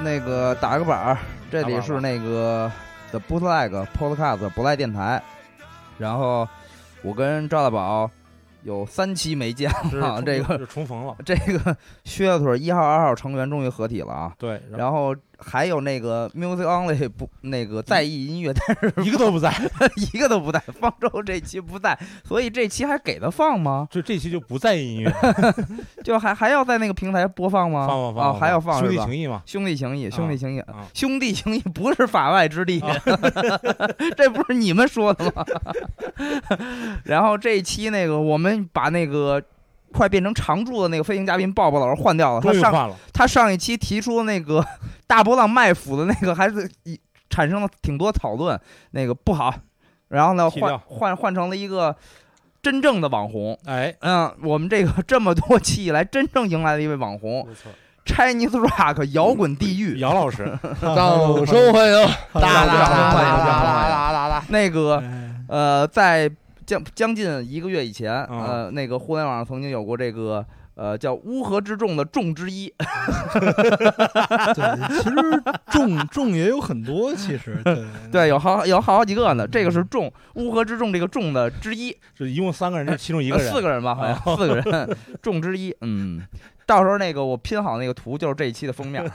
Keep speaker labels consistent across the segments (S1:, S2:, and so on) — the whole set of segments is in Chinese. S1: 那个打个板儿，这里
S2: 打板
S1: 是
S2: 吧
S1: 那个 The Bootleg Podcast 不赖电台，然后我跟赵大宝有三期没见
S2: 是
S1: 了，
S2: 重
S1: 啊这个
S2: 就重 逢了。
S1: 这个靴子腿一号二号成员终于合体了啊，
S2: 对，然
S1: 然后还有那个 Music Only 不那个在意音乐，但是
S2: 后一个都不在，
S1: 一个都不在，方舟这期不在，所以这期还给他放吗？
S2: 这这期就不在意音乐，
S1: 就还还要在那个平台播放吗？
S2: 放放
S1: 啊
S2: 放，
S1: 还要放
S2: 兄
S1: 是
S2: 弟
S1: 吧啊
S2: 情谊嘛，
S1: 兄弟情谊，兄弟情谊，
S2: 啊
S1: 兄弟情谊不是法外之地，
S2: 啊
S1: 这不是你们说的吗？ 然后这一期那个，我们把那个快变成常驻的那个飞行嘉宾鲍勃老师换掉了，他
S2: 终于
S1: 上
S2: 换了，
S1: 他上一期提出那个 大波浪麦腐的那个，还是一产生了挺多讨论，那个不好。然后呢，
S2: 剃
S1: 换
S2: 掉
S1: 换换成了一个真正的网红。
S2: 哎，
S1: 嗯，我们这个这么多期以来，真正迎来了一位网红
S2: 没 错，
S1: ，Chinese Rock 摇滚地狱。
S2: 姚老师，
S3: 掌声欢迎！
S4: 啊
S2: 哒
S1: 哒
S3: 哒
S1: 哒哒哒
S3: 哒哒！
S1: 那个
S2: 哎
S1: 呃，在将将近一个月以前，
S2: 嗯
S1: 呃，那个互联网上曾经有过这个呃叫乌合之众的众之一，
S3: 对，其实众众也有很多，其 实对
S1: 对，有好有好几个呢。这个是众乌合之众这个众的之一，
S2: 这一共三个人，这其中一
S1: 呃
S2: 个人，
S1: 四个人吧，好像四个人众之一。嗯，到时候那个我拼好那个图就是这一期的封面，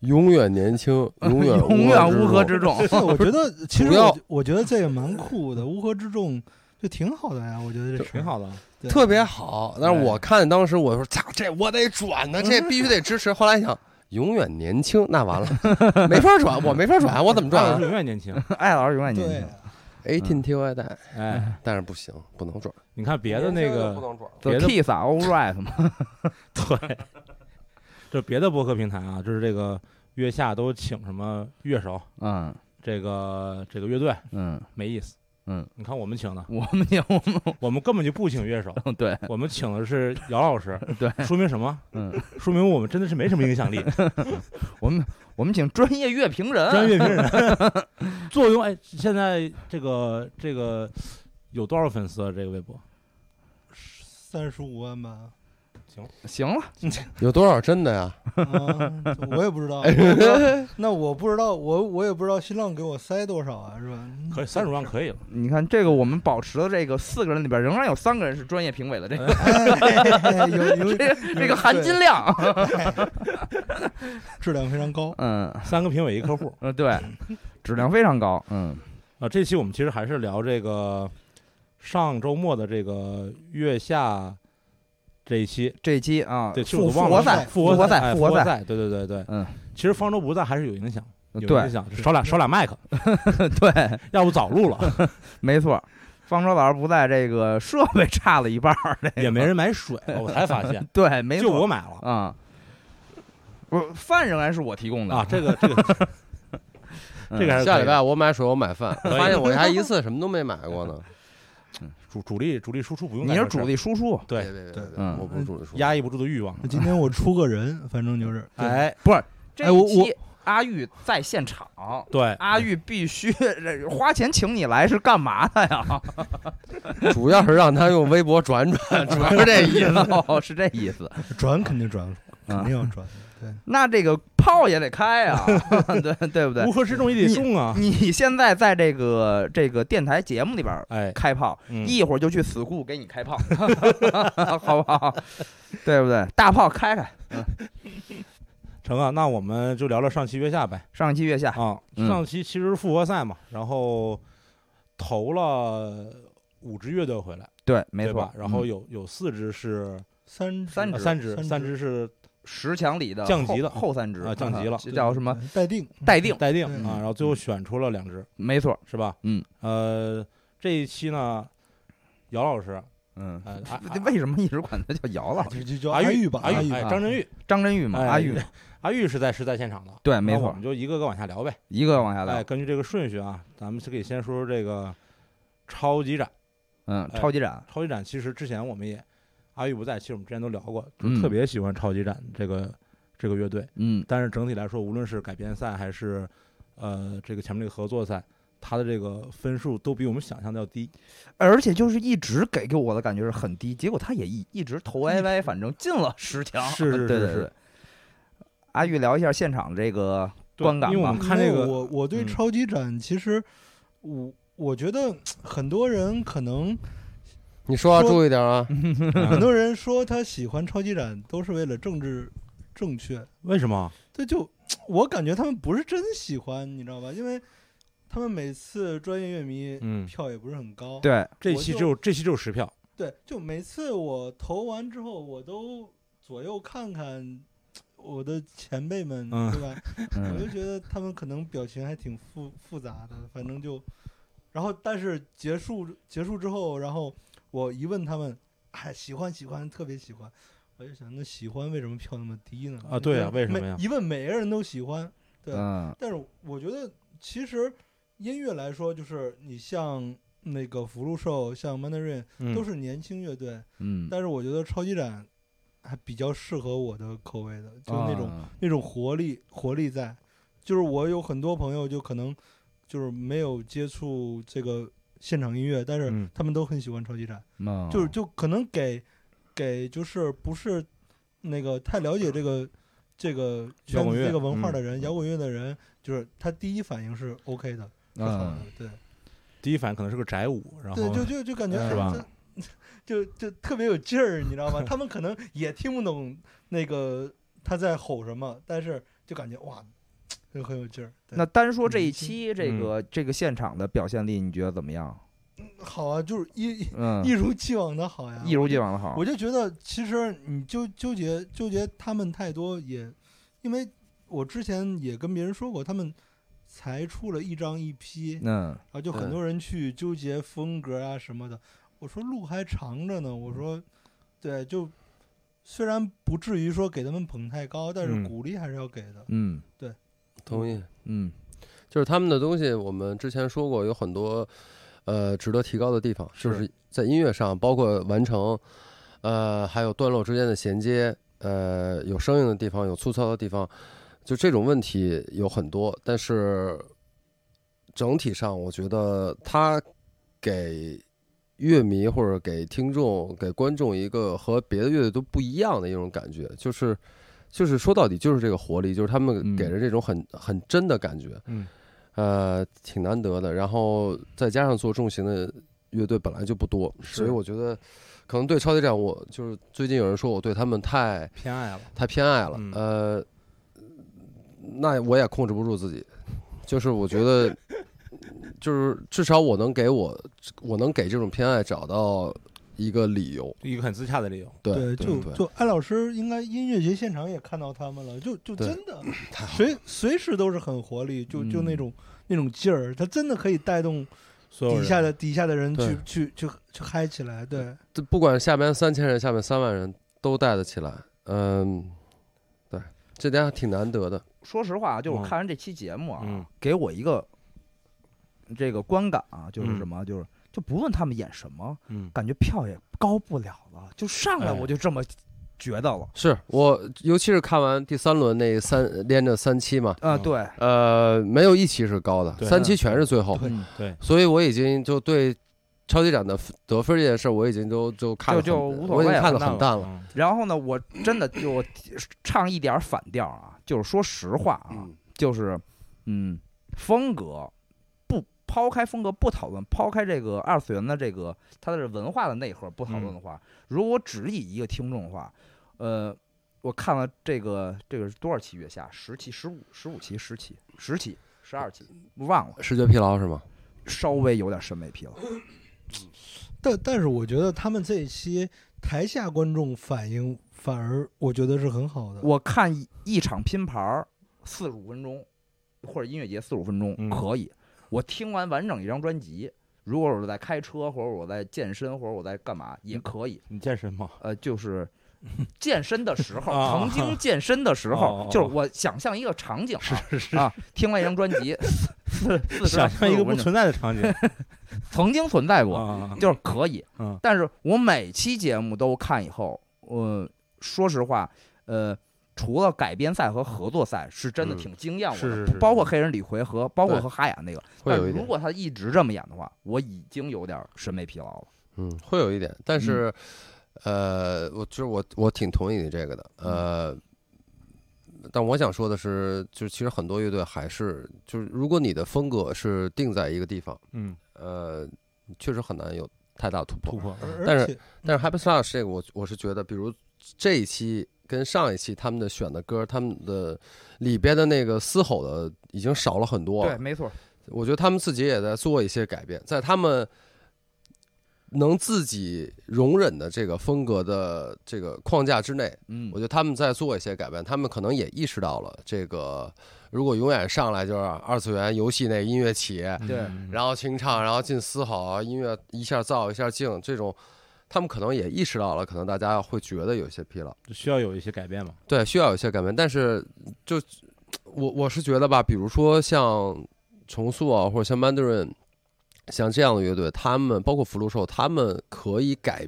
S4: 永远年轻，永远
S1: 永远乌合
S4: 之
S1: 之众。
S3: 对，我觉得其实
S4: 主要
S3: 我我觉得这个蛮酷的，乌合之众就挺好的呀，我觉得这事儿
S2: 挺，好的，
S3: 对
S4: 特别好。但是
S2: 对
S4: 我看当时我说，操，这我得转呢，这必须得支持。后来一想，永远年轻，那 完了，没法转，我没法转，我怎么转
S2: 转
S4: 啊
S2: 永 远年轻，
S1: 艾老师永远年
S3: 对
S1: 轻。，
S4: ？AT T Y 带，
S2: 哎，
S4: 但是不行，不能转。
S2: 你看别的那
S4: 年轻就不
S2: 个，
S4: 能转了，
S1: The
S2: 别的
S1: Kiss are alright 嘛，
S2: 对，就别的播客平台啊，就是这个月下都请什么乐手，
S1: 嗯
S2: 这个这个乐队
S1: 嗯，
S2: 没意思，
S1: 嗯，
S2: 你看我们 请的，
S1: 我们也我们
S2: 我们根本就不请乐手，
S1: 对
S2: 我们请的是姚老师，
S1: 对，
S2: 说明什么？
S1: 嗯，
S2: 说明我们真的是没什么影响力，
S1: 我们我们请专业乐评人，
S2: 专业评人 作用。哎，现在这个这个有多少粉丝啊？这个微博
S3: 三十五万吧，
S1: 行了，
S4: 有多少真的呀？
S3: 啊我也不 知道，我也不知道那我不知道，我我也不知道新浪给我塞多少啊，是吧？嗯
S2: 可以三十万可以了，
S1: 你看这个我们保持的这个四个人里边，仍然有三个人是专业评委的这个
S3: 哎 有有
S1: 这个这个含金量，
S3: 质量非常高，
S1: 嗯
S2: 三个评委一 客户
S1: 嗯对，质量非常高，嗯
S2: 啊。这期我们其实还是聊这个上周末的这个月下这一期，
S1: 这期啊
S2: 对，其实
S1: 复
S2: 我
S1: 复
S2: 忘
S1: 活
S2: 了
S1: 赛
S2: 复活
S1: 赛
S2: 哎
S1: 复
S2: 复
S1: 活赛，
S2: 赛，对对对对，
S1: 嗯。
S2: 其实方舟不在还是有影响，有影
S1: 对
S2: 响，少俩少俩麦克，
S1: 对，
S2: 要不 早录了，
S1: 没错。方舟老师不在，这个设备 差了一半儿，这个，
S2: 也没人买水，我才发现
S1: 对， 没
S2: 就
S1: 错
S2: 我买了。
S1: 啊。我饭仍然是我提供的
S2: 啊，，这个 这个
S1: 嗯
S2: 这个还是
S4: 下
S2: 可以的
S4: 礼拜我买水，我买饭，
S2: 以
S4: 发现我还一次什么都没买过呢。
S2: 主主力主力输出不用
S1: 你
S2: 干这
S1: 是
S2: 事儿，
S1: 主力输出，
S2: 对
S4: 别别别别
S1: 嗯
S4: 我不是主力说。
S2: 压抑不住的欲望。
S3: 今天我出个人，反正就是，
S2: 哎，
S1: 不是这
S3: 哎我
S1: 一期阿玉在现场，
S2: 对，
S1: 阿玉必须这花钱请你来是干嘛的呀？
S4: 主要是让他用微博转转，主要是这意思。
S1: 哦，是这意思。
S3: 转肯定转，肯
S1: 啊
S3: 定要转，对。
S1: 那这个炮也得开 啊，对对不对
S2: 乌？合之众也得中啊。
S1: 你现在在这个这个电台节目里边儿
S2: 哎，
S1: 开炮，
S2: 嗯
S1: 一会儿就去死库给你开炮， 好不好？ 对不对？大炮开开，
S2: 成啊，那我们就聊聊上期月下呗。
S1: 上期月下，
S2: 啊，
S1: 嗯
S2: 上期其实是复活赛嘛，然后投了五支乐队回来，
S1: 对，没
S2: 对
S1: 错
S2: 吧。？然后
S1: 嗯
S2: 有有四支是
S3: 三
S1: 三
S2: 啊
S1: 支
S2: 三支，三
S3: 支
S2: 支是
S1: 十强里的
S2: 降级了
S1: 后后三支
S2: 啊降级了嗯
S1: 这 叫什么？
S3: 待定，
S1: 待定？
S2: 待定
S3: 对
S2: 啊，然后最后选出了两支，
S1: 没错，
S2: 是吧？
S1: 嗯，
S2: 呃，这一期呢，姚老师，
S1: 嗯，
S2: 呃，啊啊
S1: 为什么 一直管他叫姚老师？
S3: 啊就就叫
S2: 阿
S3: 玉
S2: 玉
S3: 吧，
S2: 阿
S3: 阿
S2: 玉，哎
S1: 啊
S2: 张振玉，
S1: 张真玉嘛，
S2: 哎
S1: 阿玉嘛，
S2: 阿玉是在是在现场的，
S1: 对，没
S2: 那我
S1: 错
S2: 们，就一个个往下聊呗。
S1: 一个往下
S2: 哎，
S1: 来，
S2: 根据这个顺序啊，咱们是可以先说说这个超级展。
S1: 嗯，
S2: 哎
S1: 超级展，
S2: 超级展其实之前我们也阿玉不在，其实我们之前都聊过，就
S1: 嗯
S2: 特别喜欢超级展这个、这个乐队。
S1: 嗯，
S2: 但是整体来说，无论是改编赛还是呃这个前面这个合作赛，它的这个分数都比我们想象的要低。
S1: 而且就是一直给给我的感觉是很
S3: 嗯
S1: 低，结果他也一一直头歪歪，反正进了十强，
S2: 是是是
S1: 对对
S2: 是
S1: 对。阿玉聊一下现场这个
S2: 对
S1: 观感
S2: 因为我
S1: 吧
S2: 们看
S3: 因
S2: 这个，
S3: 为我我对
S2: 嗯
S3: 超级展其实我我觉得很多人可能
S4: 你说话
S3: 说
S4: 注意点啊！
S3: 很
S2: 嗯
S3: 多人说他喜欢超级展都是为了政治正确，
S2: 为什么？
S3: 对，就我感觉他们不是真喜欢，你知道吧？因为他们每次专业乐迷
S2: 嗯，
S3: 票也不是很高，
S1: 对，
S2: 这
S3: 我
S2: 期
S3: 就
S2: 只有这期只有十票，
S3: 对，就每次我投完之后，我都左右看看我的前辈们，
S2: 嗯
S3: 对吧？我就
S1: 嗯，
S3: 觉得他们可能表情还挺复复杂的，反正就，然后但是结束结束之后，然后我一问他们，哎，喜欢喜欢，特别喜欢，我就想，那喜欢为什么票那么低呢？
S2: 啊对啊
S3: 每
S2: 为什么呀
S3: 一问每个人都喜欢，对
S1: 嗯，
S3: 但是我觉得其实音乐来说，就是你像那个福禄寿、像 Mandarin
S2: 嗯
S3: 都是年轻乐队，
S1: 嗯，
S3: 但是我觉得超级展还比较适合我的口味的，就那种、
S1: 啊
S3: 那种活力活力在，就是我有很多朋友就可能就是没有接触这个现场音乐，但是
S2: 嗯哦
S3: 他们都很喜欢超级展，
S1: 嗯
S3: 就是就可能给给就是不是那个太了解这个这个
S2: 摇
S3: 圈
S2: 滚
S3: 子
S2: 乐
S3: 这个文化
S2: 嗯
S3: 的人，摇滚乐的人，就是他第一反应是 OK 的，是
S2: 啊
S3: 好的
S1: 嗯，，
S3: 对
S2: 第一反应可能是个宅舞，然
S3: 对，
S2: 后
S3: 就就就感觉
S1: 嗯
S2: 是吧？
S3: 哎这就就特别有劲儿，你知道吗？他们可能也听不懂那个他在吼什么，但是就感觉哇，就很有劲儿。对
S1: 那单说这一
S3: 明嗯
S1: 期这个这个现场的表现力，你觉得怎么样？
S3: 好啊，就是一
S1: 嗯
S3: 一，如既往的好呀，
S1: 一如既往的好
S3: 我。就觉得，其实你就纠结纠结他们太多也，因为我之前也跟别人说过，他们才出了一张一批，然
S1: 嗯
S3: 后啊就很
S4: 对
S3: 多人去纠结风格啊什么的。我说路还长着呢，我说，对，就虽然不至于说给他们捧太高，但
S2: 嗯
S3: 是鼓励还是要给的。
S1: 嗯
S4: 同意，
S1: 嗯
S4: 就是他们的东西，我们之前说过有很多，呃，值得提高的地方，
S2: 是
S4: 就是在音乐上，包括完成，呃，还有段落之间的衔接，呃，有生硬的地方，有粗糙的地方，就这种问题有很多，但是整体上，我觉得它给乐迷或者给听众、给观众一个和别的乐队都不一样的一种感觉，就是。就是说到底就是这个活力，就是他们
S1: 嗯
S4: 给人这种很、很真的感觉，
S2: 嗯
S4: 呃，挺难得的。然后再加上做重型的乐队本来就不多，所以我觉得可能对超级展，我就是最近有人说我对他们太
S2: 偏爱了，
S4: 太偏爱了，
S2: 嗯
S4: 呃，那我也控制不住自己，就是我觉得。就是至少我能给我，我能给这种偏爱找到一个理由，
S2: 一个很自洽的理由。
S4: 对，对
S3: 就
S4: 对
S3: 就安老师应该音乐节现场也看到他们了，就就
S4: 对
S3: 真的
S4: 太好
S3: 随随时都是很活力，就就那
S1: 嗯
S3: 种、那种劲儿，他真的可以带动
S2: 所有
S3: 底
S2: 人
S3: 下的底下的人
S4: 对
S3: 去去去去嗨起来，对，
S4: 这不管下边三千人，下面三万人都带得起来，嗯，对，这点还挺难得的，
S1: 说实话，啊就是我
S2: 嗯
S1: 看完这期节目啊，
S2: 嗯
S1: 给我一个这个观感啊，就是
S2: 嗯
S1: 什么，就是就不论他们演什么，
S2: 嗯，
S1: 感觉票也高不了了，就上来
S2: 哎
S1: 我就这么觉得了。
S4: 是我，尤其是看完第三轮那三连着三期嘛，
S1: 啊，
S2: 嗯
S1: 对，
S4: 呃，没有一期是高的，
S2: 对
S4: 三期全是最后，
S1: 嗯
S2: 对，
S4: 所以我已经就对超级展的得分这件事，我已经都就看得
S1: 就
S4: 很
S1: 就无所
S4: 我已
S1: 谓
S4: 经
S1: 了
S4: 看得很淡了，
S2: 了。
S1: 然后呢，我真的就我唱一点儿反调啊，就是说实话啊，
S4: 嗯，
S1: 就是嗯，风格不抛开风格不讨论，抛开这个二次元的这个它的文化的内核不讨论的话，如果只以一个听众的话，呃，我看了这个这个是多少期月下？十期、十五、十五期、十期、十期、十二期，忘了，
S4: 视觉疲劳是吗？
S1: 稍微有点审美疲劳。
S3: 但但是我觉得他们这一期台下观众反应反而我觉得是很好的，
S1: 我看一一场拼盘儿四十五分钟，或者音乐节四十五分钟
S2: 嗯
S1: 可以。我听完完整一张专辑，如果我在开车，或者我在健身，或者我在干嘛也可以。
S2: 你健身吗？
S1: 呃，就是 健身的时候，
S2: 啊
S1: 曾经健身的时
S2: 哦
S1: 候
S2: 哦，
S1: 就是我想象一个场景啊，
S2: 是是，
S1: 啊听完一张专辑，四四
S2: 想
S1: 十
S2: 象一个不
S1: 分钟，
S2: 存在的场景
S1: 曾经存在过，
S2: 啊，
S1: 就是可以。
S2: 嗯
S1: 但是我每期节目都看以后，呃，说实话，呃，除了改编赛和合作赛，是真的
S4: 嗯
S1: 挺惊艳我的，
S2: 是是是
S1: 包括黑人李逵和包括
S4: 对
S1: 和哈雅那个。
S4: 会
S1: 但
S4: 有
S1: 是
S4: 一
S1: 如
S4: 点，
S1: 果他一直这么演的话，我已经有点审美疲劳了。
S4: 嗯，会有一点，但
S1: 嗯
S4: 是，
S1: 嗯
S4: 呃，我就是我我挺同意你这个的，呃。但我想说的是，就其实很多乐队还是就是，如果你的风格是定在一个地方，
S2: 嗯，
S4: 呃，确实很难有太大突破
S2: 突。破，
S3: 而
S4: 但
S3: 而
S4: 是
S3: 且
S4: 但是 Happy Slash 这个我，我是觉得，比如这一期跟上一期他们的选的歌，他们的里边的那个嘶吼的已经少了很多
S1: 对，
S4: 了。
S1: 没错，
S4: 我觉得他们自己也在做一些改变，在他们能自己容忍的这个风格的这个框架之内，
S1: 嗯
S4: 我觉得他们在做一些改变，他们可能也意识到了这个，如果永远上来就是二次元游戏那音乐起，
S1: 对
S2: 嗯
S4: 然后清唱，然后进嘶吼，音乐一下燥一下静，这种他们可能也意识到了，可能大家会觉得有些疲劳，
S2: 需要有一些改变嘛，
S4: 对，需要有些改变。但是就我我是觉得吧，比如说像重塑啊，或者像 Mandarin，像这样的乐队，他们包括福禄寿，他们可以改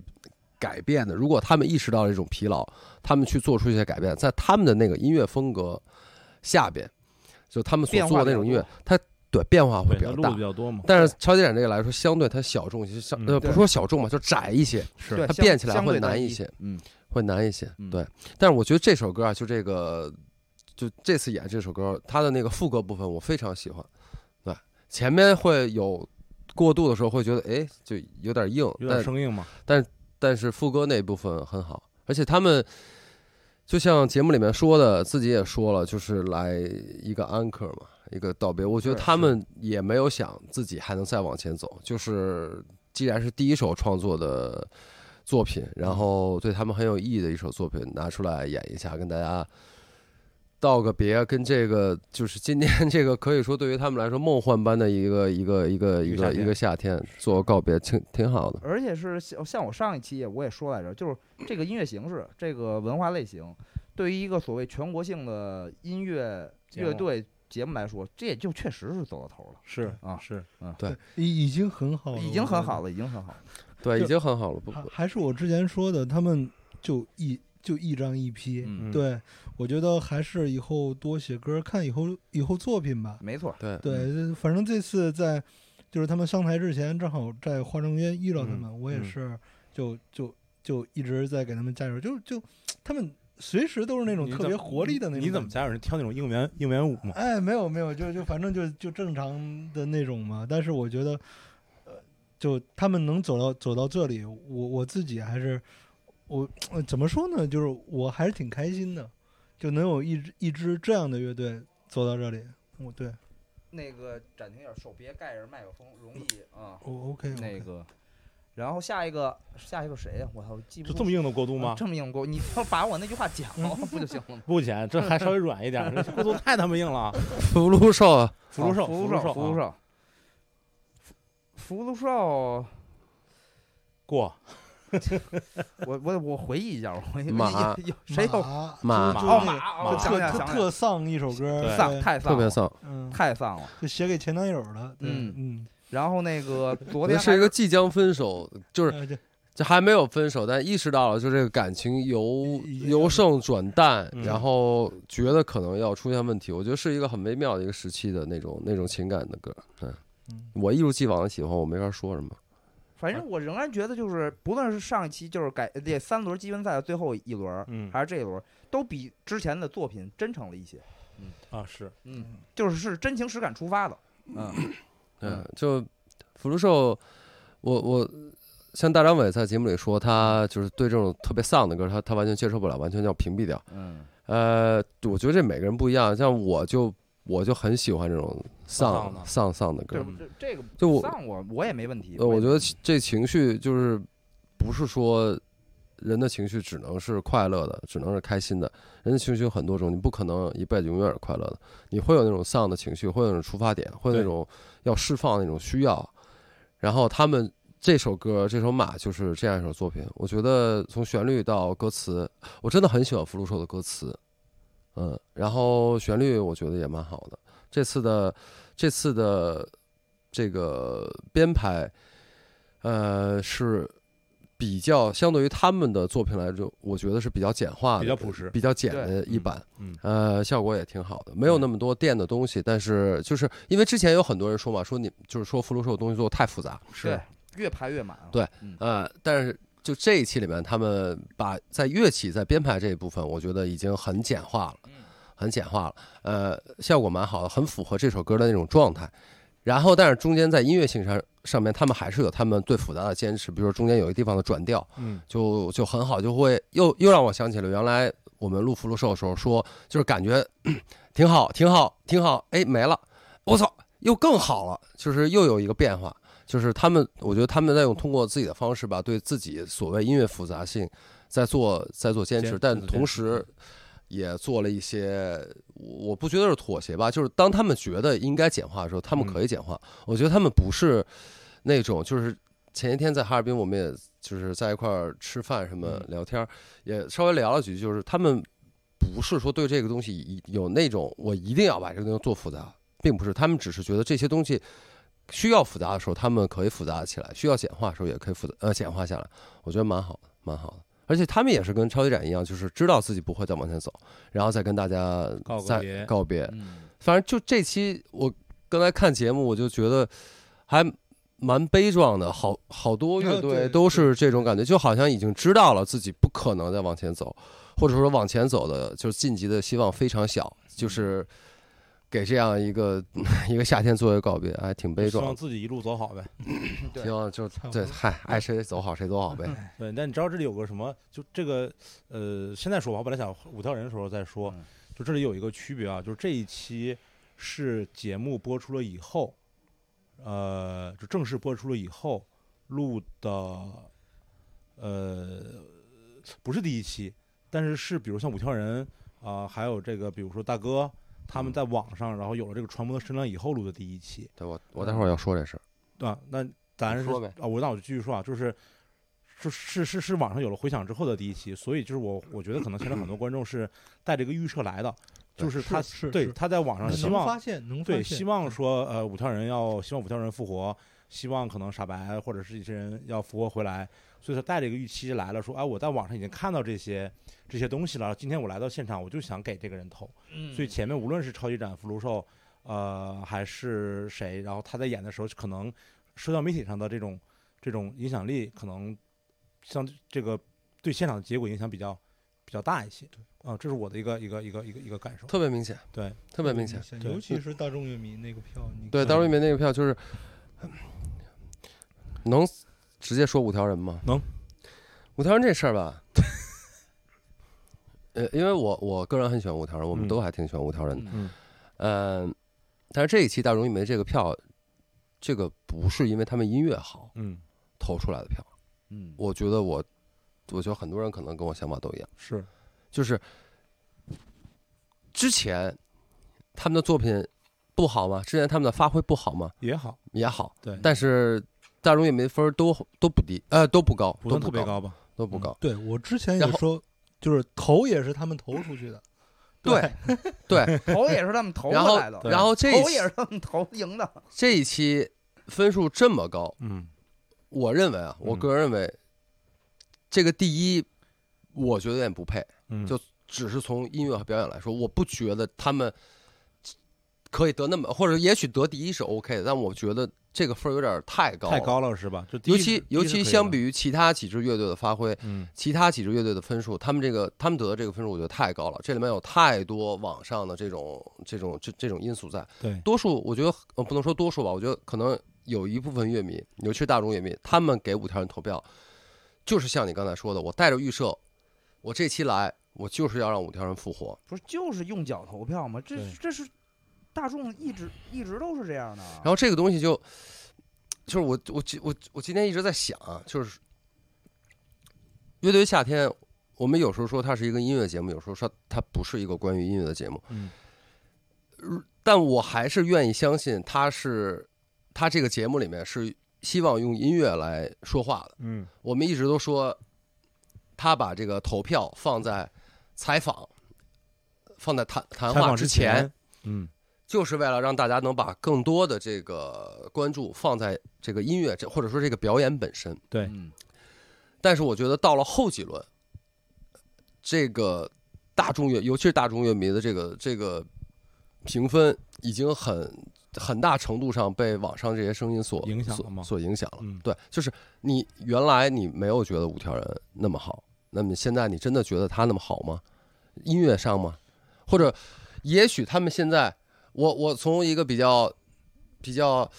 S4: 改变的。如果他们意识到了这种疲劳，他们去做出一些改变，在他们的那个音乐风格下边，就他们所
S1: 变化
S4: 做的那
S1: 比较
S4: 种音乐
S1: 多，
S4: 它对变化会
S2: 对，
S4: 比
S2: 它
S4: 较
S2: 录
S4: 大
S2: 的比。较多嘛，
S4: 但是超级展这个来说，相对它小众一些，相
S2: 嗯
S1: 对
S4: 呃不说小众吧，就窄一些，
S2: 是
S1: 对
S4: 它
S1: 相
S4: 变起来
S1: 相
S4: 会
S1: 对
S4: 难
S1: 单
S4: 一
S1: 一
S4: 些，
S1: 嗯，
S4: 会难一些
S1: 嗯。
S4: 对，但是我觉得这首歌啊，就这个，就这次演这首歌，它的那个副歌部分我非常喜欢。对，前面会有过渡的时候，会觉得哎，就有点硬，
S2: 有点
S4: 但
S2: 生硬嘛，
S4: 但是副歌那部分很好，而且他们就像节目里面说的，自己也说了，就是来一个 anchor 嘛，一个道别。我觉得
S1: 是
S4: 他们也没有想自己还能再往前走，就是既然是第一首创作的作品，然后对他们很有意义的一首作品，拿出来演一下，跟大家。道个别，跟这个就是今年这个可以说对于他们来说梦幻般的一个一个一个一
S2: 一个夏
S4: 个
S2: 天
S4: 一个夏天做个告别，挺挺好的。
S1: 而且是像像我上一期也我也说来着，就是这个音乐形式，这个文化类型，对于一个所谓全国性的音乐
S2: 节目
S1: 乐队节目来说，这也就确实是走到头了，
S2: 是
S1: 啊
S2: 是，
S3: 已已经很好了，
S1: 已经很好
S3: 了。
S1: 了，已经很好了。
S4: 对，
S3: 就
S4: 已经很好了，不
S3: 还
S4: 不
S3: 还是我之前说的，他们就一就一张一批。
S1: 嗯，
S2: 嗯，
S3: 对，我觉得还是以后多写歌，看以后以后作品吧。
S1: 没错，
S4: 对
S2: 嗯
S3: 对，反正这次在就是他们上台之前，正好在化妆间遇到他们，
S2: 嗯
S3: 我也
S2: 嗯
S3: 是就就就一直在给他们加油，就就他们随时都是那种
S2: 你
S3: 特
S2: 怎
S3: 别
S2: 么
S3: 活力的那种。
S2: 你怎么？家有人跳那种应援应援舞嘛？
S3: 哎，没有没有，就就反正就就正常的那种嘛。但是我觉得，呃，就他们能走到走到这里，我我自己还是我、呃怎么说呢？就是我还是挺开心的，就能有一支一支这样的乐队走到这里。我对
S1: 那个暂停一下，手别盖着麦克风，容易啊。
S3: 我 OK，,
S1: 那个，然后下一个下一个谁呀？我操，记不
S2: 就
S1: 住
S2: 这么硬的过渡
S1: 啊
S2: 吗？
S1: 这么硬过，你要把我那句话讲了不就行了吗？
S2: 不浅，这还稍微软一点，这过渡太他妈硬了。啊
S4: 福禄寿啊，
S2: 福禄寿，
S1: 福
S2: 禄
S1: 禄寿，
S2: 寿，
S1: 福禄
S2: 寿
S1: 寿，福禄寿。
S2: 过
S1: 我我我回忆一下，我回忆
S4: 马
S1: 有谁有
S4: 马
S3: 马就
S1: 哦马
S3: 是那个
S2: 马
S1: 哦，想想
S2: 特
S3: 特特
S1: 想想
S3: 特丧一首歌，
S2: 对
S1: 丧
S3: 对，
S1: 太
S4: 特
S1: 丧
S4: 别
S1: 了，
S4: 丧，
S3: 嗯，
S1: 太丧了。
S3: 就写给前男友的，对
S1: 嗯
S3: 嗯，
S1: 然后那个昨
S4: 我觉
S1: 天
S4: 得是
S1: 还
S4: 一个即将分手，就是
S3: 呃对
S4: 这还没有分手，但意识到了，就这个感情由
S3: 已已经
S4: 由盛转淡，
S2: 嗯
S4: 然后觉得可能要出现问题。我觉得是一个很微妙的一个时期的那种那种情感的歌。嗯，
S3: 嗯
S4: 我一如既往的喜欢，我没法说什么。
S1: 反
S4: 啊
S1: 正我仍然觉得就是，不论是上一期就是改这三轮积分赛的最后一轮，
S2: 嗯
S1: 还是这一轮，都比之前的作品真诚了一些。
S2: 啊，是
S1: 嗯，就是是真情实感出发的。嗯，
S4: 嗯
S1: 嗯，
S4: 就福禄寿，我我像大张伟在节目里说，他就是对这种特别丧的歌，他他完全接受不了，完全要屏蔽掉。
S1: 嗯，
S4: 呃，我觉得这每个人不一样，像我就我就很喜欢这种丧
S2: 丧的嗯
S4: 丧丧的歌
S1: 这
S4: 儿。
S1: 这这个
S4: 就我
S1: 丧我我也没问题。
S4: 呃，我
S1: 也
S4: 觉得这情绪就是不是说人的情绪只能是快乐的，只能是开心的。人的情绪有很多种，你不可能一辈子永远是快乐的。你会有那种丧的情绪，会有那种出发点，会有那
S2: 对
S4: 种要释放那种需要。然后他们这首歌，这首《马》就是这样一首作品。我觉得从旋律到歌词，我真的很喜欢福禄寿的歌词。嗯，然后旋律我觉得也蛮好的。这次的这次的这个编排，呃，是比较相对于他们的作品来说，我觉得是比较简化的、
S2: 比较朴实
S4: 比较简的啊一版。
S2: 嗯
S4: 呃，效果也挺好的，没有那么多电的东西。但是就是因为之前有很多人说嘛，说你就是说福禄寿的东西做的太复杂，
S1: 对越排越满啊。
S4: 对
S1: 嗯，
S4: 呃，但是就这一期里面，他们把在乐器在编排这一部分，我觉得已经很简化了。很简化了，呃，效果蛮好的，很符合这首歌的那种状态。然后，但是中间在音乐性上上面，他们还是有他们对复杂的坚持，比如说中间有一个地方的转调，
S2: 嗯
S4: 就就很好，就会又又让我想起了原来我们录福禄寿的时候说，就是感觉嗯挺好，挺好，挺好，哎，没了，我操，又更好了，就是又有一个变化，就是他们，我觉得他们在用通过自己的方式吧，对自己所谓音乐复杂性在做在做坚
S2: 坚
S4: 持，
S2: 持
S4: 但
S2: 对
S4: 同时也做了一些，我不觉得是妥协吧，就是当他们觉得应该简化的时候，他们
S2: 嗯
S4: 可以简化，我觉得他们不是那种就是前一天在哈尔滨，我们也就是在一块儿吃饭什么
S2: 嗯
S4: 聊天儿，也稍微聊了几句，就是他们不是说对这个东西一有那种我一定要把这个东西做复杂，并不是，他们只是觉得这些东西需要复杂的时候，他们可以复杂起来；需要简化的时候，也可以复杂呃简化下来。我觉得蛮好的，蛮好的。而且他们也是跟超级展一样，就是知道自己不会再往前走，然后再跟大家
S2: 告个
S4: 再
S2: 别
S4: 告别，
S1: 嗯
S4: 反正就这期我刚才看节目，我就觉得还蛮悲壮的，好好多乐队
S3: 对
S4: 都是这种感觉，就好像已经知道了自己不可能再往前走，或者说往前走的就是晋级的希望非常小，就是给这样一个 一个夏天做一个告别，还挺悲
S2: 希望
S4: 壮的。
S2: 自己一路走好呗。
S1: 对
S4: 希望就
S3: 差不
S4: 对，
S3: 多
S4: 嗨，爱谁走好谁走好呗。
S2: 对，但你知道这里有个什么？就这个，呃，现在说吧，我本来想五条人的时候再说
S1: 嗯，
S2: 就这里有一个区别啊，就是这一期是节目播出了以后，呃，就正式播出了以后录的，呃，不是第一期，但是是比如像五条人啊、还有这个比如说大哥他们在网上，然后有了这个传播的声量以后录的第一期，
S4: 对我，我待会儿要说这事儿。
S2: 对吧？那咱
S4: 你
S2: 是
S4: 说呗
S2: 啊，我那我就继续说啊，就是是是是是网上有了回响之后的第一期，所以就是我我觉得可能现在很多观众是带着一个预设 来的，就是他
S3: 是是
S2: 对
S3: 是
S2: 他在网上
S3: 能
S2: 希
S3: 发
S2: 望
S3: 现能发
S2: 对
S3: 现，嗯
S2: 希望说呃五条人要希望五条人复活，希望可能傻白或者是一些人要复活回来，所以他带着一个预期来了，说哎我在网上已经看到这些这些东西了，今天我来到现场我就想给这个人投，
S4: 嗯
S2: 所以前面无论是超级展、福禄寿，呃，还是谁，然后他在演的时候，可能社交媒体上的这种这种影响力，可能像这个对现场的结果影响比较比较大一些。啊、这是我的一个一个一个一个一个感受。
S4: 特别明显，
S2: 对，
S4: 特别明显。
S2: 对
S3: 尤其是大众乐迷那个票，你
S4: 对，
S3: 看
S2: 嗯
S4: 当时里面那个票就是，能直接说五条人吗？
S2: 能。
S4: 五条人这事儿吧，呃，因为我我个人很喜欢五条人，我们
S2: 嗯
S4: 都还挺喜欢五条人的。
S2: 嗯
S4: 嗯、但是这一期大众艺媒这个票，这个不是因为他们音乐好
S2: 嗯，
S4: 投出来的票，
S1: 嗯
S4: 我觉得我，我觉得很多人可能跟我想法都一样。
S2: 是
S4: 就是之前他们的作品不好吗？之前他们的发挥不好吗？
S2: 也好，
S4: 也好，
S2: 对，
S4: 但是大众乐迷分儿都都不低，呃，都不高，
S2: 不
S4: 都
S2: 算
S4: 不
S2: 特别
S4: 高，
S2: 高吧？嗯
S4: 都不高。
S3: 对我之前
S4: 然
S3: 也
S4: 后
S3: 说，就是投也是他们投出去的，
S4: 对，
S1: 头也是他们投
S4: 然
S1: 过
S4: 后
S1: 来的，
S4: 然后这一
S1: 头也
S4: 期
S1: 是他们投赢的。
S4: 这一期分数这么高，
S2: 嗯
S4: 我认为啊，我
S2: 嗯
S4: 个人认为，这个第一，我觉得有点不配。
S2: 嗯，
S4: 就只是从音乐和表演来说，我不觉得他们可以得那么，或者也许得第一是 OK 的，但我觉得这个分儿有点太高，
S2: 太。高了是吧？就第一
S4: 尤
S2: 是
S4: 其
S2: 第一
S4: 尤
S2: 是
S4: 其
S2: 可以
S4: 相
S2: 的
S4: 比，于其他几支乐队的发挥，
S2: 嗯
S4: 其他几支乐队的分数，他们这个他们得的这个分数，我觉得太高了。这里面有太多网上的这种这种这这种因素在。
S2: 对，
S4: 多数我觉得呃不能说多数吧，我觉得可能有一部分乐迷，尤其是大众乐迷，他们给五条人投票，就是像你刚才说的，我带着预设，我这期来，我就是要让五条人复活。
S1: 不是就是用脚投票吗？这
S2: 对
S1: 这是大众一直一直都是这样的。啊然
S2: 啊
S4: 然后这个东西就，就是我我今我我今天一直在想啊，就是乐队夏天，我们有时候说它是一个音乐节目，有时候说它不是一个关于音乐的节目，
S2: 嗯
S4: 但我还是愿意相信它是它这个节目里面是希望用音乐来说话的。
S2: 嗯
S4: 我们一直都说，他把这个投票放在采访，放在谈谈
S2: 采
S4: 话
S2: 访
S4: 之
S2: 之
S4: 前，
S2: 前，嗯
S4: 就是为了让大家能把更多的这个关注放在这个音乐这或者说这个表演本身。
S2: 对
S1: 嗯
S4: 但是我觉得到了后几轮，这个大众乐，尤其是大众乐迷的这个这个评分，已经很很大程度上被网上这些声音所
S2: 影响
S4: 所
S2: 了吗
S4: 所影响了。
S2: 嗯
S4: 对，就是你原来你没有觉得五条人那么好，那么现在你真的觉得他那么好吗？音乐上吗？或者也许他们现在，我我从一个比较比较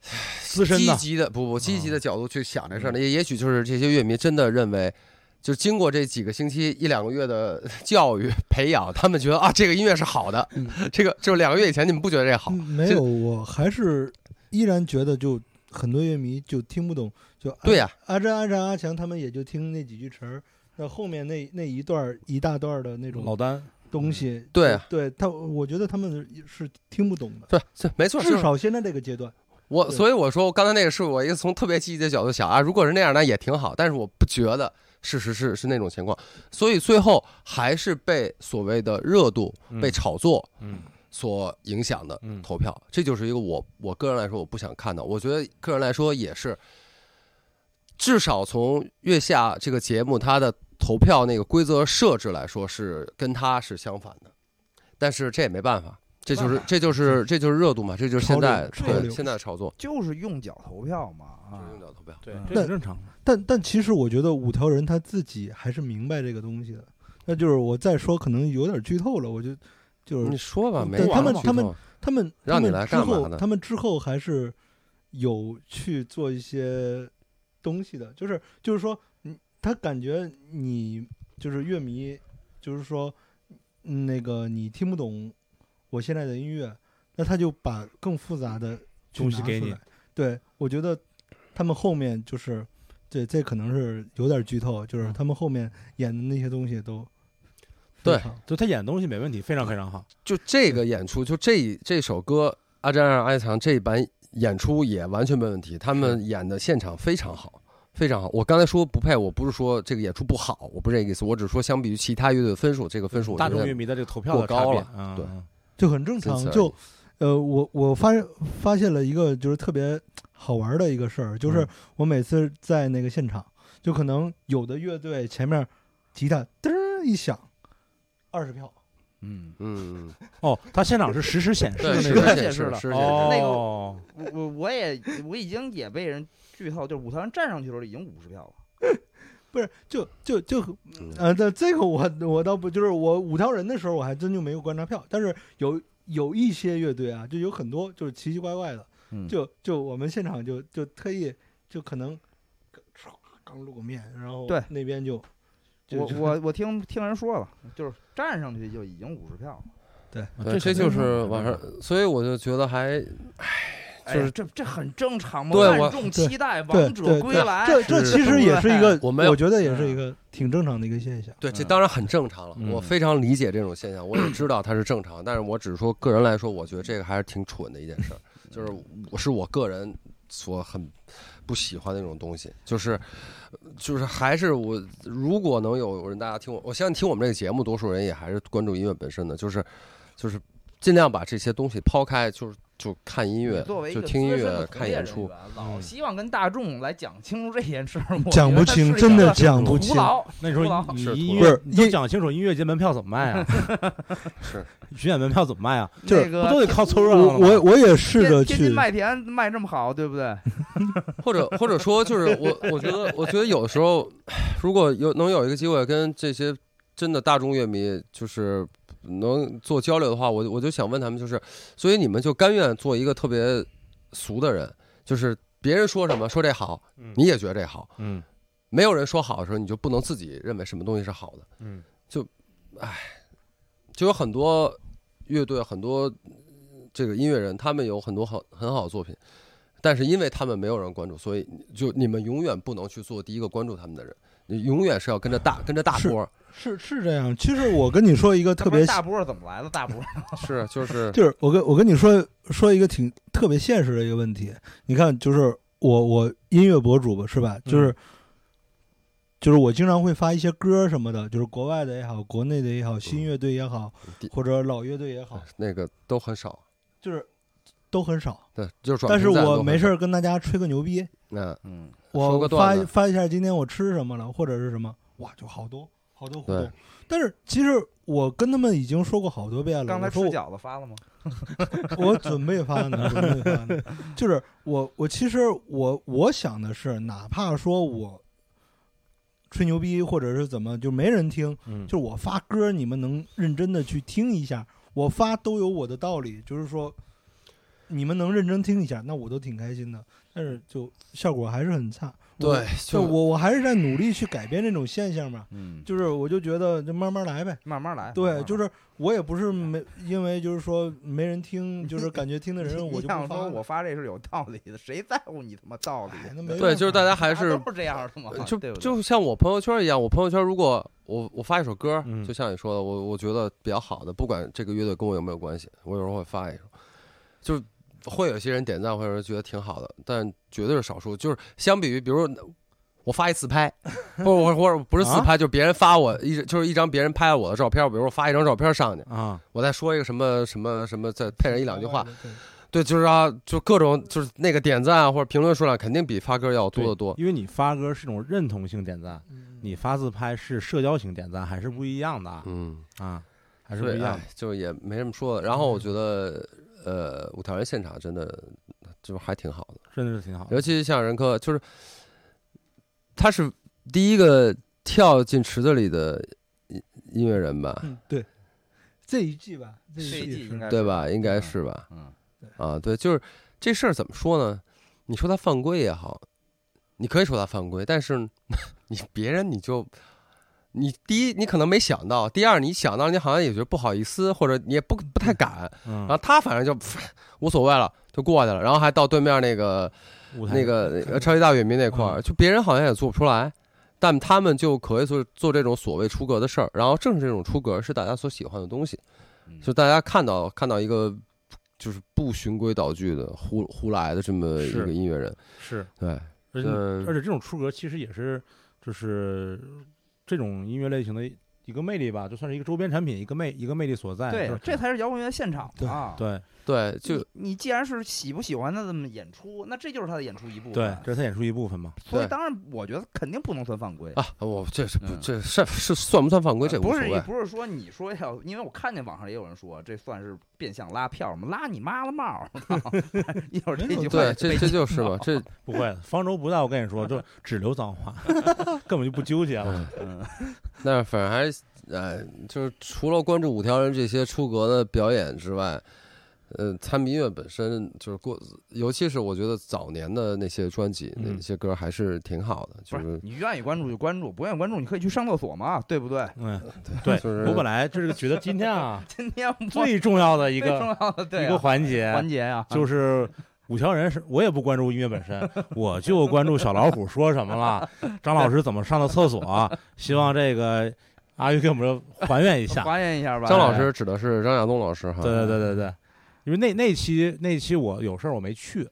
S2: 资深
S4: 积
S2: 的，
S4: 极的不不积极
S3: 啊
S4: 的角度去想这事儿
S3: 嗯
S4: 呢，也也许就是这些乐迷真的认为。就经过这几个星期一两个月的 教育培养，他们觉得啊，这个音乐是好的。
S3: 嗯
S4: 这个就是两个月以前你们不觉得这好，
S3: 嗯没
S4: 这
S3: 有，我还是依然觉得就很多乐迷就听不懂，就阿
S4: 对呀、
S3: 阿珍、阿展、阿强他们也就听那几句词儿，那后面那那一段儿一大段儿的那
S2: 老
S3: 种
S2: 丹，
S3: 东西，
S4: 对啊
S3: 嗯对他，我觉得他们是听不懂的，
S4: 对，这没错，
S3: 至
S4: 就是
S3: 少现在这个阶段，
S4: 我，
S3: 对
S4: 所以我说刚才那个是我一个从特别积极的角度想啊，如果是那样，那也挺好。但是我不觉得事实是是那种情况，所以最后还是被所谓的热度、
S2: 嗯
S4: 被炒作
S2: 嗯
S4: 所影响的
S2: 嗯
S4: 投票，这就是一个我我个人来说我不想看到。我觉得个人来说也是，至少从月下这个节目它的投票那个规则设置来说是跟它是相反的，但是这也没办法。这就是这就是这就是热度嘛，这就是现在
S3: 嗯潮流潮
S4: 对
S3: 流
S4: 现在的炒作。
S1: 就是用脚投票嘛啊
S4: 就是，用脚投票。
S2: 对
S1: 嗯，
S2: 这很正常。
S3: 但但其实我觉得五条人他自己还是明白这个东西的，那就是我再说可能有点剧透了，我就就是
S4: 你说吧，
S3: 嗯
S4: 没
S3: 对
S4: 完
S2: 他们
S4: 了
S3: 他们
S4: 剧透
S3: 他们
S4: 让你来干嘛
S3: 他们之
S4: 呢
S3: 后他们之后还是有去做一些东西的，就是就是说，嗯，他感觉你就是乐迷，就是说，嗯那个你听不懂我现在的音乐，那他就把更复杂的去
S2: 东西
S3: 拿
S2: 给
S3: 出
S2: 你
S3: 来。对，我觉得他们后面就是，对，这可能是有点剧透，就是
S2: 嗯
S3: 他们后面演的那些东西都非
S4: 对
S3: 常
S2: 就他演的东西没问题，非常非常好。
S4: 就这个演出，就这这首歌《阿詹让阿强》这版演出也完全没问题，他们演的现场非常好。非常好，我刚才说不配，我不是说这个演出不好，我不是这个意思，我只是说相比于其他乐队的分数，这个分数我
S2: 大
S4: 觉
S2: 众
S4: 得
S2: 乐迷的这个投票的嗯
S4: 过高了
S2: 了
S4: 对
S3: 就很正
S4: 仅此
S3: 常
S4: 而，已
S3: 就呃，我我发发现了一个就是特别好玩的一个事儿，就是
S2: 嗯
S3: 我每次在那个现场，就可能有的乐队前面吉他噔儿一响，二十票，
S1: 嗯，
S4: 嗯，嗯
S2: 哦，他现场是实时显示
S4: 对，
S2: 的
S4: 是
S2: 那个
S1: 实时
S4: 显
S1: 显
S4: 示
S1: 示
S4: 的
S1: 了
S4: 是显示的，
S1: 那个
S2: 哦，
S1: 我我我也我已经也被人剧透，就是五条人站上去的时候已经五十票了，
S3: 不是就就就
S4: 嗯
S3: 呃，这这个我我倒不就是我五条人的时候我还真就没有观察票，但是有有一些乐队啊，就有很多就是奇奇怪怪的，
S1: 嗯
S3: 就就我们现场就就特意就可能唰刚露个面，然后
S1: 对
S3: 那边就。就
S1: 我
S3: 就
S1: 我我听听人说了，就是站上去就已经五十票了，
S4: 对，这就是晚上，所以我就觉得还
S1: 哎
S4: 就是
S1: 呀这这很正常嘛，
S4: 对我
S1: 万众期待，
S3: 对
S1: 王
S3: 对
S1: 者
S3: 对
S1: 归来，
S3: 这这其实也是一个，
S4: 我没有
S3: 觉得也是一个挺正常的一个现象。
S4: 对，
S1: 嗯
S4: 这当然很正常了，
S2: 嗯
S4: 我非常理解这种现象，我也知道它是正常，但是我只是说个人来说，我觉得这个还是挺蠢的一件 事儿，就是我是我个人所很不喜欢的那种东西，就是就是还是我如果能有人大家听我，我相信听我们这个节目，多数人也还是关注音乐本身的，就是就是尽量把这些东西抛开，就是就看音乐，
S1: 作为一
S4: 就
S1: 个
S4: 听音
S1: 资深
S4: 乐
S1: 的，
S4: 看
S1: 从业
S4: 演
S1: 人
S4: 出，
S1: 员老希望跟大众来讲清楚这件事儿，我
S3: 嗯讲
S1: 觉
S3: 不
S1: 得
S3: 清
S1: 是
S3: 真的
S1: 一个
S3: 讲不
S1: 徒
S3: 清
S1: 劳
S2: 那时候
S1: 徒劳
S2: 你你
S4: 是徒
S2: 音
S4: 劳
S2: 乐
S3: 不是
S2: 你都
S3: 因
S2: 讲清楚音乐节门票怎么卖啊？
S4: 是
S2: 巡演门票怎么卖啊？
S3: 就是
S1: 那
S2: 不
S1: 个
S2: 都得靠凑热闹
S3: 我
S2: 了吗
S3: 我我也试
S1: 天
S3: 着
S1: 天
S3: 去
S1: 津，麦田卖这么好，对不对？
S4: 或者或者说，就是我我觉得，我觉得有的时候，如果有能有一个机会跟这些真的大众乐迷，就是能做交流的话，我我就想问他们，就是，所以你们就甘愿做一个特别俗的人，就是别人说什么说这好，你也觉得这好，
S2: 嗯
S4: 没有人说好的时候，你就不能自己认为什么东西是好的。
S2: 嗯，
S4: 就有很多乐队、很多呃这个音乐人，他们有很多好很好的作品，但是因为他们没有人关注，所以就你们永远不能去做第一个关注他们的人，你永远是要跟着大跟着大波儿，
S3: 是是这样。其实我跟你说一个特
S1: 他不
S3: 别
S1: 是，大波儿怎么来的？大波 儿
S4: 是就是
S3: 就是我跟我跟你说说一个挺特别现实的一个问题。你看，就是我我音乐博主吧，是吧？
S1: 嗯
S3: 就是就是我经常会发一些歌什么的，就是国外的也好，国内的也好，
S1: 嗯
S3: 新乐队也好
S4: 第，哎
S3: 或者老乐队也好，
S4: 那个都很少，
S3: 就是都很少。
S4: 对，就是转
S3: 但是
S4: 评赞都
S3: 我
S4: 很
S3: 没事
S4: 少，
S3: 儿跟大家吹个牛逼，
S4: 嗯，
S1: 嗯，
S4: 说个
S3: 我
S4: 段
S3: 发
S4: 子
S3: 发一下今天我吃什么了，或者是什么，哇，就好多好多互
S4: 对
S3: 动。但是其实我跟他们已经说过好多遍了，
S1: 刚才
S3: 我说
S1: 吃
S3: 我
S1: 饺子发了吗？
S3: 我准备发呢，准备发呢。就是我我其实我我想的是，哪怕说我吹牛逼或者是怎么，就没人听，
S2: 嗯
S3: 就是我发歌，你们能认真的去听一下，我发都有我的道理，就是说你们能认真听一下，那我都挺开心的。但是就效果还是很差。我
S4: 对，
S3: 就
S4: 就
S3: 我我还是在努力去改变这种现象嘛，
S1: 嗯，
S3: 就是我就觉得就慢慢来呗。
S1: 慢慢来。慢慢
S3: 对，
S1: 来
S3: 就是我也不是没因为就是说没人听，就是感觉听的人我
S1: 你
S3: 就
S1: 想
S3: 不
S1: 说
S3: 发
S1: 我
S3: 了。
S1: 发这是有道理的，谁在乎你他妈道理？
S3: 哎那没办法呃
S4: 对，就是大家还
S1: 还
S4: 是
S1: 都是这样的嘛，
S4: 就
S1: 啊对不对
S4: 就像我朋友圈一样，我朋友圈如果我我发一首歌
S2: 嗯，
S4: 就像你说的，我我觉得比较好的，不管这个乐队跟我有没有关系，我有时候会发一首，就会有些人点赞，或者是觉得挺好的，但绝对是少数。就是相比于，比如我发一自拍，不我或者不是自拍，就是别人发我一就是一张别人拍了我的照片，比如我发一张照片上去，
S2: 啊，
S4: 我再说一个什么什么什么，再配上一两句 话，
S3: 对，
S4: 对，就是啊，就各种就是那个点赞啊或者评论数量肯定比发歌要
S2: 对
S4: 多得多。
S2: 因为你发歌是一种认同性点赞，
S3: 嗯
S2: 你发自拍是社交型点赞，还是不一样的啊
S4: 嗯。
S2: 啊，还是不
S4: 对，
S2: 一样的
S4: 哎。就也没什么说的。然后我觉得，呃，五条人现场真的就是还挺好的，
S2: 真的是挺好的。
S4: 尤其像任科，就是他是第一个跳进池子里的音音乐人吧，
S3: 嗯对，这一季吧，这
S1: 这一
S3: 季
S1: 季
S3: 是
S1: 应该
S4: 对
S1: 是？
S4: 吧？应该是吧？
S1: 嗯，
S4: 啊，对，就是这事儿怎么说呢？你说他犯规也好，你可以说他犯规，但是你 别人你就。你第一，你可能没想到；第二，你想到，你好像也觉得不好意思，或者你也不不太敢。
S2: 嗯
S4: 然后，他反正就无所谓了，就过去了，然后还到对面那个
S2: 舞台嗯
S4: 那个呃超级大乐迷那块儿，就别人好像也做不出来，但他们就可以做做这种所谓出格的事儿，然后正是这种出格是大家所喜欢的东西，
S1: 嗯
S4: 就大家看到看到一个就是不循规蹈矩的胡 胡来的这么一
S2: 是
S4: 个音乐人，
S2: 是，
S4: 对，
S2: 而且
S4: 嗯
S1: 呃
S2: 而且这种出格其实也是就是这种音乐类型的一个魅力吧，就算是一个周边产品，一个魅一个魅力所在。就
S1: 对
S2: 是，
S1: 这才是摇滚乐现场嘛。
S2: 对
S4: 对，
S1: 你，
S4: 就
S2: 嗯
S1: 你既然是喜不喜欢他的演出，那这就是他的演出一部分。啊
S2: 对，这是他演出一部分嘛。
S1: 所以
S4: 对
S1: 当然我觉得肯定不能算犯规。
S4: 啊，我这是不
S1: 嗯
S4: 这是是算不算犯规？这无
S1: 不
S4: 所
S1: 是
S4: 谓，
S1: 不是说你说要，因为我看见网上也有人说这算是变相拉票嘛，拉你妈了帽儿！ 一会儿这句话
S4: 对
S1: 也，
S4: 这
S1: 被
S4: 这就 是嘛，这
S2: 不会，方舟不在，我跟你说，就只留脏话， 根本就不纠结 了。
S1: 嗯
S4: 那反正还是，呃，就是除了关注五条人这些出格的表演之外，呃，他们音乐本身就是过，尤其是我觉得早年的那些专辑、
S2: 嗯
S4: 那些歌还是挺好的，
S1: 不
S4: 就是是
S1: 你愿意关注就关注，不愿意关注你可以去上厕所嘛，对不对？
S2: 嗯，
S4: 对
S2: 对
S4: 就是
S2: 我本来就是觉得今 天啊
S1: 今天我
S2: 最重要的一
S1: 最重
S2: 个
S1: 要的对
S2: 一
S1: 啊
S2: 个环节
S1: 环节啊呀，
S2: 就是五条人是，我也不关注音乐本身， 我就关注小老虎说什么了，张老师怎么上的厕所，啊希望这个阿玉给我们还原一下。
S1: 还原一下吧。
S4: 张老师指的是张亚东老师哈，
S2: 对对对对对，因为那那期那期我有事儿我没去，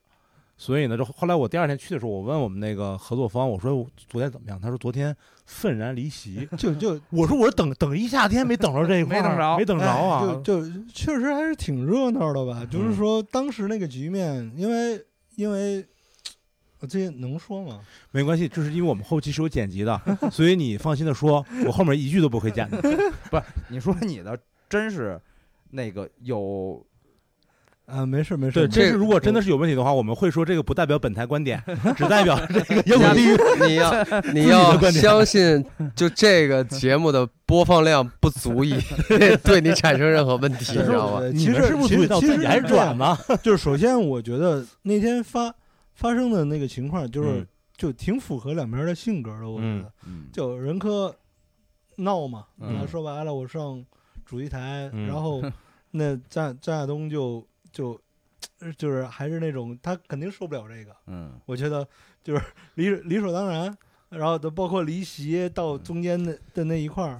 S2: 所以呢，就后来我第二天去的时候，我问我们那个合作方，我说我昨天怎么样？他说昨天愤然离席。
S3: 就就
S2: 我说我是等等一夏天没等着这一块 儿，
S1: 没等着
S2: 没等着啊。
S3: 哎就就确实还是挺热闹的吧。就是说当时那个局面，因为因为我这能说吗？
S2: 没关系，就是因为我们后期是有剪辑的，所以你放心的说，我后面一句都不会剪的。
S1: 你说你的真是那个有
S3: 啊，没事没事，
S2: 对，
S4: 这
S2: 这
S4: 个
S2: 是如果真的是有问题的话，我们会说这个不代表本台观 点，只代表这个摇滚地狱。
S4: 你要你
S2: 的
S4: 要
S2: 观点
S4: 相信，就这个节目的播放量不足以对你产生任何问题，你
S3: 对
S4: 知道吗？
S3: 对
S2: 你
S3: 其
S2: 们
S3: 实
S2: 是不是
S3: 其
S2: 注意
S3: 实
S2: 到
S3: 其
S2: 自
S3: 实
S2: 己还
S3: 是这
S2: 转
S3: 样
S2: 吗？
S3: 就是首先我觉得那天发发生的那个情况，就是、
S2: 嗯
S3: 就挺符合两边的性格的，我觉得。
S2: 嗯
S1: 嗯
S3: 就任科闹嘛，
S1: 嗯
S3: 然后说白了，我上主席台，
S2: 嗯
S3: 然 后那张张亚东就就就是还是那种他肯定受不了这个，
S1: 嗯
S3: 我觉得就是理理所当然，然后都包括离席到
S4: 嗯
S3: 中间的的那一块儿，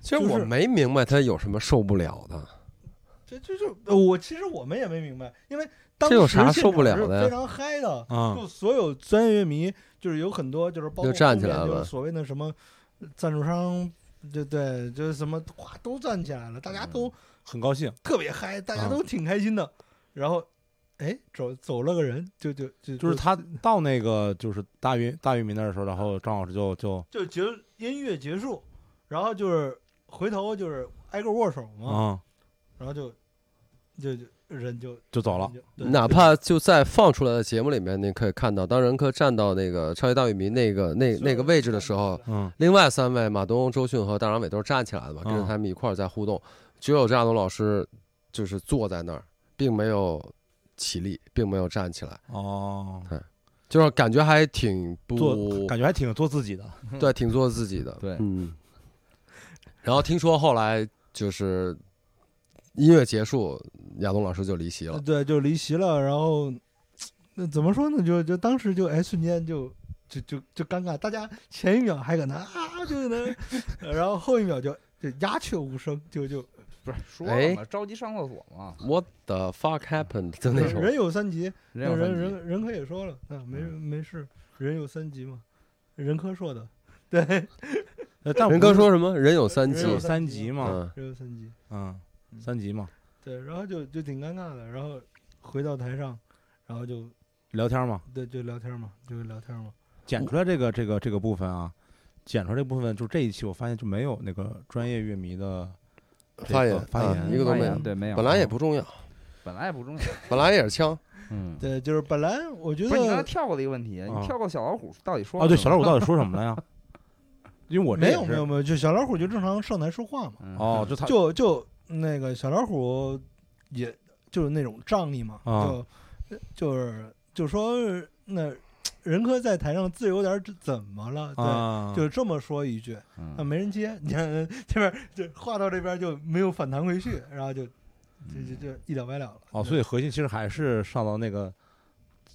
S4: 其实
S3: 就是
S4: 我没明白他有什么受不了的，
S3: 这这就呃我其实我们也没明白，因为当
S4: 这有啥
S3: 时
S4: 受不了
S3: 现场
S4: 的呀
S3: 是非常嗨的，
S2: 啊
S3: 就所有专业乐迷就是有很多就是包
S4: 嗯
S3: 括
S4: 就站起来
S3: 后面
S4: 了
S3: 就是所谓的什么赞助商，对对，就是什么哗都站起来了，大家
S4: 嗯
S3: 都
S2: 很高兴，
S3: 特别嗨，大家都挺开心的，然后哎走走了个人，就就就
S2: 就是他到那个就是大云大云民那儿的时候，然后张老师就就
S3: 就结音乐结束，然后就是回头就是挨个握手
S4: 嗯
S3: 嘛，
S2: 啊
S3: 然后就就就人就
S2: 就走了，
S3: 人就对
S4: 哪怕就在放出来的节目里面，你可以看到，当任科站到那个超级大玉米那个那那个位置的时候，，
S2: 嗯
S4: 另外三位马东、周迅和大张伟都是站起来的嘛，
S2: 嗯
S4: 跟着他们一块儿在互动，只有张亚东老师就是坐在那儿，并没有起立，并没有站起来，
S2: 哦，
S4: 就是感觉还挺
S2: 做
S4: 不
S2: 感觉还挺做自己的，
S4: 对，挺做自己的。
S1: 对
S4: 嗯。然后听说后来就是音乐结束，亚东老师就离席了。
S3: 呃对，就离席了。然后那怎么说呢？就就当时就哎，瞬间就就就就尴尬，大家前一秒还搁那啊，就搁那，然后后一秒就就鸦雀无声，就就
S1: 不是说了吗？着急上厕所嘛，
S4: What the fuck happened？就那种，
S3: 人有三急，
S1: 人有
S3: 人
S1: 三嗯级
S3: 人人科也说了，啊，没没事，人有三急嘛，人科说的，对，
S2: 呃但不
S4: 人哥
S2: 是
S4: 说什么？人有三
S3: 人
S4: 急
S2: 只，有啊
S3: 有
S2: 三
S3: 三
S2: 级
S3: 级
S2: 嘛，
S4: 嗯，
S3: 人有三急，
S2: 嗯，
S3: 嗯
S2: 三级嘛，
S3: 对，然后就就挺尴尬的，然后回到台上，然后就
S2: 聊天嘛，
S3: 对就聊天嘛，就聊天嘛，
S2: 剪出来这个这个这个部分啊，剪出来这部分，就这一期我发现就没有那个专业乐迷的这
S4: 发言
S2: 个发
S4: 啊
S2: 言
S4: 一个都没有
S1: 哎呀对，没有，
S4: 本来也不重要，
S1: 本来也不重要，
S4: 本来也是枪，
S1: 嗯。
S3: 对，就是本来我觉
S1: 不是你刚才
S3: 得
S1: 跳过的一个问题，
S2: 啊
S1: 你跳过小老虎到底说
S2: 啊，对，
S1: 什
S2: 小
S1: 么
S2: 老虎到底说什么 了呀？因为我这
S3: 没
S2: 也
S3: 有
S2: 是
S3: 没有没有，就小老虎就正常上台说话嘛，
S1: 嗯
S2: 哦，就他
S3: 就就那个小老虎，也就是那种仗义嘛，
S2: 啊
S3: 就就是就说那任科在台上自由点儿怎怎么了？对，
S2: 啊，
S3: 就这么说一句，
S1: 嗯
S3: 啊，没人接，你看这边儿就话到这边儿就没有反弹回去，然后就
S1: 嗯
S3: 就
S2: 嗯
S3: 就就一了百了了。
S2: 哦，所以核心其实还是上到那个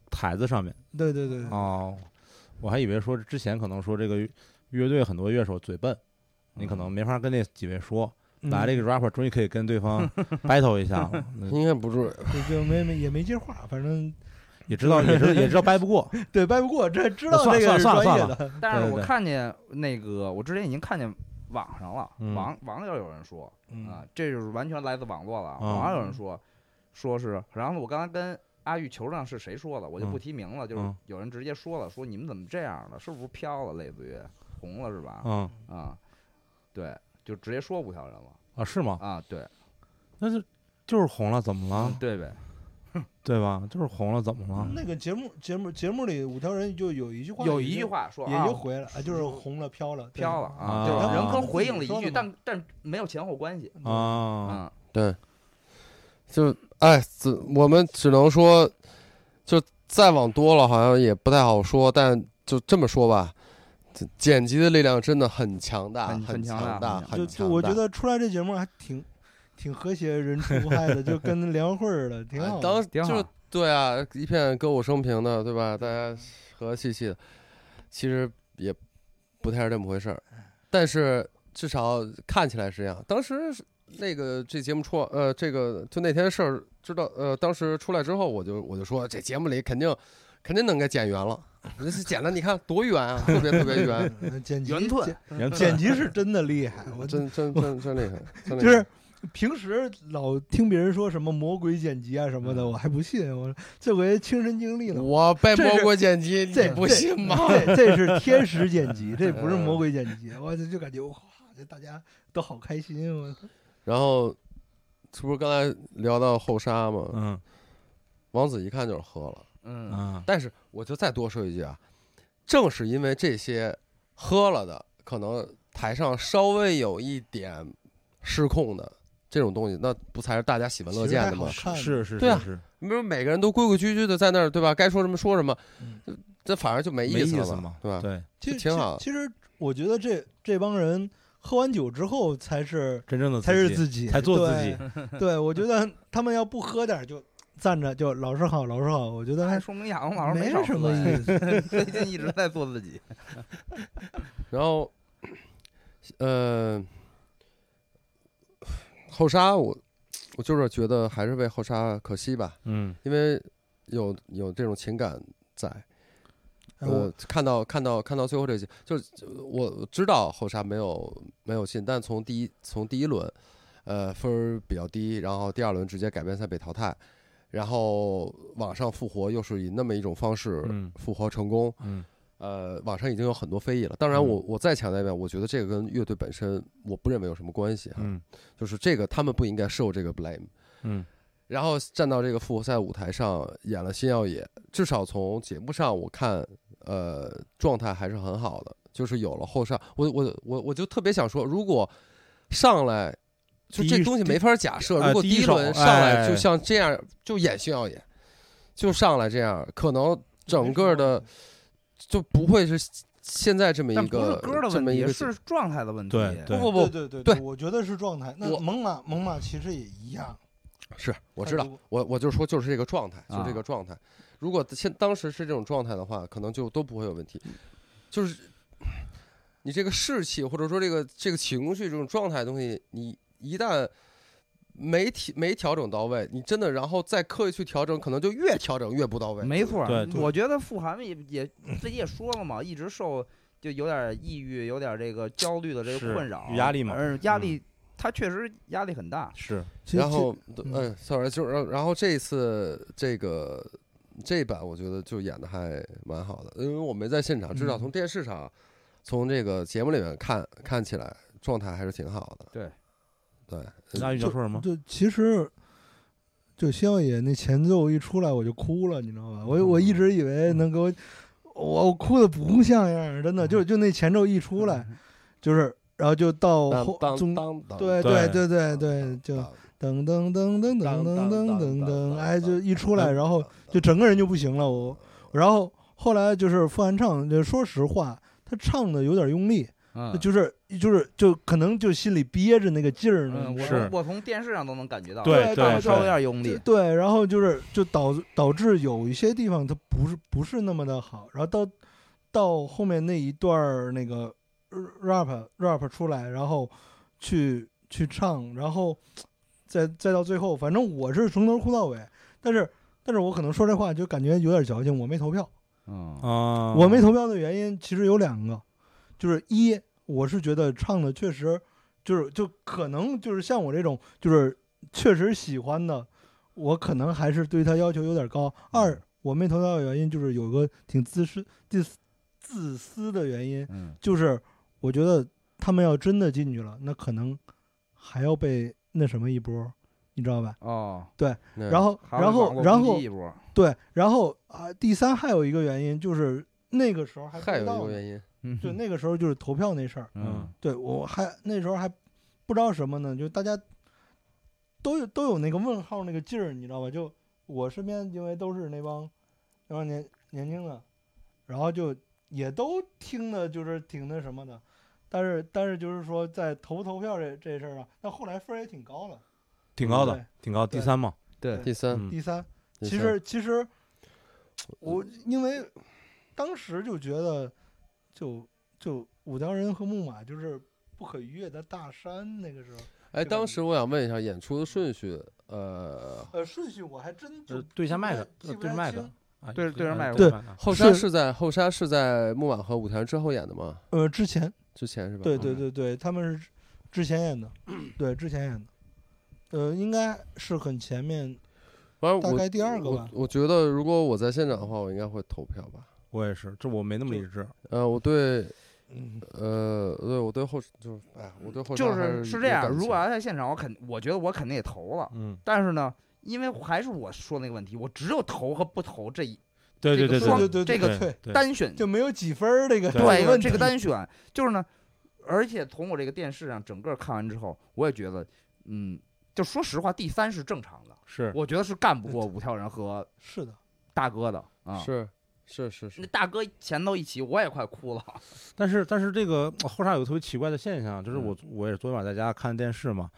S2: 台子上面
S3: 对对对对，
S2: 哦，我还以为说之前可能说这个乐队很多乐手嘴笨，你可能没法跟那几位说，
S3: 嗯
S2: 来了一个 rapper，终于可以跟对 方 battle 一下 了，嗯
S4: 应该不是
S3: 就就没没也没接话，反正
S2: 也知道也知道也知道掰不过，
S3: 对掰不过，这知
S2: 那
S3: 道
S2: 算
S3: 这
S2: 算
S3: 个是
S2: 算了
S3: 专
S2: 算
S3: 业
S2: 了
S3: 的，
S1: 但
S2: 对
S1: 是
S2: 对
S1: 我
S2: 对
S1: 看见那个，我之前已经看见网上了，
S2: 嗯
S1: 网网上有人说
S3: 嗯
S1: 啊，这就是完全来自网络了。
S2: 嗯
S1: 网上有人说，说是，然后我刚才跟阿玉求证是谁说的，我就
S2: 嗯
S1: 不提名了，就是
S2: 嗯
S1: 有人直接说了，说你们怎么这样了，是不是飘了，类似于红了是吧？
S2: 嗯
S1: 啊，对，就直接说五条人了
S2: 啊是吗？
S1: 啊，对，
S2: 那就就是红了，怎么了
S1: 嗯？对呗，
S2: 对吧？就是红了，怎么了？
S3: 嗯那个节目节目节目里五条人就有一句话，
S1: 有一句。话说
S3: 也
S1: 啊
S3: 就回来了，啊
S4: 嗯
S3: 就是红了飘了对
S1: 飘了
S2: 啊
S1: 啊，就是
S2: 啊
S1: 人科回应了
S3: 说
S1: 一句，
S3: 了
S1: 但但没有前后关系
S2: 啊，
S1: 啊，
S4: 对，就哎，只我们只能说，就再往多了好像也不太好说，但就这么说吧，这剪辑的力量真的很强大，
S1: 很
S4: 很
S1: 很强
S4: 强
S1: 大
S4: 很
S3: 就
S4: 强
S3: 就
S4: 大。哎
S3: 我觉得出来这节目还挺挺和谐人畜无害的，就跟联欢会儿似的，挺
S4: 哎
S3: 好的。
S4: 当
S1: 挺
S4: 就
S1: 好
S4: 对啊，一片歌舞升平的，对吧？大家和和气气的，其实也不太是这么回事儿，
S3: 嗯
S4: 但是至少看起来是这样。当时是那个这节目出呃，这个就那天事儿知道呃，当时出来之后，我就我就说这节目里肯定肯定能给剪圆了，这是剪的你看多圆啊，特别特别 圆，
S3: 嗯剪辑
S1: 圆寸
S3: 剪
S2: 人
S3: 剪辑是真的厉 害，我
S4: 真真真真厉害，真厉害
S3: 就是平时老听别人说什么魔鬼剪辑啊什么的，
S4: 嗯
S3: 我还不信，我这回亲身 经历了。
S4: 我被
S3: 这是
S4: 摸过剪辑，你
S3: 这
S4: 不
S3: 这
S4: 信吗？
S3: 这这是天使剪辑，这不是
S4: 嗯
S3: 魔鬼剪辑。我就就感觉哇，这大家都好开心。我
S4: 然后这不是刚才聊到后沙吗？
S2: 嗯
S4: 王子一看就是喝了。
S1: 嗯
S2: 嗯
S4: 但是我就再多说一句啊，正是因为这些喝了的，可能台上稍微有一点失控的这种东西，那不才是大家喜闻乐见的吗
S3: 其实还好？看
S2: 是是
S4: 对啊
S2: 是是，
S4: 你比如每个人都规规矩矩的在那儿，对吧？该说什么说什么
S3: 嗯，
S4: 这这反而就没
S2: 没
S4: 思
S2: 意
S4: 了
S2: 思
S4: 嘛
S2: 嘛，，
S4: 对吧？
S2: 对，
S3: 其实
S4: 挺好
S3: 其实其实我觉得这这帮人喝完酒之后才是
S2: 真正的
S3: 才是自己，
S2: 才做自己
S3: 对。对，我觉得他们要不喝点儿就站着就老师好，老师好，我觉得
S1: 还
S3: 嗯还
S1: 说明亚龙老师
S3: 没
S1: 少
S3: 什
S1: 喝
S3: 么
S1: 呀
S3: 意 思。
S1: 最近一直在做自己。
S4: 然后，呃，后沙我我就是觉得还是为后沙可惜吧，
S2: 嗯
S4: 因为有有这种情感在。
S3: 哎
S4: 呃
S3: 我，
S4: 看到看到看到最后这集，就是呃我知道后沙没有没有进，但从第一从第一轮，呃分儿比较低，然后第二轮直接改变赛被淘汰，然后网上复活又是以那么一种方式
S2: 嗯
S4: 复活成功，
S2: 嗯
S4: 呃，网上已经有很多非议了。当然我，
S2: 嗯
S4: 我再强调一遍，我觉得这个跟乐队本身我不认为有什么关系啊，
S2: 嗯
S4: 就是这个他们不应该受这个 blame。
S2: 嗯
S4: 然后站到这个复活赛舞台上演了新耀野，至少从节目上我看，呃，状态还是很好的，就是有了后上，我我我我就特别想说，如果上来就
S2: 第
S4: 这
S2: 一
S4: 东西
S2: 第
S4: 没法假设。
S2: 呃
S4: 如果
S2: 第
S4: 第
S2: 一
S4: 一
S2: 手
S4: 轮上来
S2: 哎
S4: 就像这样，就演戏要演，就上来这样，可能整个的就不会是现在这么
S1: 但
S4: 一
S1: 不是
S4: 个
S1: 歌的
S4: 这
S1: 问
S4: 么一
S1: 题，
S4: 个
S1: 是状态的问题。
S2: 对对
S4: 不不不，
S3: 对对对
S4: 对
S3: 我觉得是状态。那
S4: 我
S3: 猛犸猛犸其实也一样，
S4: 是我知道
S3: 态度，
S4: 我我就说就是这个状态，就
S1: 啊
S4: 这个状态。如果现当时是这种状态的话，可能就都不会有问题。就是你这个士气或者说这个这个情绪这种状态的东西，你一旦没调没调整到位，你真的然后再刻意去调整，可能就越调整越不到位。
S1: 没错儿，
S2: 对对
S1: 我觉得傅寒也也自己也说了嘛，一直受就有点抑郁，有点这个焦虑的这
S2: 是
S1: 个困扰，
S2: 有压力嘛嗯
S1: 而压力，他确实压力很大。
S2: 是
S3: 其实
S4: 然后，
S3: 嗯
S4: 嗯，sorry，就是然后然后这一次这个这一版，我觉得就演的还蛮好的，因为我没在现场，至少
S3: 嗯
S4: 从电视上、从这个节目里面看看起来，状态还是挺好的。
S1: 对，
S4: 对，
S2: 那你想说什么？
S3: 就其实，就仙外野那前奏一出来我就哭了，你知道吧？我我一直以为能给我，我我哭的不像样儿，真的，就就那前奏一出
S1: 嗯
S3: 来，就是然后就到
S4: 当
S3: 后
S4: 当
S3: 中，
S4: 当当，
S3: 对
S2: 对
S3: 对对对对，就
S4: 当
S3: 噔噔噔噔噔噔噔噔噔，哎，就一出来，
S4: 当
S3: 然后
S4: 当
S3: 就整个人就不行了，我，然后后来就是傅寒唱，就说实话，他唱的有点用力，
S1: 嗯，
S3: 就是就是就可能就心里憋着那个劲儿呢
S1: 嗯，，我
S2: 是
S1: 从我从电视上都能感觉到，
S2: 对
S3: 对
S2: 对
S3: 对
S1: 稍微有
S2: 对，
S1: 点用力
S3: 对。对，然后就是就导导致有一些地方它不是不是那么的好，然后到到后面那一段儿那个呃 rap rap 出来，然后去去唱，然后再再到最后，反正我是从头哭到尾，但是但是我可能说这话就感觉有点矫情，我没投票，
S1: 嗯，
S2: 啊，
S3: 我没投票的原因其实有两个，就是一我是觉得唱的确实就是就可能就是像我这种就是确实喜欢的，我可能还是对他要求有点高。
S1: 嗯
S3: 二我没投票的原因就是有个挺自私自私自私的原因，
S1: 嗯，
S3: 就是我觉得他们要真的进去了，那可能还要被那什么一波，你知道吧？
S1: 哦，
S4: 嗯
S3: 然后
S1: 还
S3: 然
S1: 会往
S3: 后
S1: 过
S3: 然
S1: 攻击
S3: 后
S1: 一波，
S3: 对，然后啊，第三还有一个原因就是那个时候还不
S4: 还有
S3: 知
S4: 一
S3: 道
S4: 个
S3: 呢
S4: 原因，
S1: 嗯
S3: 就那个时候就是投票那事儿，
S1: 嗯
S3: 对我还那时候还不知道什么呢，就大家都有都有那个问号那个劲儿，你知道吧？就我身边因为都是那帮那帮年年轻的，然后就也都听的就是挺那什么的，但是但是就是说在投不投票这这事儿上，但后来分儿也挺高了，
S2: 挺高的
S3: 对，
S2: 挺高，第
S3: 对
S2: 三嘛。
S1: 对
S3: 对
S4: 第三，
S2: 嗯
S3: 第三，
S4: 第
S3: 其
S4: 三
S3: 实其实我因为当时就觉得就，就五条人和木马就是不可逾越的大山。那个时候，
S4: 哎，
S3: 这个
S4: 当时我想问一下演出的顺序，呃，
S3: 呃，顺序我还真就
S2: 呃对一下
S3: 记不
S2: 麦
S3: 太
S2: 克
S3: 记
S2: 呃对
S3: 不
S2: 着
S3: 太
S2: 麦克
S3: 清
S2: 啊
S1: 对对着麦克
S3: 对
S2: 麦克
S4: 后沙
S3: 是
S4: 是在后沙是在木马和舞台之后演的吗？
S3: 呃，之前
S4: 之前是吧？
S3: 对对对对，他们是之前演的，对之前演的，呃，应该是很前面，
S4: 反正
S3: 大
S4: 我
S3: 概第二个
S4: 我
S3: 吧。
S4: 我觉得如果我在现场的话，我应该会投票吧。
S2: 我也是，这我没那么理智。
S4: 呃，我对，
S3: 嗯，
S4: 呃，对我对后就是，哎，我对后
S1: 就
S4: 山还
S1: 是是
S4: 有
S1: 这样。
S4: 感
S1: 如
S4: 情
S1: 果要在现场，我肯我觉得我肯定也投了，
S2: 嗯，
S1: 但是呢，因为还是我说那个问题，我只有投和不投这一
S2: 对对
S1: 这个
S2: 对对
S1: 双
S2: 对
S3: 对对
S1: 这
S3: 对
S1: 个
S3: 对，
S2: 对
S1: 单选，
S3: 就没有几分儿这个
S2: 对
S3: 这个
S1: 对
S3: 问
S1: 这个
S3: 题
S1: 单选，就是呢，而且从我这个电视上整个看完之后，我也觉得，嗯，就说实话，第三是正常的，
S2: 是
S1: 我觉得是干不过五条人和
S3: 是的，
S1: 大哥的啊。
S4: 是是是
S1: 那
S4: 是，
S1: 大哥前头一起，我也快哭了。
S2: 但是但是这个呃后沙有个特别奇怪的现象，
S4: 嗯
S2: 就是我我也是昨天晚上在家看电视嘛，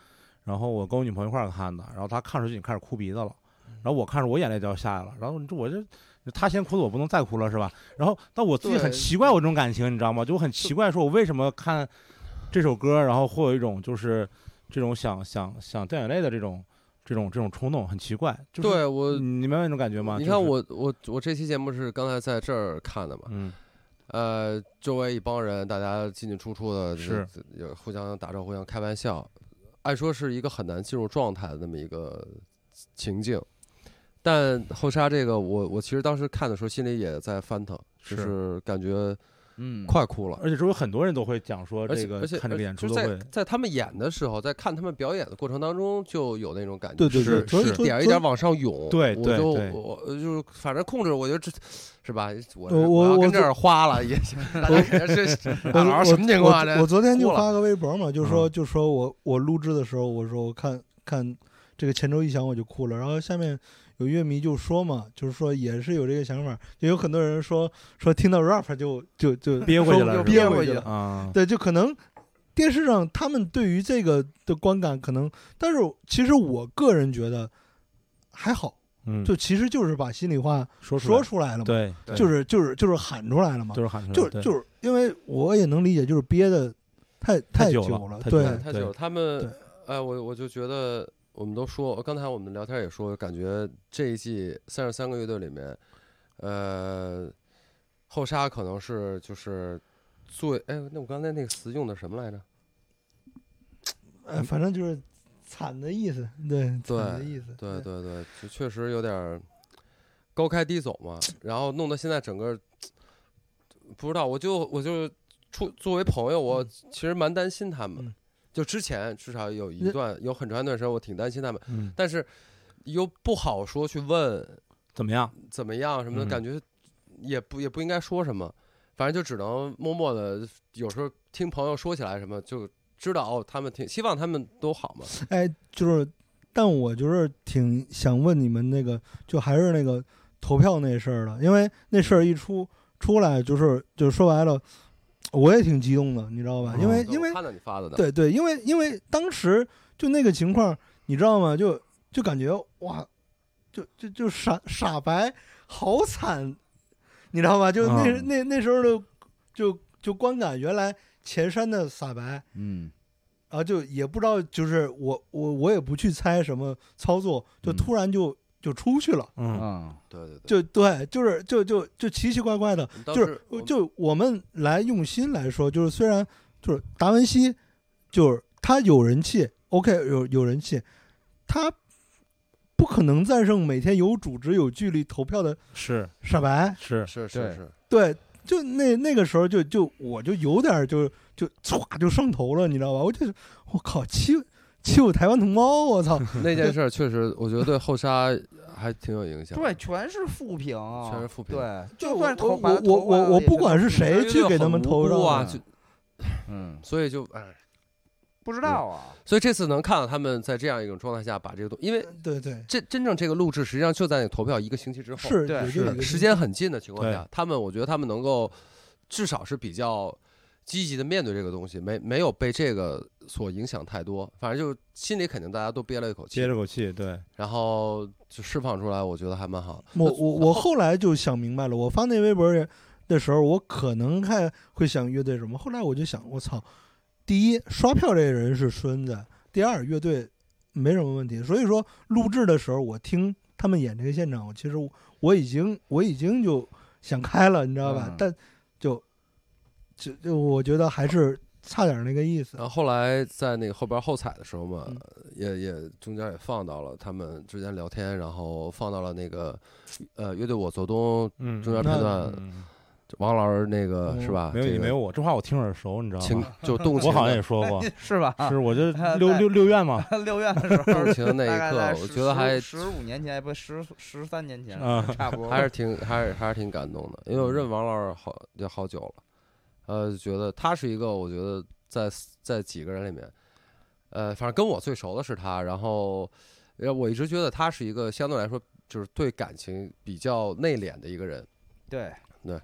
S2: 然后我跟我女朋友一块儿看的，然后她看着就已经开始哭鼻子了，
S4: 嗯
S2: 然后我看着我眼泪就要下来了，然后你这我这她先哭的，我不能再哭了是吧？然后但我自己很
S4: 对
S2: 奇怪我这种感情，你知道吗？就我很奇怪，说我为什么看这首歌，然后会有一种就是这种想想想掉眼泪的这种这种这种冲动，很奇怪。就是、
S4: 对我，
S1: 嗯
S2: 你明白那种感觉吗？
S4: 你
S2: 就
S4: 看
S2: 是，
S4: 我我我这期节目是刚才在这儿看的嘛，
S2: 嗯，
S4: 呃，周围一帮人，大家进进出出的，
S2: 是
S4: 也互相打招呼，互相开玩笑，按说是一个很难进入状态的那么一个情境。但后沙这个，我我其实当时看的时候，心里也在翻腾，就是是感觉
S1: 嗯，
S4: 快哭了。
S2: 而且周围很多人都会讲说
S4: 而
S2: 这
S4: 且
S2: 个
S4: 而且
S2: 看这
S4: 而
S2: 个
S4: 且
S2: 演出
S4: 就
S2: 都
S4: 在
S2: 会，
S4: 在他们演的时候，在看他们表演的过程当中，就有那种感觉，
S3: 对对
S2: 是
S3: 对，所以
S2: 是
S3: 所以
S4: 点儿一
S3: 所以
S4: 点往上涌。
S2: 对
S4: 我
S2: 对
S4: 就
S2: 对
S4: 我我就是反正控制，我就这是吧？我
S3: 我
S4: 我要
S3: 我
S4: 跟
S3: 就
S4: 这儿花了也 行，大家肯定是大佬
S3: 我
S4: 什么情况啊？
S3: 我我
S4: 这
S3: 昨天就
S4: 哭了
S3: 发个微博嘛，就说就说我我录制的时候，我说我看看这个前奏一响我就哭了，然后下面有乐迷就说嘛，就是说也是有这个想法，就有很多人说说听到 rap 就就就
S2: 憋回去
S3: 说
S2: 了是吧
S3: 憋
S1: 憋回
S3: 回
S1: 去
S3: 去了
S1: 了，
S2: 啊，
S3: 对，就可能电视上他们对于这个的观感可能，但是其实我个人觉得还好，
S2: 嗯，
S3: 就其实就是把心里话
S2: 说
S3: 说
S2: 出
S3: 出来
S2: 来，
S3: 了嘛，
S2: 对，对
S3: 就是就是就是喊出来了嘛，
S2: 就是喊出来，
S3: 就
S2: 嗯对
S3: 就是因为我也能理解，就是憋的太
S2: 太久
S3: 久
S2: 了太久
S3: 对
S2: 了
S4: 太
S2: 对
S4: 久了，他们
S3: 对，
S4: 哎，我我就觉得，我们都说，刚才我们聊天也说，感觉这一季三十三个乐队里面，呃，后沙可能是就是最，哎，那我刚才那个词用的什么来着？
S3: 呃，反正就是惨的意思，对，惨的意思，
S4: 对对对，就确实有点儿高开低走嘛，然后弄得现在整个不知道，我就我就出作为朋友，我其实蛮担心他们。
S3: 嗯
S4: 就之前至少有一
S3: 那
S4: 段有很长一段时间，我挺担心他们，
S2: 嗯，
S4: 但是又不好说去问
S2: 怎么样？
S4: 怎么样什么的，
S2: 嗯
S4: 感觉也不也不应该说什么，反正就只能默默的，有时候听朋友说起来什么，就知道哦，他们挺希望他们都好嘛。
S3: 哎，就是，但我就是挺想问你们那个，就还是那个投票那事儿了，因为那事儿一出出来，就是就说白了，我也挺激动的，你知道吧？因为
S2: 嗯
S4: 对
S3: 哎因
S4: 我
S3: 为
S4: 看到你发的呢，
S3: 对对，因为因为当时就那个情况，你知道吗？就就感觉哇，就就就傻傻白好惨，你知道吗？就那、
S2: 嗯
S3: 那那时候的就就观感，原来前山的傻白，然、
S1: 嗯
S3: 后就也不知道，就是我我我也不去猜什么操作，就
S1: 嗯
S3: 突然就、就出去了，
S2: 嗯，
S1: 啊，
S4: 对对对，
S3: 就对，就是就就就奇奇怪怪的，
S4: 当
S3: 就
S4: 时
S3: 是
S4: 我们
S3: 呃就我们来用心来说，就是虽然就是达文西，就是他有人气，OK 有有人气，他不可能战胜每天有组织有纪律投票的
S2: 是
S3: 傻白。
S2: 是，
S4: 是
S1: 对
S4: 是是，
S3: 对，就那那个时候就就我就有点就就唰就上头了，你知道吧？我就是我靠欺欺负台湾同胞，我操！
S4: 那件事儿确实，我觉得对后沙还挺有影响。
S1: 对，，全是负评，
S4: 全是负评
S1: 对，
S3: 就
S1: 就算
S3: 我
S1: 投把
S3: 我
S1: 它投完
S3: 我我
S1: 了
S3: 我
S1: 也
S3: 不
S1: 是
S3: 管
S4: 因
S3: 是
S4: 为
S3: 谁哎去给他们投
S4: 很无辜
S3: 上
S4: 啊，
S1: 的
S4: 就
S1: 嗯，
S4: 所以就哎，
S1: 不知道啊，
S4: 所以这次能看到他们在这样一种状态下把这个东，因为
S3: 对对
S4: 这真正这个录制实际上就在你投票一个星期之后，
S3: 是
S1: 对
S3: 有
S1: 是
S3: 这个
S4: 时间很近的情况
S2: 对
S4: 下，他们我觉得他们能够至少是比较积极的面对这个东西，没没有被这个所影响太多。反正就是心里肯定大家都憋了一口
S2: 接
S4: 气，
S2: 了口气，对，
S4: 然后就释放出来，我觉得还蛮好。
S3: 我我我后来就想明白了，我发那微博也的时候，我可能还会想乐队什么。后来我就想，我操，第一刷票这人是孙子，第二乐队没什么问题。所以说录制的时候，我听他们演这个现场，我其实我我已经我已经就想开了，你知道吧？
S1: 嗯
S3: 但就就就我觉得还是差点那个意思
S4: 然。后后来在那个后边后采的时候嘛
S3: 嗯，
S4: 也也中间也放到了他们之间聊天，然后放到了那个呃乐队我做东
S2: 嗯，
S4: 中间片
S3: 那
S4: 段，
S2: 嗯，
S4: 王老师那个是
S3: 嗯
S4: 吧？
S2: 没有
S4: 这
S2: 你
S4: 个
S2: 没有我，这话我听着耳熟，你知道
S4: 情
S2: 吗？
S4: 就动情
S2: 我
S4: 的，
S2: 好像也说过，
S1: 是吧？
S2: 是我就
S1: 他
S2: 六
S1: 在
S2: 六六 院嘛，
S1: 六月的时 候，
S4: 动情的那
S1: 大概在
S4: 一刻，我觉得还
S1: 十五年前，不十十三年前，
S2: 啊
S1: 差不多
S4: 还是挺还是还是挺感动的，因为我认王老师好也好久了，呃，觉得他是一个我觉得在在几个人里面，呃，反正跟我最熟的是他，然后呃我一直觉得他是一个相对来说就是对感情比较内敛的一个人，
S1: 对
S4: 对，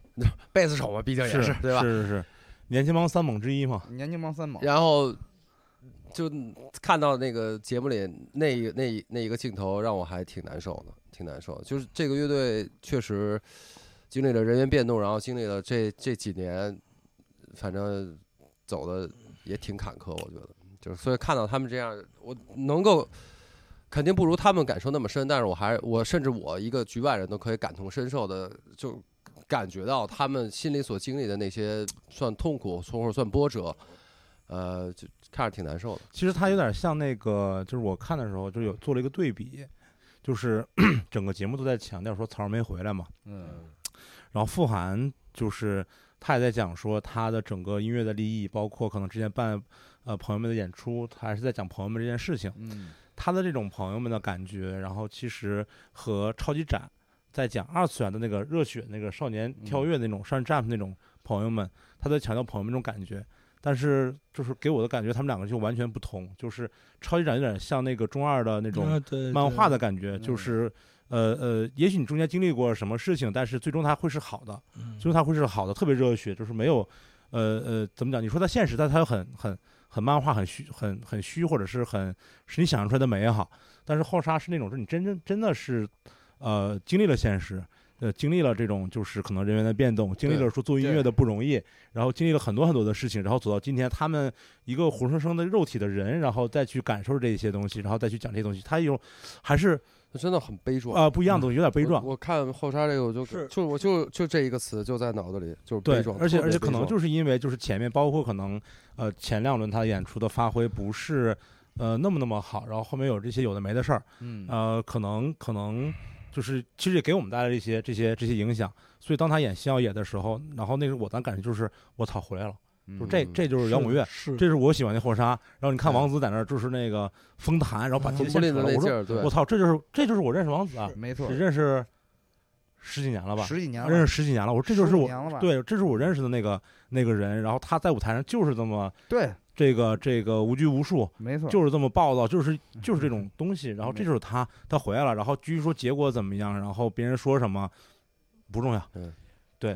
S4: 贝斯手嘛，毕竟也
S2: 是
S4: 对吧？
S2: 是是是，年轻帮三猛之一嘛，
S1: 年轻帮三猛，
S4: 然后就看到那个节目里那一那一那一个镜头，让我还挺难受的，挺难受的。就是这个乐队确实经历了人员变动，然后经历了这这几年，反正走的也挺坎坷，我觉得。就是所以看到他们这样，我能够。肯定不如他们感受那么深，但是我还我甚至我一个局外人都可以感同身受的，就感觉到他们心里所经历的那些算痛苦，或者算波折，呃，就看着挺难受的。
S2: 其实它有点像那个，就是我看的时候就有做了一个对比，就是 整个节目都在强调说曹儿没回来嘛，
S1: 嗯
S2: 然后傅函就是他也在讲说他的整个音乐的利益，包括可能之前办呃朋友们的演出，他还是在讲朋友们这件事情。
S1: 嗯
S2: 他的这种朋友们的感觉，然后其实和超级展在讲二次元的那个热血、那个少年跳跃那种上 jump 那种朋友们，他在强调朋友们那种感觉。但是就是给我的感觉，他们两个就完全不同，就是超级展有点像那个中二的那种
S3: 啊对
S2: 漫画
S3: 的，
S2: 的感觉，就
S1: 嗯
S2: 是呃呃，也许你中间经历过什么事情，但是最终它会是好的，
S3: 嗯
S2: 最终它会是好的，特别热血，就是没有呃呃怎么讲？你说它现实，但它又很很很漫画，很虚，很很虚，或者是很是你想象出来的美好。但是后沙是那种，是你真真真的是呃经历了现实。呃，经历了这种就是可能人员的变动，经历了说做音乐的不容易，然后经历了很多很多的事情，然后走到今天，他们一个活生生的肉体的人，然后再去感受这些东西，然后再去讲这些东西，他有还是
S4: 那真的很悲壮
S2: 啊、不一样的东西，有点悲壮。
S4: 我我看后沙这个，我就是就我就就这一个词就在脑子里，就是
S2: 对
S4: 悲壮，。
S2: 而且
S4: 特别
S2: 而且
S4: 悲
S2: 可能
S4: 壮
S2: 就是因为就是前面包括可能呃前两轮他演出的发挥不是呃那么那么好，然后后面有这些有的没的事儿，
S1: 嗯
S2: 呃，可能可能就是其实也给我们带来了一些这些这些影响。所以当他演新耀野的时候，然后那时候我当感觉就是我操回来了，就这
S4: 嗯
S2: 这就是摇滚乐，
S3: 是
S2: 这是我喜欢的后沙。然后你看
S4: 对
S2: 王子在那儿就是那个风弹，然后把
S3: 嗯
S2: 吉他
S4: 不
S2: 线
S4: 吝
S2: 扯
S4: 的
S2: 了，
S4: 那
S2: 我
S4: 劲
S2: 说
S4: 儿，对
S2: 我，操，这就是这就是我认识王子啊，
S1: 没错
S2: 只，认识十几年了吧，
S1: 十几年了，
S2: 认识十几年了，我说这就是
S1: 15
S2: 我
S1: 年了吧？
S2: 对，这是我认识的那个那个人，然后他在舞台上就是这么
S1: 对，
S2: 这个这个无拘无束，
S1: 没 错，
S2: 就是这么暴躁，就是就是 这种东西，然
S1: 嗯
S2: 后这就是他，他回来了，然后至于说结果怎么样，然后别人说什么不重要，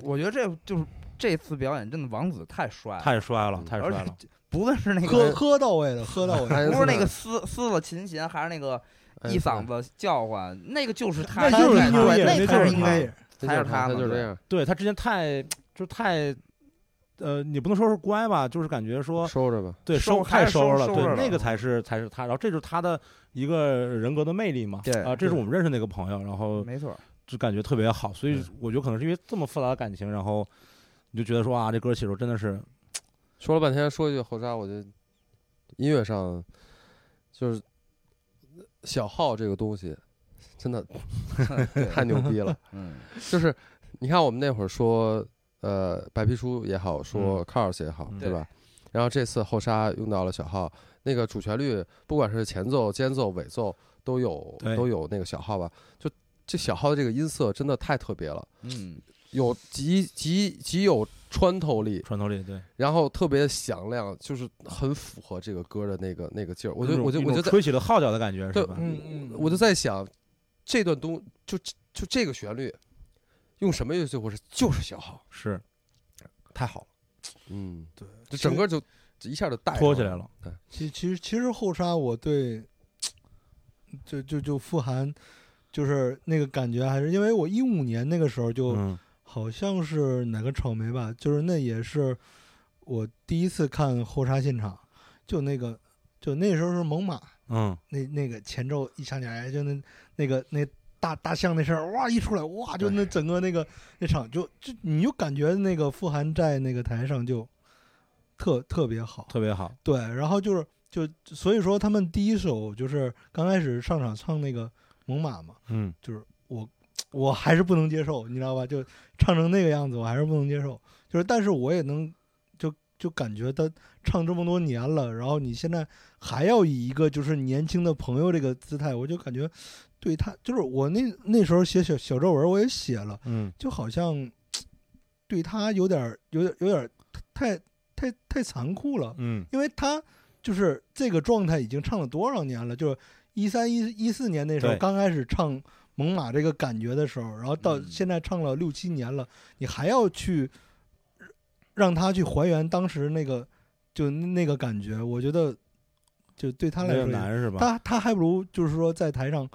S1: 我觉得这就是这次表演真的王子太帅了，
S2: 太帅了，
S4: 嗯
S2: 太
S1: 哎
S2: 帅
S1: 而且
S2: 了，
S1: 这不论是那
S3: 喝
S1: 个
S3: 喝到位了，喝到位了，
S4: 哎
S1: 不是那个撕撕了琴弦，还是那个
S4: 哎
S1: 一嗓子叫唤，那个就是他，
S3: 那就是
S1: 太
S3: 音乐
S1: 帅
S3: 那
S1: 那才
S3: 就是
S1: 音
S3: 音
S1: 乐
S3: 乐
S1: 人，
S4: 对
S1: 还他
S4: 就是是他，他
S1: 嘛
S4: 就是
S1: 对
S4: 这样，
S2: 对他之前太就是太。呃，你不能说是乖吧，就是感觉说
S4: 收着吧。
S2: 对
S1: 收还
S2: 太
S1: 是
S2: 收
S1: 收
S2: 了，
S1: 收
S2: 对
S1: 着了嗯
S2: 那个才是才是他，然后这就是他的一个人格的魅力嘛。
S1: 对
S2: 啊，这是我们认识那个朋友，然后
S1: 没嗯错，
S2: 就感觉特别好，所以
S4: 对
S2: 我觉得可能是因为这么复杂的感情，然后你就觉得说啊，这歌写的时候真的是
S4: 说了半天，说一句后沙，我觉得音乐上就是小号这个东西真的太牛逼了。
S1: 嗯，
S4: 就是你看我们那会儿说，呃，白皮书也好，说 Cars 也好，
S2: 嗯
S4: 对吧？然后这次后沙用到了小号，那个主旋律不管是前奏、间奏、尾奏都有
S2: 对嗯
S4: 都有那个小号吧，就这小号的这个音色真的太特别了，
S1: 嗯，
S4: 有极极极有穿透力，
S2: 穿透力，对，
S4: 然后特别响亮，就是很符合这个歌的那个那个劲儿。我
S2: 一
S4: 就
S2: 种
S4: 我就
S2: 一
S4: 我
S2: 种
S4: 就在
S2: 吹起了号角的感觉，
S4: 对
S2: 是吧？
S3: 嗯嗯，
S4: 我就在想，这段东就就这个旋律，用什么乐器合成？就是小号，
S2: 是
S4: 太好了。嗯，
S3: 对，
S4: 就整个就一下就带
S2: 拖
S4: 上
S2: 起来。了，
S3: 其其实其实后沙我对，就就就富含，就是那个感觉，还是因为我一五年那个时候就
S2: 嗯
S3: 好像是哪个草莓吧，就是那也是我第一次看后沙现场，就那个就那时候是猛犸，
S2: 嗯，
S3: 那那个前奏一响起来，就那那个那大大象那声儿哇一出来哇，就那整个那个那场就就你就感觉那个傅涵在那个台上就特特别好，
S2: 特别好，
S3: 对，然后就是就所以说他们第一首就是刚开始上场唱那个猛犸嘛，
S2: 嗯，
S3: 我还是不能接受，你知道吧？就唱成那个样子，我还是不能接受。就是，但是我也能，就就感觉他唱这么多年了，然后你现在还要以一个就是年轻的朋友这个姿态，我就感觉对他，就是我那那时候写小小作文，我也写了，
S2: 嗯，
S3: 就好像对他有点儿有点儿有点儿太太太残酷了。
S2: 嗯，
S3: 因为他就是这个状态已经唱了多少年了？就是一三一一四年那时候
S2: 对
S3: 刚开始唱《猛犸》这个感觉的时候，然后到
S1: 嗯
S3: 现在唱了六七年了，你还要去让他去还原当时那个就那个感觉，我觉得就对他
S2: 有
S3: 来
S2: 点
S3: 说也，
S2: 难是吧？
S3: 他他还不如就是说在台上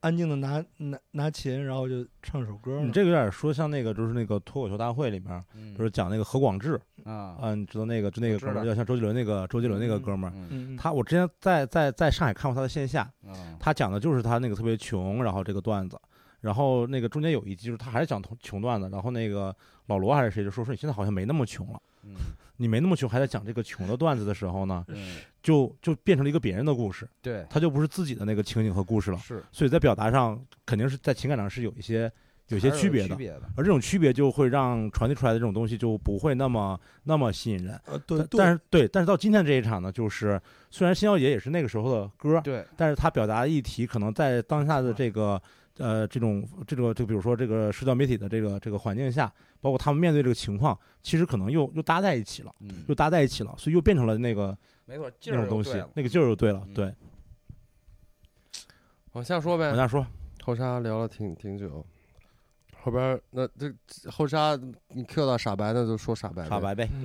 S3: 安静的拿拿拿琴，然后就唱首歌
S2: 你
S3: 呢。
S2: 这个有点说像那个，就是那个脱口秀大会里面，
S1: 嗯
S2: 就是讲那个何广智
S1: 啊，
S2: 啊，你知道那个就那个
S1: 我知
S2: 哥们儿，
S1: 道
S2: 要像周杰伦那个周杰伦那个
S3: 嗯
S2: 哥们儿，
S1: 嗯
S3: 嗯，
S2: 他我之前在在在上海看过他的线下，
S1: 啊，
S2: 他讲的就是他那个特别穷，然后这个段子，然后那个中间有一集就是他还是讲同穷段子，然后那个老罗还是谁就说说你现在好像没那么穷了，
S1: 嗯
S2: 你没那么穷还在讲这个穷的段子的时候呢，
S1: 嗯，
S2: 就就变成了一个别人的故事，
S1: 对，
S2: 他就不是自己的那个情景和故事了，
S1: 是
S2: 所以在表达上肯定是在情感上是有一些有些
S1: 还是
S2: 区别
S1: 区
S2: 的。
S1: 别的。
S2: 而这种区别就会让传递出来的这种东西就不会那么那么吸引人。
S3: 呃，对
S2: 但，
S3: 对
S2: 但是对，但是到今天这一场呢，就是虽然《星耀野》也是那个时候的歌，
S1: 对，
S2: 但是它表达的议题可能在当下的这个呃这种这个就比如说这个社交媒体的这个这个环境下，包括他们面对这个情况，其实可能又又搭在一起了，
S1: 嗯
S2: 又，搭在一起了，所以又变成了那个
S1: 没错，劲
S2: 那
S1: 儿
S2: 种
S1: 又
S2: 东
S1: 对
S2: 西
S1: 了，
S2: 那个劲儿就对了
S1: 嗯。
S2: 对，
S4: 往下说
S2: 往
S4: 呗。
S2: 下说，
S4: 后沙聊了挺挺久，后边儿那这后沙你 Q 到傻白，那就说傻白呗，
S2: 傻白呗。
S3: 嗯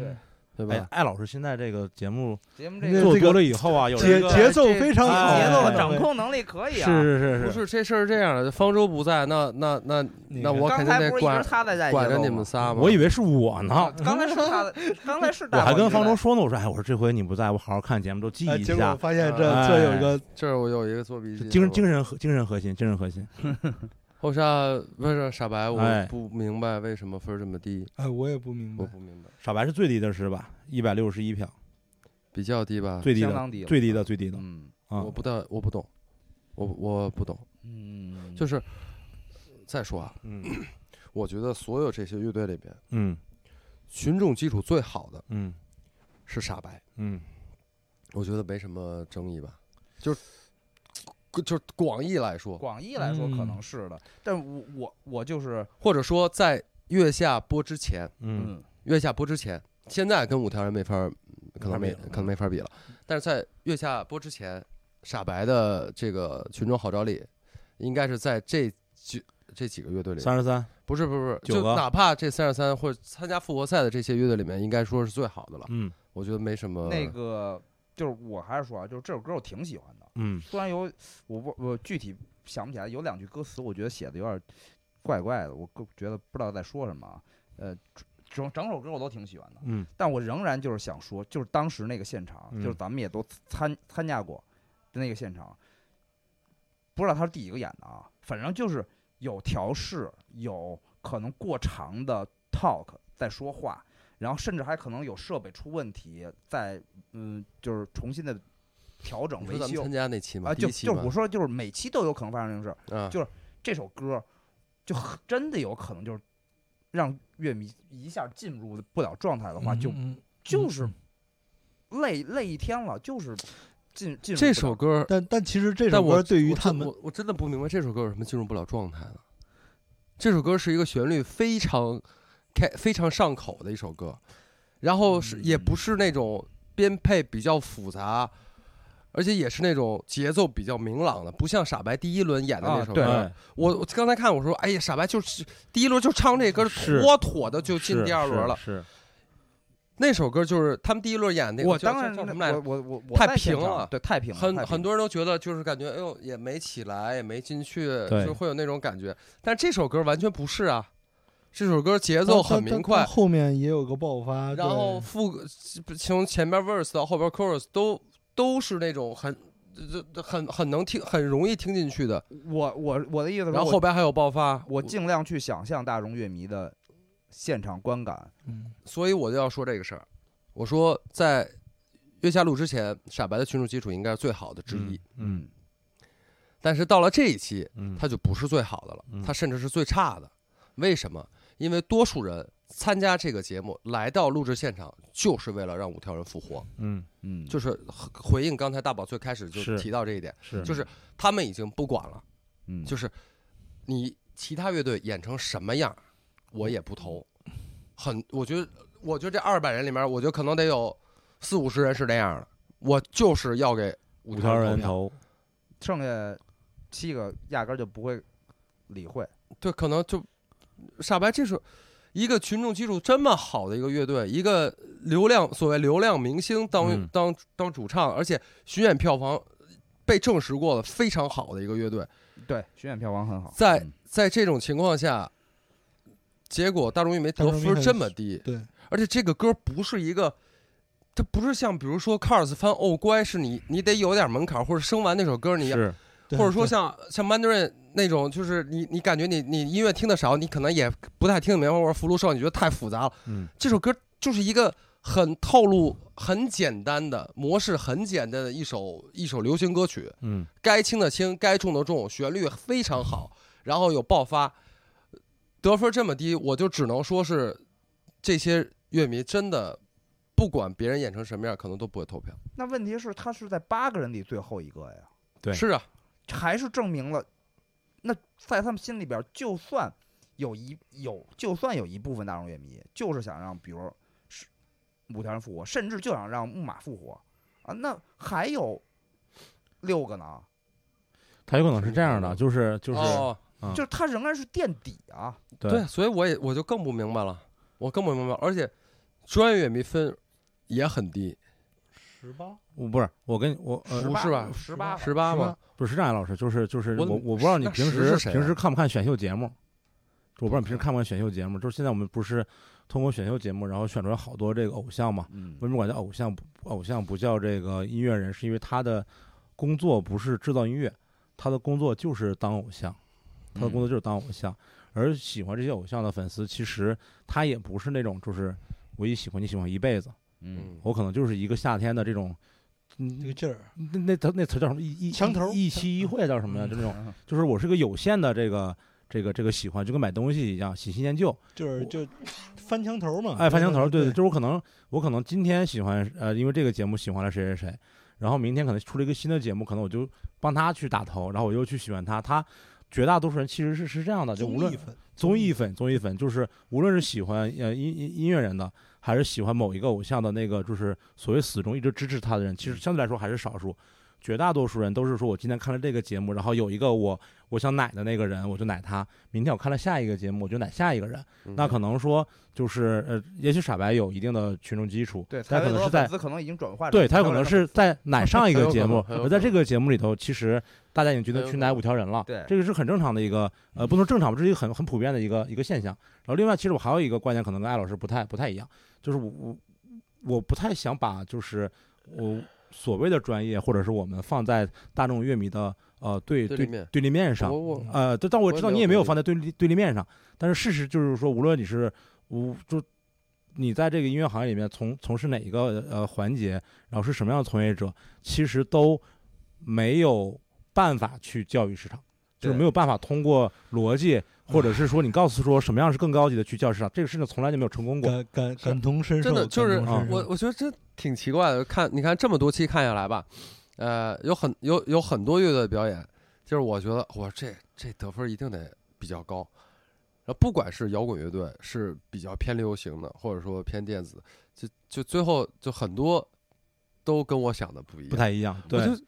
S1: 对，
S4: 对
S2: 哎
S4: 吧，？
S2: 艾老师现在这个节目
S1: 节目
S3: 那
S1: 这
S3: 这
S2: 做
S1: 个
S3: 个
S2: 多了以后啊，有
S3: 节
S2: 一个
S3: 节奏非常
S2: 哎
S3: 好，啊
S1: 节奏的
S2: 哎
S1: 掌控能力可以啊。
S2: 是是是是，
S4: 不是这事儿这样的，方舟不在，那那那
S3: 你
S4: 那
S3: 看
S4: 我
S1: 刚
S4: 肯定
S1: 才
S4: 得
S1: 不是一
S4: 管
S1: 直他在带节
S4: 管着
S1: 奏
S4: 你
S1: 吗
S4: 们仨嘛。
S2: 我以为是我呢
S1: 啊。 刚才是他的，刚才是
S2: 我
S1: 大
S2: 还
S1: 宝
S2: 跟
S1: 一直
S2: 方
S1: 在
S2: 舟说呢，我说哎，我说这回你不在，我好好看节目都记
S3: 哎
S2: 忆一
S3: 结果我
S2: 下，
S3: 发现这
S2: 哎
S3: 这有一个
S4: 这儿我有一个做笔记，
S2: 精神精神核精神核心，精神核心。
S4: 后沙不是傻白，我
S2: 哎
S4: 不明白为什么分儿这么低，
S3: 哎，我也不明白
S4: 我，不明白，
S2: 傻白是最低的是吧？一百六十一票，
S4: 比较嗯低吧？
S2: 最低
S1: 相
S2: 的，
S1: 当低了，
S2: 最低的，最低的
S1: 嗯
S2: 啊
S4: 我！不大我不懂，我我不懂，
S1: 嗯，
S4: 就是再说啊，
S2: 嗯
S4: 我觉得所有这些乐队里面，
S2: 嗯
S4: 群众基础最好的
S2: 嗯
S4: 是傻白，
S2: 嗯，
S4: 我觉得没什么争议吧，就是就是广义来说，
S1: 广义来说可
S2: 嗯
S1: 能是的，但我我我就是
S4: 或者说在月下播之前，
S2: 嗯，
S4: 月下播之前，现在跟五条人没法儿，可能没
S2: 没法比了
S4: 可
S1: 嗯
S4: 能没法比了。但是在月下播之前，傻白的这个群众号召力，应该是在这几这几个乐队里，
S2: 嗯三十三，
S4: 不是不是不是，
S2: 九
S4: 就
S1: 啊
S2: 个
S4: 哪怕这三十三或者参加复活赛的这些乐队里面，应该说是最好的了。
S2: 嗯
S4: 我觉得没什么
S1: 那个就是我还是说啊，就是这首歌我挺喜欢的，
S2: 嗯
S1: 虽然有我不我具体想不起来，有两句歌词我觉得写的有点怪怪的，我个觉得不知道在说什么啊，呃。整整首歌我都挺喜欢的，
S2: 嗯
S1: 但我仍然就是想说，就是当时那个现场，
S2: 嗯
S1: 就是咱们也都参参加过的那个现场，不知道他是第几个演的啊，反正就是有调试，有可能过长的 talk 在说话，然后甚至还可能有设备出问题，在嗯，就是重新的调整
S4: 你说
S1: 维
S4: 咱们
S1: 修
S4: 参加那期嘛，
S1: 啊，
S4: 第
S1: 就
S4: 一期
S1: 就是
S4: 嘛
S1: 我，说就是每期都有可能发生这种事儿，
S4: 啊，
S1: 就这首歌就很真的有可能就是让乐迷一下进入不了状态的话，就
S3: 嗯
S1: 就是累累一天了，就是进进入
S4: 这
S1: 不
S4: 首
S1: 了
S4: 歌儿，
S3: 但但其实这
S4: 但
S3: 首
S4: 我
S3: 歌对于
S4: 我
S3: 他
S4: 真
S3: 们，
S4: 我我真的不明白这首歌有什么进入不了状态呢？这首歌是一个旋律非常开、非常上口的一首歌，然后是也不是那种编配比较复杂，而且也是那种节奏比较明朗的，不像傻白第一轮演的那
S1: 啊
S4: 首歌。
S1: 对
S2: 哎
S4: 我我刚才看我说，哎呀，傻白就是第一轮就唱这歌，
S2: 是
S4: 妥妥的就进
S2: 是
S4: 第二轮了。
S2: 是
S4: 那首歌就是他们第一轮演那个
S1: 我
S4: 叫
S1: 当然
S4: 叫叫什么来着
S1: 我？我我我
S4: 太
S1: 在现
S4: 平
S1: 场
S4: 了
S1: 对太平了
S4: 很
S1: 太平
S4: 很
S1: 了
S4: 多人都觉得就是感觉，哎呦，也没起来，也没进去，
S2: 对
S4: 就会有那种感觉。但这首歌完全不是啊，这首歌节
S3: 节
S4: 奏很明快，
S3: 后面也有个爆发，
S4: 然后
S3: 对
S4: 副歌从前边 verse 到后边 chorus 都都是那种很这这很很能听、很容易听进去的。
S1: 我我我的意思是，
S4: 然后后边还有爆发，
S1: 我尽量去想象大众乐迷的现场观感。
S3: 嗯
S4: 所以我就要说这个事儿。我说在月下录之前，傻白的群众基础应该是最好的之一，，
S2: 嗯
S4: 但是到了这一期，
S2: 嗯，
S4: 它就不是最好的了
S2: 嗯，
S4: 它甚至是最差的。为什么？因为多数人参加这个节目，来到录制现场，就是为了让五条人复活，
S2: 嗯
S1: 嗯，
S4: 就是和回应刚才大宝最开始就是提到这一点，
S2: 是嗯
S4: 就是他们已经不管了，
S1: 嗯
S4: 就是你其他乐队演成什么样，我也不投。
S2: 嗯
S4: 很，我觉得，我觉得这二百人里面，我觉得可能得有四五十人是那样的，我就是要给
S2: 五
S4: 五
S2: 条
S4: 人
S2: 人
S4: 票。
S2: 头，
S1: 剩下七个压根儿就不会理会。
S4: 对，可能就傻白，这是一个群众基础这么好的一个乐队，一个流量所谓流量明星当、
S2: 嗯
S4: 当当主唱，而且巡演票房被证实过了非常好的一个乐队，
S1: 对，巡演票房很好。
S4: 在
S1: 嗯
S4: 在这种情况下，结果大众乐迷得分这么低，
S3: 对，
S4: 而且这个歌不是一个。它不是像比如说 Cars 翻《哦乖》，是你你得有点门槛，或者生完那首歌你要
S2: 是
S3: 对
S4: 或者说
S3: 对
S4: 像像 Mandarin 那种，就是你你感觉你你音乐听的少，你可能也不太听得明白，或者福禄寿你觉得太复杂了。
S2: 嗯
S4: 这首歌就是一个很套路、很简单的模式，很简单的一首一首流行歌曲，
S2: 嗯
S4: 该轻的轻，该重的重，旋律非常好，然后有爆发。得分这么低，我就只能说是这些乐迷真的不管别人演成什么样，可能都不会投票。
S1: 那问题是，他是在八个人里最后一个呀，
S2: 对
S4: 是啊，
S1: 还是证明了，那在他们心里边，就算有一有，就算有一部分大众乐迷就是想让，比如是五条人复活，甚至就想让木马复活啊，那还有六个呢，
S2: 他有可能是这样的，就是就是，
S4: 哦、
S2: 嗯
S1: 就是他仍然是垫底啊，
S4: 对，所以我也我就更不明白了，我更不明白，而且专业乐迷分也很低，
S3: 十八，
S2: 我不是我跟我呃
S4: 不是吧
S1: 十八，
S4: 十八吗？
S2: 不是是这样，老师，就是就是
S4: 我
S2: 我我不知道你
S4: 那
S2: 平
S4: 十
S2: 时
S4: 是谁啊
S2: 平时看不看选秀节目，我不知道你平时看不看选秀节目，就是现在我们不是通过选秀节目，然后选出来好多这个偶像嘛，
S1: 嗯
S2: 为什么管叫偶像不偶像不叫这个音乐人？是因为他的工作不是制造音乐，他的工作就是当偶像，他的工作就是当偶像。而喜欢这些偶像的粉丝，其实他也不是那种就是我一喜欢你喜欢一辈子，
S1: 嗯，
S2: 我可能就是一个夏天的这种，嗯
S3: 这，个劲儿，
S2: 那那词那词叫什么？一一
S3: 墙头
S2: 一一期一会叫什么呀？
S3: 嗯
S2: 就那种，就是我是个有限的这个这个这个喜欢，就跟买东西一样，喜新厌旧。
S3: 就是
S2: 我
S3: 就翻墙头嘛，
S2: 哎，翻墙头，对
S3: 啊对
S2: 对，就是我可能我可能今天喜欢呃，因为这个节目喜欢了谁谁谁，然后明天可能出了一个新的节目，可能我就帮他去打头，然后我又去喜欢他。他绝大多数人其实是是这样的，就无
S3: 综
S2: 论
S3: 艺粉，
S2: 综艺粉，综艺粉就是无论是喜欢呃音音音乐人的，还是喜欢某一个偶像的那个，就是所谓死忠一直支持他的人，其实相对来说还是少数。绝大多数人都是说我今天看了这个节目，然后有一个我我想奶的那个人，我就奶他；明天我看了下一个节目，我就奶下一个人。
S4: 嗯
S2: 那可能说就是呃，也许傻白有一定的群众基础，
S1: 对，才
S2: 但可能是在
S1: 粉丝可能已经转化，
S2: 对他有可能是在 奶上一个节目，
S4: 很有可能很有可能
S2: 而在这个节目里头，其实大家已经觉
S4: 很
S2: 得
S4: 有
S2: 去
S4: 可
S2: 奶
S4: 能
S2: 五条人了，
S1: 对
S2: 这个是很正常的一个，呃，不能正常吧，这是一个很很普遍的一个一个现象。然后另外，其实我还有一个观点，可能跟艾老师不太不太一样，就是我我我不太想把就是我所谓的专业或者是我们放在大众乐迷的呃对
S4: 对
S2: 对
S4: 立面
S2: 对立面
S4: 我
S2: 上，
S4: 我
S2: 呃，但但我知道
S4: 嗯我也没有
S2: 你也没有
S4: 对立
S2: 放在对立对立面上，但是事实就是说，无论你是我就你在这个音乐行业里面从从事哪一个呃环节，然后是什么样的从业者，其实都没有办法去教育市场，就是
S1: 对
S2: 没有办法通过逻辑，或者是说你告诉说什么样是更高级的去教育市场，这个事情从来就没有成功过。
S3: 感感感同身受，
S4: 真的就是啊
S3: 感同身受
S4: 我，我觉得这挺奇怪的。看，你看这么多期看下来吧，呃，有很有有很多乐队的表演，就是我觉得我这这得分一定得比较高。然后不管是摇滚乐队是比较偏流行的，或者说偏电子，就就最后就很多都跟我想的不一样。
S2: 不太一样，
S4: 我
S2: 对
S4: 就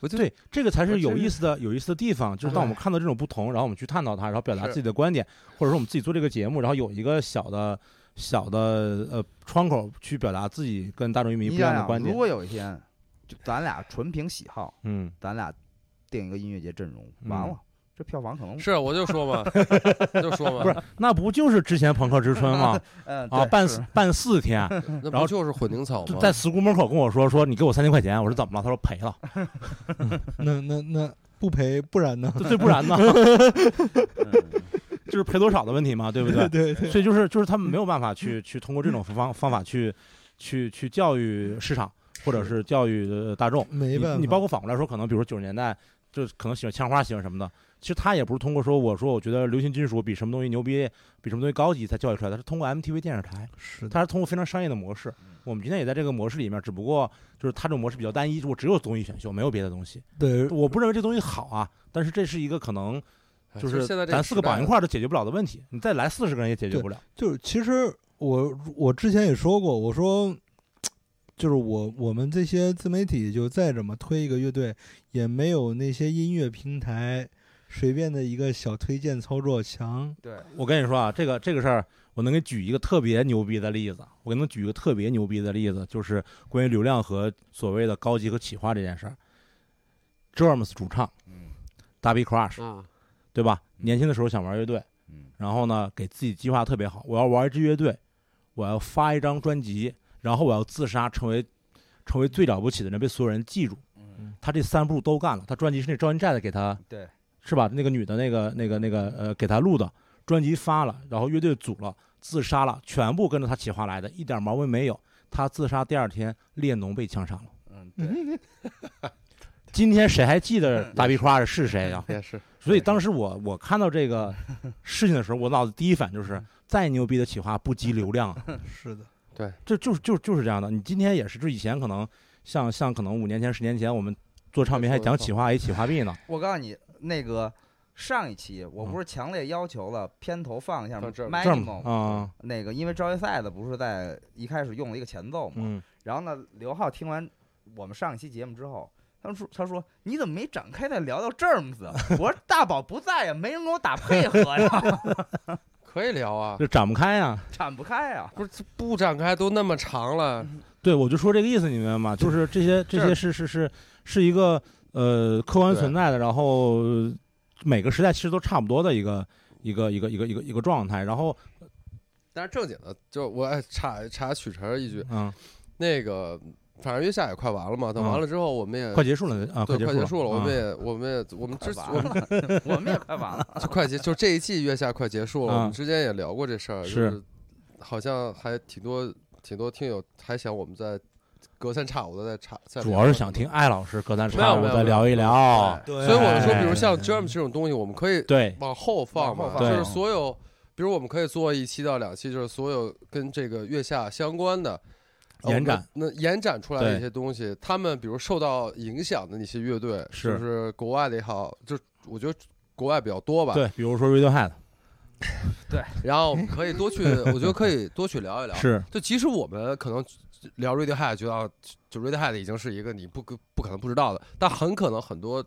S4: 我就
S2: 对，这个才
S4: 我
S2: 是有
S4: 真
S2: 意思的有意思的地方，就是当我们看到这种不同，然后我们去探讨它，然后表达自
S4: 是
S2: 己的观点，或者说我们自己做这个节目，然后有一个小的小的呃窗口去表达自己跟大众乐迷不
S1: 你
S2: 一
S1: 想
S2: 样的
S1: 想，
S2: 观
S1: 如
S2: 点。
S1: 果有一天，就咱俩纯凭喜好，
S2: 嗯，
S1: 咱俩定一个音乐节阵容，
S2: 嗯
S1: 完了、这票房可能
S4: 是啊我就 说嘛，我就说嘛，
S2: 不是，那不就是之前朋克之春吗？
S1: 嗯
S2: 啊，
S1: 对
S2: 办
S1: 是
S2: 四办四天，
S4: 那
S2: 然
S4: 不
S2: 后
S4: 就是混凝草
S2: 就
S4: 吗？
S2: 在死姑门口跟我说说你给我三千块钱，我说怎么了？他说赔了，
S3: 那那那不赔，不然呢？
S2: 这不然呢？
S1: 嗯
S2: 就是赔多少的问题嘛，对不对？
S3: 对对，
S2: 所以就是就是他们没有办法
S4: 嗯
S2: 去去通过这种方方法去去去教育市场或者是教育呃大众。
S3: 没
S2: 你
S3: 办法，
S2: 你包括反过来说，可能比如说九十年代，就是可能喜欢枪花，喜欢什么的，其实他也不是通过说我说我觉得流行金属比什么东西牛逼，比什么东西高级才教育出来的，他是通过 MTV 电视台，
S3: 是的，
S2: 他是通过非常商业的模式。
S4: 嗯
S2: 我们今天也在这个模式里面，只不过就是他这种模式比较单一，我只有综艺选秀，没有别的东西。
S3: 对，
S2: 我不认为这东西好啊，但是这是一个可能
S4: 哎
S2: 就
S4: 其实
S2: 是
S4: 现在这
S2: 咱四个
S4: 时代
S2: 绑一块儿都解决不了的问题，你再来四十个人也解决
S3: 对
S2: 不了。
S3: 就是其实我我之前也说过，我说就是我我们这些自媒体就再怎么推一个乐队，也没有那些音乐平台随便的一个小推荐操作强。
S1: 对，
S2: 我跟你说啊，这个这个事儿，我能给举一个特别牛逼的例子，我给能举一个特别牛逼的例子，就是关于流量和所谓的高级和企划这件事儿。Germs 主唱
S1: 嗯
S2: d a b b Crush，
S4: 啊，
S2: 对吧？年轻的时候想玩乐队，
S1: 嗯
S2: 然后呢，给自己计划特别好，我要玩一支乐队，我要发一张专辑，然后我要自杀，成为成为最了不起的人，被所有人记住。
S1: 嗯，
S2: 他这三步都干了，他专辑是那赵云寨的给他
S1: 对，
S2: 是吧？那个女的那个那个那个呃给他录的专辑发了，然后乐队组了，自杀了，全部跟着他企划来的，一点毛病没有。他自杀第二天，列侬被枪杀了。
S1: 嗯对，
S2: 今天谁还记得大壁花是谁呀、啊
S4: 也是
S2: 所以当时我我看到这个事情的时候，我脑子第一反应就是，再牛逼的企划不及流量啊，
S3: 是的，
S2: 这就是就是就是这样的。你今天也是，就以前可能像像可能五年前、十年前，我们做唱片还讲企划 A、企划 B 呢，
S1: 我告诉你，那个上一期我
S2: 嗯
S1: 不是强烈要求了片头放一下
S4: 放这儿
S1: m a
S2: 这
S1: n i
S2: 么
S1: m
S2: 啊，
S1: 那个，因为招业赛的不是在一开始用了一个前奏嘛，
S2: 嗯，
S1: 然后呢，刘浩听完我们上一期节目之后，他说：“他说你怎么没展开再聊到这儿 子？”我说：“大宝不在呀，没人跟我打配合呀，
S4: 可以聊啊，
S2: 就展不开呀、
S1: 展不开呀。
S4: 不是这不展开都那么长了，
S2: 对，我就说这个意思，你明白吗？就是这些这些是是是是一个呃客观存在的，然后呃每个时代其实都差不多的一个一个一个一个一个一个状态，然后
S4: 但是正经的，就我哎插插许晨一句，
S2: 嗯，
S4: 那个反正月下也快完了嘛，
S2: 嗯
S4: 等完了之后我们也
S2: 快结束了啊，
S4: 对
S2: 结
S4: 快
S2: 束
S4: 结束了，我
S2: 啊
S4: 们也我们也我们之
S1: 快完
S4: 我们
S1: 我们也快完 了，
S4: 就快结就这一季月下快结束了，
S2: 啊
S4: 我们之间也聊过这事儿，就是是好像还挺多挺多听友还想我们在隔三差五的在差，再
S2: 主
S4: 聊
S2: 要是
S4: 什
S2: 想
S4: 么
S2: 听艾老师隔三
S4: 没有
S2: 差五
S4: 没有
S2: 再
S4: 没有
S2: 聊一聊，
S3: 对
S4: 所以我说，
S2: 哎
S4: 比如像 Germ 这种东西，我们可以
S2: 对
S4: 往后放
S1: 往
S4: 嘛，
S1: 后
S4: 就
S2: 放
S4: 是所有，比如我们可以做一期到两期，就是所有跟这个月下相关的。呃
S2: 延展，
S4: 我们那延展出来的
S2: 对
S4: 一些东西，他们比如受到影响的那些乐队，
S2: 是
S4: 就是国外的也好，就我觉得国外比较多吧。
S2: 对，比如说 Radiohead
S4: 然后可以多 去，我觉得可以多去聊一聊。
S2: 是
S4: 就即使我们可能聊 Radiohead 觉得啊就 Radiohead 已经是一个你不可不可能不知道的，但很可能很多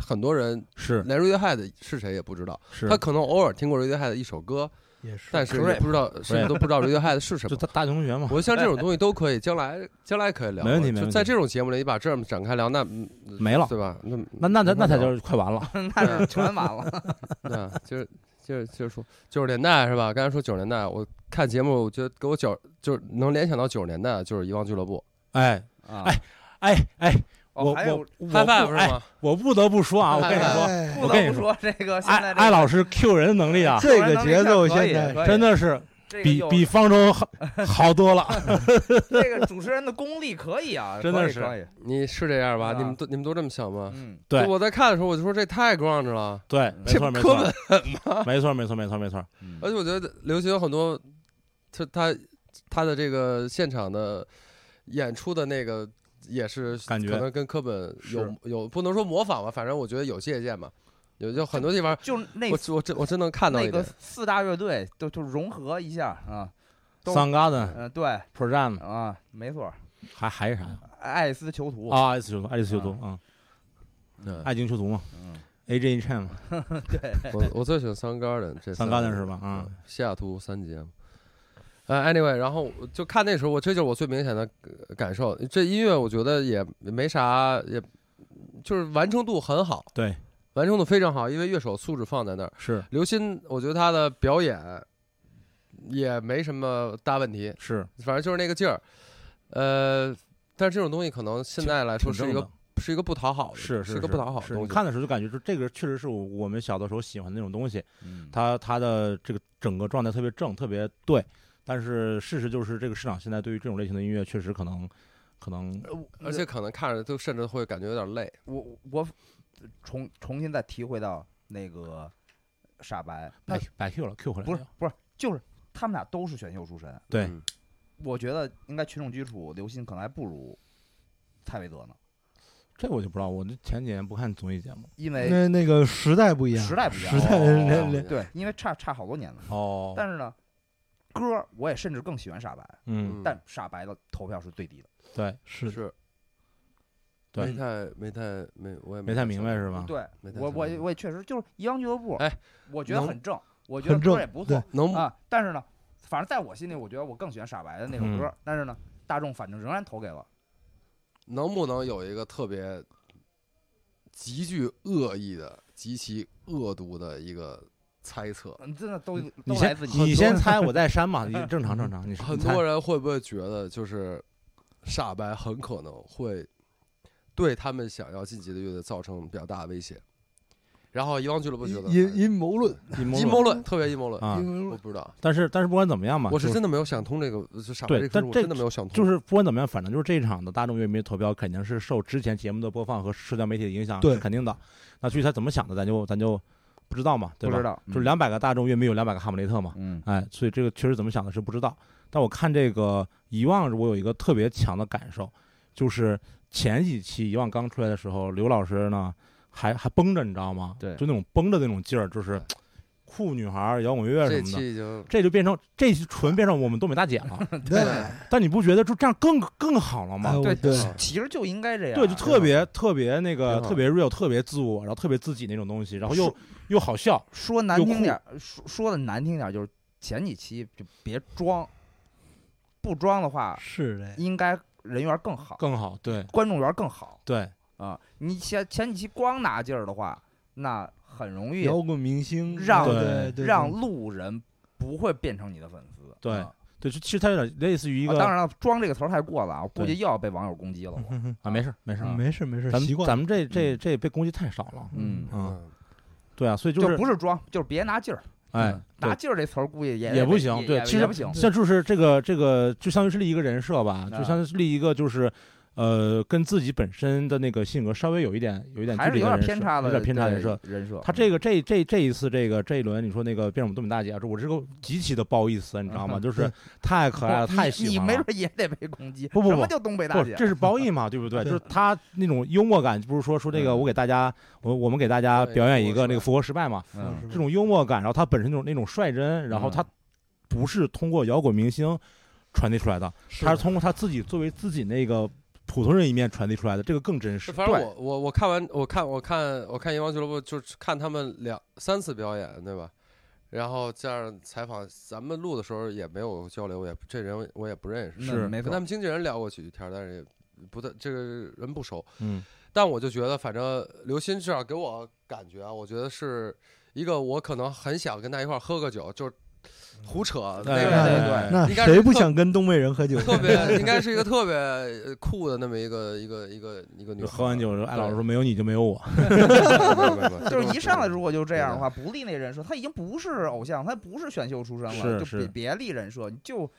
S4: 很多人
S2: 是
S4: 连 Radiohead 是谁也不知道，
S2: 是
S4: 他，可能偶尔听过 Radiohead 的一首歌，
S3: 也是，
S4: 但是也
S1: Creep
S4: 不知道甚至都不知道 Radiohead 是什
S2: 就
S4: 么。
S2: 他大学同学嘛，
S4: 我像这种东西都可以，将来将来可以聊的。啊
S2: 没问题没问
S4: 就
S2: 题
S4: 在这种节目里，你把这么展开聊，那嗯
S2: 没了，
S4: 对吧？那
S2: 那那那那才
S4: 没
S2: 叫
S4: 法
S2: 快完了，
S1: 那是全完了。
S4: 聊啊，就是就是就是说九十年代是吧？刚才说九十年代，我看节目，我觉得给我九就是能联想到九十年代，就是《遗忘俱乐部
S2: 哎
S1: 啊
S2: 哎哎哎，
S1: 哦
S2: 我
S1: 还
S2: 我
S1: 有
S2: 我》
S4: 嗨
S2: 不
S4: 不是
S2: 哎
S4: 吗？
S2: 我不得不说啊，我跟你说，
S3: 哎
S1: 不
S2: 我跟
S1: 得
S2: 你
S1: 不说，这个啊现
S2: 艾
S1: 在
S2: 艾老
S1: 师
S2: 师 Q 人的能力啊，
S3: 这个节奏现在
S2: 真的是比比方 舟好好多了。
S1: 这个主持人的功力可以啊，
S2: 真的
S1: 可以
S2: 是
S1: 可以
S4: 你是这样吧？
S1: 啊
S4: 你们都你们都这么想吗？
S1: 嗯，
S2: 对
S4: 就我在看的时候，我就说这太 grunge 了，
S2: 对，没
S4: 这
S2: 错没
S4: 科
S2: 错，没错没错没错没错，
S1: 嗯
S4: 而且我觉得刘杰有很多，他他他的这个现场的演出的那个也是
S2: 感觉
S4: 可能跟课本有
S2: 是
S4: 有不能说模仿吧，反正我觉得有借鉴吧，有就很多地方
S1: 就那
S4: 我我真我真能看到一
S1: 那个
S4: 点。
S1: 四大乐队就就融合一下啊，都
S2: Sun Garden
S1: 嗯对
S2: Program
S1: 啊，没错，
S2: 还还是啥呀？
S1: 爱斯囚徒，
S2: 啊，爱斯囚徒，爱斯囚徒啊，
S4: 嗯
S2: 爱情囚徒嘛
S1: 嗯
S2: ，AJ Chan 嘛
S4: 我我最喜欢 Sun Garden 这
S2: ，Sun
S4: 三
S2: Garden 是吧？啊
S4: 嗯，，西雅图三杰嘛。呃、a n y w a y 然后我就看那时候，我这就是我最明显的呃感受。这音乐我觉得也没啥，也就是完成度很好，
S2: 对，
S4: 完成度非常好，因为乐手素质放在那儿。
S2: 是
S4: 刘鑫，我觉得他的表演也没什么大问题，
S2: 是，
S4: 反正就是那个劲儿。呃，但是这种东西可能现在来说
S2: 挺
S4: 哎是
S2: 正
S4: 一
S2: 的
S4: 个。是一个不讨好的，
S2: 是
S4: 是一个不讨好的
S2: 是
S4: 东
S2: 你
S4: 西。
S2: 看的时候就感觉，就这个确实是我我们小的时候喜欢的那种东西，
S1: 嗯
S2: 它它的这个整个状态特别正，特别对。但是事实就是，这个市场现在对于这种类型的音乐，确实可能可能
S4: 而且可能看着都甚至会感觉有点累。
S1: 呃我我重重新再提回到那个傻白，那
S2: 白白 Q 了，Q 回来
S1: 不
S2: 了
S1: 是不是就是他们俩都是选秀出身，
S2: 对
S4: 嗯
S1: 我觉得应该群众基础刘鑫可能还不如蔡维德呢，
S2: 这我就不知道，我这前几年不看综艺节目
S1: 因为
S3: 那那个时代不一样，
S1: 时代不一样，
S3: 时代
S2: 哦
S3: 连连
S1: 对，因为差差好多年了。
S2: 哦
S1: 但是呢，歌儿我也甚至更喜欢傻白，
S2: 嗯，
S4: 嗯
S1: 但傻白的投票是最低的。
S2: 对，
S3: 是
S4: 是，
S2: 对
S4: 没太没太没，我也
S2: 没太明白
S4: 想
S2: 是吧？
S1: 对
S4: 没太
S1: 我
S4: 想
S1: 我
S4: 到
S1: 我也确实就是一阳俱乐部，
S4: 哎，
S1: 我觉得
S4: 能
S1: 很正，我觉得
S3: 很
S1: 歌
S3: 正
S1: 儿也不错
S4: 能
S1: 啊。但是呢，反正在我心里，我觉得我更喜欢傻白的那首
S2: 嗯
S1: 歌儿。但是呢，大众反正仍然投给了
S4: 能不能有一个特别极具恶意的、极其恶毒的一个猜测？
S1: 嗯，真的都
S2: 你
S1: 都来
S2: 先
S1: 自
S2: 你先猜，我再删嘛，你正常正常。你
S4: 很
S2: 你猜
S4: 多人会不会觉得，就是傻白很可能会对他们想要晋级的乐队造成比较大的威胁？然后遗忘俱乐部觉得
S3: 阴阴谋论，
S2: 阴
S4: 阴谋论特别阴谋论，
S2: 啊
S3: 阴，谋
S4: 我
S3: 论，
S4: 不知道，
S2: 但是但是不管怎么样嘛，
S4: 我是
S2: 就
S4: 真的没有想通这个，就傻
S2: 对
S4: 白这个
S2: 但
S4: 事，我
S2: 这
S4: 真的没有想通，
S2: 就是不管怎么样，反正就是这一场的大众乐迷投票肯定是受之前节目的播放和社交媒体的影响，
S3: 对
S2: 是肯定的。那至于他怎么想的，咱就咱就不知道嘛，对
S1: 不
S2: 吧？
S1: 知道，
S4: 嗯
S2: 就是两百个大众乐迷有两百个哈姆雷特嘛，
S1: 嗯，
S2: 哎，所以这个确实怎么想的是不知道。但我看这个《遗忘》，我有一个特别强的感受，就是前几期《遗忘》刚出来的时候，刘老师呢还还绷着，你知道吗？
S1: 对
S2: 就那种绷着那种劲儿，就是酷女孩儿、摇滚乐
S4: 这
S2: 什么的。
S4: 期已经
S2: 这就变成这就纯变成我们东北大姐 了，
S3: 对
S2: 但你不觉得就这样更更好了吗
S3: 哎？
S1: 对
S3: 我对，
S1: 嗯其实就应该这样，啊
S2: 对，就特别特别那
S4: 挺
S2: 个
S4: 好
S2: 特别 real，特别自我，然后特别自己那种东西，然后又又好笑，
S1: 说难听点儿，说说的难听点儿，就是前几期就别装，不装的话，
S3: 是的，
S1: 应该人缘更好，
S2: 更好。对
S1: 观众缘更好
S2: 对，
S1: 啊。你前前几期光拿劲儿的话，那很容易
S3: 摇滚明星
S1: 让
S3: 对对对
S1: 让路人不会变成你的粉丝。
S2: 对
S1: 啊
S2: 对，就其实它有点类似于一
S1: 啊
S2: 个，
S1: 当然了，装这个词儿太过了啊，我估
S2: 对
S1: 计又要被网友攻击了。 我
S2: 啊，没事儿没事儿，
S1: 嗯
S3: 没事没事，
S2: 咱
S3: 习
S2: 们
S3: 惯
S2: 咱们这这这被攻击太少了，
S1: 嗯
S2: 嗯，
S4: 嗯
S2: 对啊，所以
S1: 就
S2: 就是
S1: 不是装，就是别拿劲儿。
S2: 哎
S1: 嗯，拿
S2: 对，
S1: 劲儿这词儿估计也
S2: 也
S1: 也
S2: 不行
S1: 也
S2: 对
S1: 也
S2: 其实
S1: 也不行。
S2: 像就是这个这个，就相当于是立一个人设吧，就
S1: 啊
S2: 相当于是立一个就是。呃，跟自己本身的那个性格稍微有一点有一点距
S1: 还是
S2: 离
S1: 有点
S2: 的人设
S1: 偏差的，
S2: 有点偏差人设，
S1: 对人设，
S2: 他这个这这这一次这个这一轮，你说那个变成我们东北大姐，啊这我这个极其的不好意思，你知道 吗？
S1: 嗯
S2: 就是太可爱了，
S1: 不
S2: 啊太
S1: 你
S2: 喜
S1: 你
S2: 欢
S1: 没
S2: 了
S1: 准。也得被攻击。
S2: 不不
S1: 什么
S2: 不
S1: 叫东北大
S2: 不，
S1: 姐？
S2: 这是褒义嘛，对不对？就
S3: 对
S2: 是他那种幽默感，不是说说这个，
S1: 嗯
S2: 我给大家，我我们给大家
S4: 对
S2: 表演一
S4: 复活
S2: 个
S4: 失败
S2: 那个复活失败嘛，
S3: 嗯
S1: 嗯
S3: 是吧
S2: 这种幽默感，然后他本身那种那种率真，然
S1: 嗯
S2: 后他不是通过摇滚明星传递出来的，
S3: 是
S2: 他是通过他自己作为自己那个普通人一面传递出来的，这个更真实。
S4: 嗯反正
S1: 对
S4: 我我我看完我看我看我看《阎王俱乐部》就是看他们两三次表演，对吧？然后这样采访，咱们录的时候也没有交流，也这人我也不认识，
S1: 那
S2: 是
S1: 没
S4: 跟
S1: 错
S4: 他。们经纪人聊过几句天儿，但是也不太这个人不熟。
S2: 嗯
S4: 但我就觉得，反正刘鑫至少给我感觉啊，我觉得是一个我可能很想跟他一块儿喝个酒，就是胡扯那
S2: 嗯对
S4: 个
S3: 对
S4: 那
S3: 对
S2: 对
S4: 个
S3: 那
S4: 应该
S3: 谁
S4: 是
S3: 不
S4: 特
S3: 想跟东北人喝 酒？
S4: 特 别应该是一个特别呃酷的那么一个一个一个一个女
S2: 就
S4: 孩。
S2: 喝 完酒之后，艾老师
S4: 对
S2: 说没有你就没有我，
S1: 就
S4: 就是
S1: 一上来如果就这样的话，不立那人设，他已经不是偶像，他不是选秀出身了，
S2: 是
S1: 就是别别立人设，你就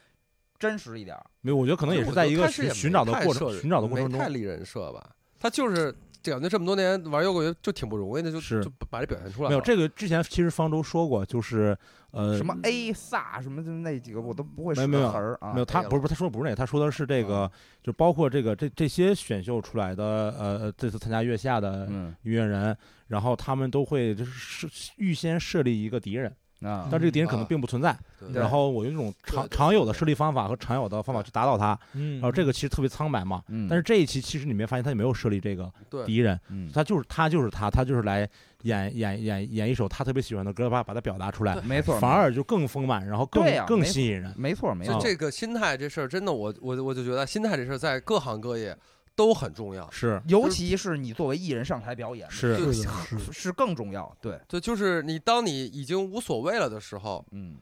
S1: 真实一点儿。
S2: 没有，我觉得可能也是在一个寻寻找的过程，寻找的过程
S4: 太
S2: 中，
S4: 立人设吧。他就是感觉这么多年玩摇滚乐就挺不容易的，就是就把这表现出来了。
S2: 没有这个之前其实方舟说过，就是呃
S1: 什么 A 萨什么的那几个我都不会
S2: 没
S1: 识
S2: 有没有
S1: 词儿啊
S2: 没有，他
S4: 没有
S2: 不是不是他说的不是那个，他说的是这个
S1: 啊，
S2: 就包括这个这这些选秀出来的呃呃这次参加月下的
S1: 嗯
S2: 音乐人，然后他们都会就是设预先设立一个敌人，
S1: 啊
S2: 但这个敌人可能
S4: 啊
S2: 并不存在，
S4: 对
S2: 然后我用这种常
S4: 对对
S2: 常有的设立方法和常有的方法去打倒他，
S3: 嗯
S2: 然 后这个其实特别苍白嘛。
S1: 嗯
S2: 但是这一期其实你没发现他也没有设立这个
S4: 对
S2: 敌人，
S1: 嗯
S2: 他就是他就是他，他就是来演演演演一首他特别喜欢的歌，把把它表达出来，
S1: 没错，
S2: 反而就更丰满，然后更
S1: 对呀
S2: 更
S1: 没错
S2: 吸引人。
S1: 没错没
S4: 就
S1: 错，
S4: 这个心态这事儿，真的我我我就觉得心态这事儿在各行各业都很重要。
S2: 是
S1: 尤其是你作为艺人上台表演，
S2: 是，
S3: 是的是的
S1: 是更重要。对，
S4: 对，就是你当你已经无所谓了的时候，
S1: 嗯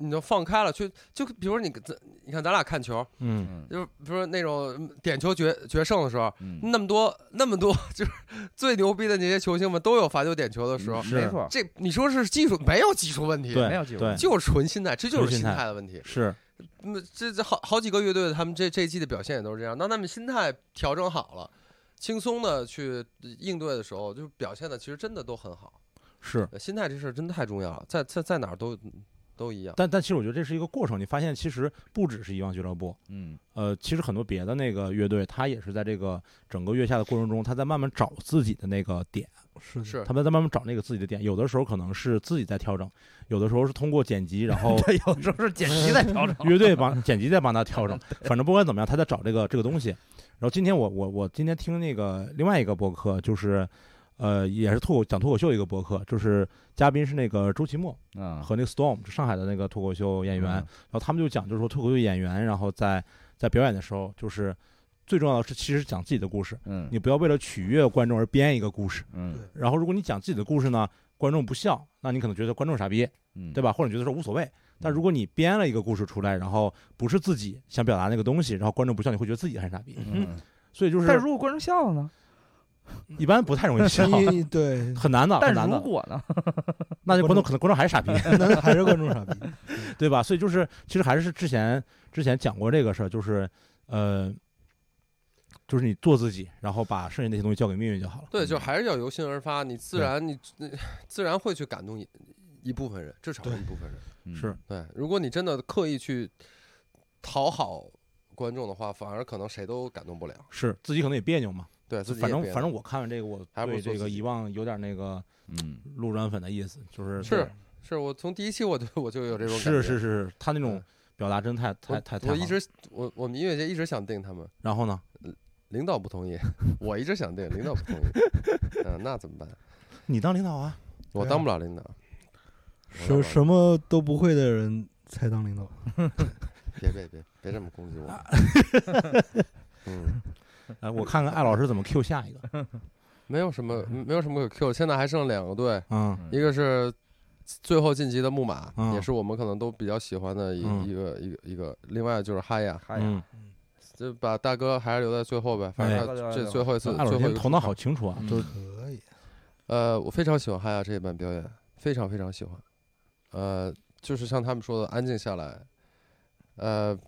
S4: 你就放开了，去就比如你咱你看咱俩看球，
S2: 嗯，
S1: 嗯
S4: 就是比如说那种嗯点球决决胜的时候，
S1: 嗯，
S4: 那么多那么多就是 最牛逼的那些球星们都有罚球点球的
S2: 嗯
S4: 时候，
S1: 没错，
S4: 这你说是技术没有技术问题，
S2: 对
S1: 没有技术
S2: 对
S4: 就是纯心态，这就是
S2: 纯
S4: 心
S2: 心态
S4: 态的问题。
S2: 是
S4: 那嗯这这好好几个乐队，他们这这一季的表现也都是这样。当他们心态调整好了，轻松的去应对的时候，就是表现的其实真的都很好。
S2: 是，
S4: 呃心态这事儿真的太重要了，在在在哪儿都都一样。
S2: 但但其实我觉得这是一个过程，你发现其实不只是遗忘俱乐部，
S1: 嗯
S2: 呃，其实很多别的那个乐队，他也是在这个整个月下的过程中，他在慢慢找自己的那个点，
S3: 是的
S4: 是
S2: 他们在慢慢找那个自己的点，有的时候可能是自己在调整，有的时候是通过剪辑，然后
S1: 对，有时候是剪辑在调 整。
S2: 乐队帮剪辑在帮他调整， 反正不管怎么样，他在找这个这个东西。然后今天我我我今天听那个另外一个播客，就是呃也是脱口讲脱口秀一个播客，就是嘉宾是那个周奇墨
S1: 嗯，
S2: 和那个 Storm，就上海的那个脱口秀演员，然后他们就讲，就是说脱口秀演员，然后在在表演的时候，就是最重要的是，其实讲自己的故事，
S1: 嗯，
S2: 你不要为了取悦观众而编一个故事。
S1: 嗯
S2: 然后如果你讲自己的故事呢，观众不笑，那你可能觉得观众傻逼，
S1: 嗯，
S2: 对吧？或者你觉得说无所谓。但如果你编了一个故事出来，然后不是自己想表达那个东西，然后观众不笑，你会觉得自己很傻逼。
S1: 嗯，
S2: 所 以就是，
S1: 但如果观众笑了呢？
S2: 一般不太容易笑，
S3: 你 对，
S2: 很难的，
S1: 但
S2: 很难
S1: 如
S2: 的。
S1: 果呢？
S2: 那就观众可能观众还是傻逼。
S3: 那还是观众傻逼。
S2: 对吧？所以就是，其实还是之前之前讲过这个事儿，就是，呃，就是你做自己，然后把剩下那些东西交给命运就好了。
S4: 对，就
S2: 嗯
S4: 还是要由心而发，你自
S2: 对
S4: 然你你自然会去感动一一部分人，至少是一部分人。
S1: 嗯
S2: 是
S4: 对，如果你真的刻意去讨好观众的话，反而可能谁都感动不了。
S2: 是自己可能也别扭嘛，
S4: 对自己也
S2: 反正
S4: 别
S2: 反正我看完这个，我
S4: 还不如
S2: 对
S4: 做
S2: 这个
S4: 自己
S2: 遗忘有点那个
S1: 嗯
S2: 路转粉的意思，就是
S4: 是是我从第一期我就我就有这种感觉。
S2: 是是是，他那种
S4: 嗯
S2: 表达真太
S4: 我
S2: 太太太
S4: 我
S2: 好
S4: 一
S2: 了
S4: 直我我们音乐节一直想定他们，
S2: 然后呢，
S4: 领导不同意， 我一直想定，领导不同意， 嗯、那怎么办？
S2: 你当领导 啊，
S4: 我
S2: 对啊
S4: 当不了领导，
S3: 什什么嗯都不会的人才当领导。
S4: 别别别别这么攻 击我。嗯，
S2: 哎，我看看艾老师怎么 Q 下一 个，
S4: 没有什么没有什么可 Q，现在还剩两个队，
S2: 嗯
S1: 嗯
S4: 一个是最后晋级的木马，
S2: 嗯
S4: 也是我们可能都比较喜欢的一、
S2: 嗯
S4: 一个一个一个，另外就是哈哎呀，
S1: 嗨呀，
S2: 嗯，
S4: 就把大哥还是留在最后呗，反
S2: 哎
S4: 正他这最后一次、
S2: 艾老
S4: 最
S2: 师今
S4: 后一
S2: 天
S4: 个
S2: 头脑好清楚啊，
S1: 嗯
S2: 就是
S3: 可以，
S4: 呃，我非常喜欢哈雅这一版表演，非常非常喜欢。呃，就是像他们说的，安静下来，呃，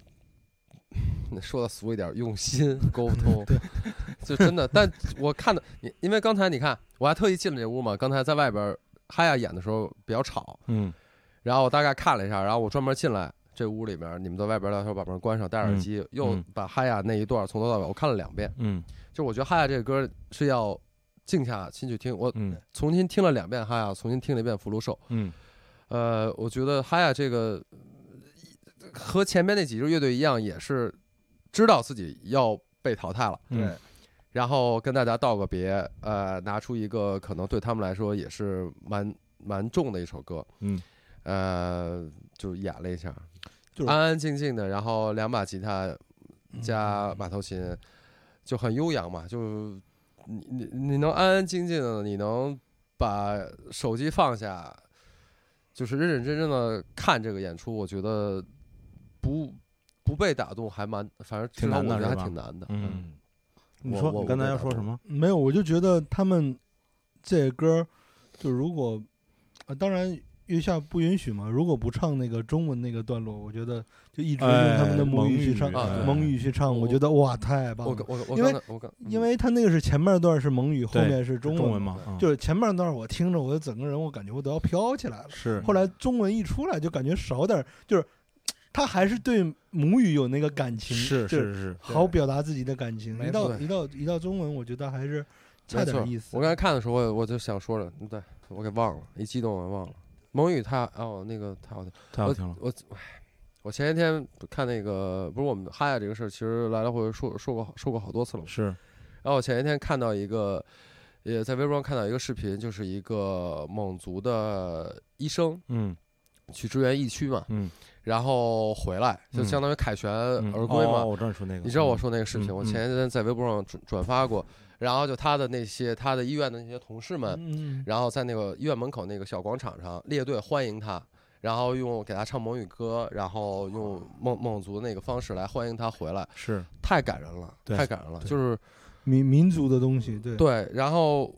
S4: 说的俗一点，用心沟通，就真的。但我看的你，因为刚才你看，我还特意进了这屋嘛，刚才在外边儿哈雅演的时候比较吵，
S2: 嗯
S4: 然后我大概看了一下，然后我专门进来这屋里边儿，你们在外边儿聊天，把门关上，戴耳
S2: 嗯
S4: 机，又
S2: 嗯
S4: 把哈雅那一段儿从头到尾我看了两遍。
S2: 嗯
S4: 就我觉得哈雅这个歌是要静下心去听，我
S2: 嗯
S4: 重新听了两遍哈雅，重新听了一遍福禄寿。
S2: 嗯
S4: 呃，我觉得哈雅这个呃和前面那几支乐队一样，也是知道自己要被淘汰了，
S2: 嗯
S1: 对，
S4: 然后跟大家道个别，呃，拿出一个可能对他们来说也是蛮蛮重的一首歌，
S2: 嗯，
S4: 呃，就演了一下，
S3: 就是嗯
S4: 安安静静的，然后两把吉他加马头琴，就很悠扬嘛，就你你你能安安静静的，你能把手机放下，就是认认真真的看这个演出，我觉得不不被打动还蛮，反正至
S2: 挺
S4: 少我
S2: 难的
S4: 觉得还
S2: 是吧
S4: 挺难的。
S2: 嗯，
S1: 嗯
S2: 你
S4: 我
S2: 说
S4: 我
S2: 你刚才
S4: 我
S2: 要
S4: 对
S2: 说什
S4: 打动
S2: 么？
S3: 没有，我就觉得他们这歌，就如果啊，当然月下不允许嘛，如果不唱那个中文那个段落，我觉得就一直用他们的
S2: 哎
S3: 母
S2: 蒙
S3: 语去
S2: 语
S3: 唱，
S4: 啊对
S3: 蒙语去唱，
S4: 我
S3: 我觉得哇，太棒
S4: 我
S3: 了！
S4: 我我
S3: 因为
S4: 刚才我刚嗯
S3: 因为他那个是前面段是蒙语，后
S2: 对
S3: 面是中
S2: 中
S3: 文
S2: 文
S3: 嘛，
S2: 嘛，嗯
S3: 就是前面段我听着，我整个人我感觉我都要飘起来了。
S2: 嗯是
S3: 后来中文一出来，就感觉少点儿，就是他还是对母语有那个感情，
S2: 是
S3: 就是
S2: 是是，
S3: 好表达自己的感情。
S1: 没
S3: 一到
S4: 错
S3: 一到一到中文，我觉得还是差
S4: 没错
S3: 点意思。
S4: 我刚才看的时候，我我就想说了，对我给忘了，一激动我忘了。蒙语太哦，那个太好听，
S2: 太好听了，
S4: 我我唉我前一天看那个不是我们哈雅这个事儿，其实来来回回说说过好说过好多次了嘛。
S2: 是
S4: 然后我前一天看到一个，也在微博上看到一个视频，就是一个蒙族的医生
S2: 嗯
S4: 去支援疫区嘛，
S2: 嗯，
S4: 然后回来就
S2: 嗯
S4: 相当于凯旋
S2: 嗯
S4: 呃而归嘛
S2: 哦。我知道你说那个，
S4: 你知道我
S2: 嗯
S4: 说那个视频，
S2: 嗯
S4: 我
S2: 嗯
S4: 前一天在微博上转转发过，然后就他的那些他的医院的那些同事们，
S3: 嗯，
S4: 然后在那个医院门口那个小广场上列队欢迎他，然后用给他唱蒙语歌，然后用蒙蒙族那个方式来欢迎他回来，
S2: 是
S4: 太感人了，
S2: 对
S4: 太感人了，
S2: 对
S4: 就是
S3: 民民族的东西，对，
S4: 对。然后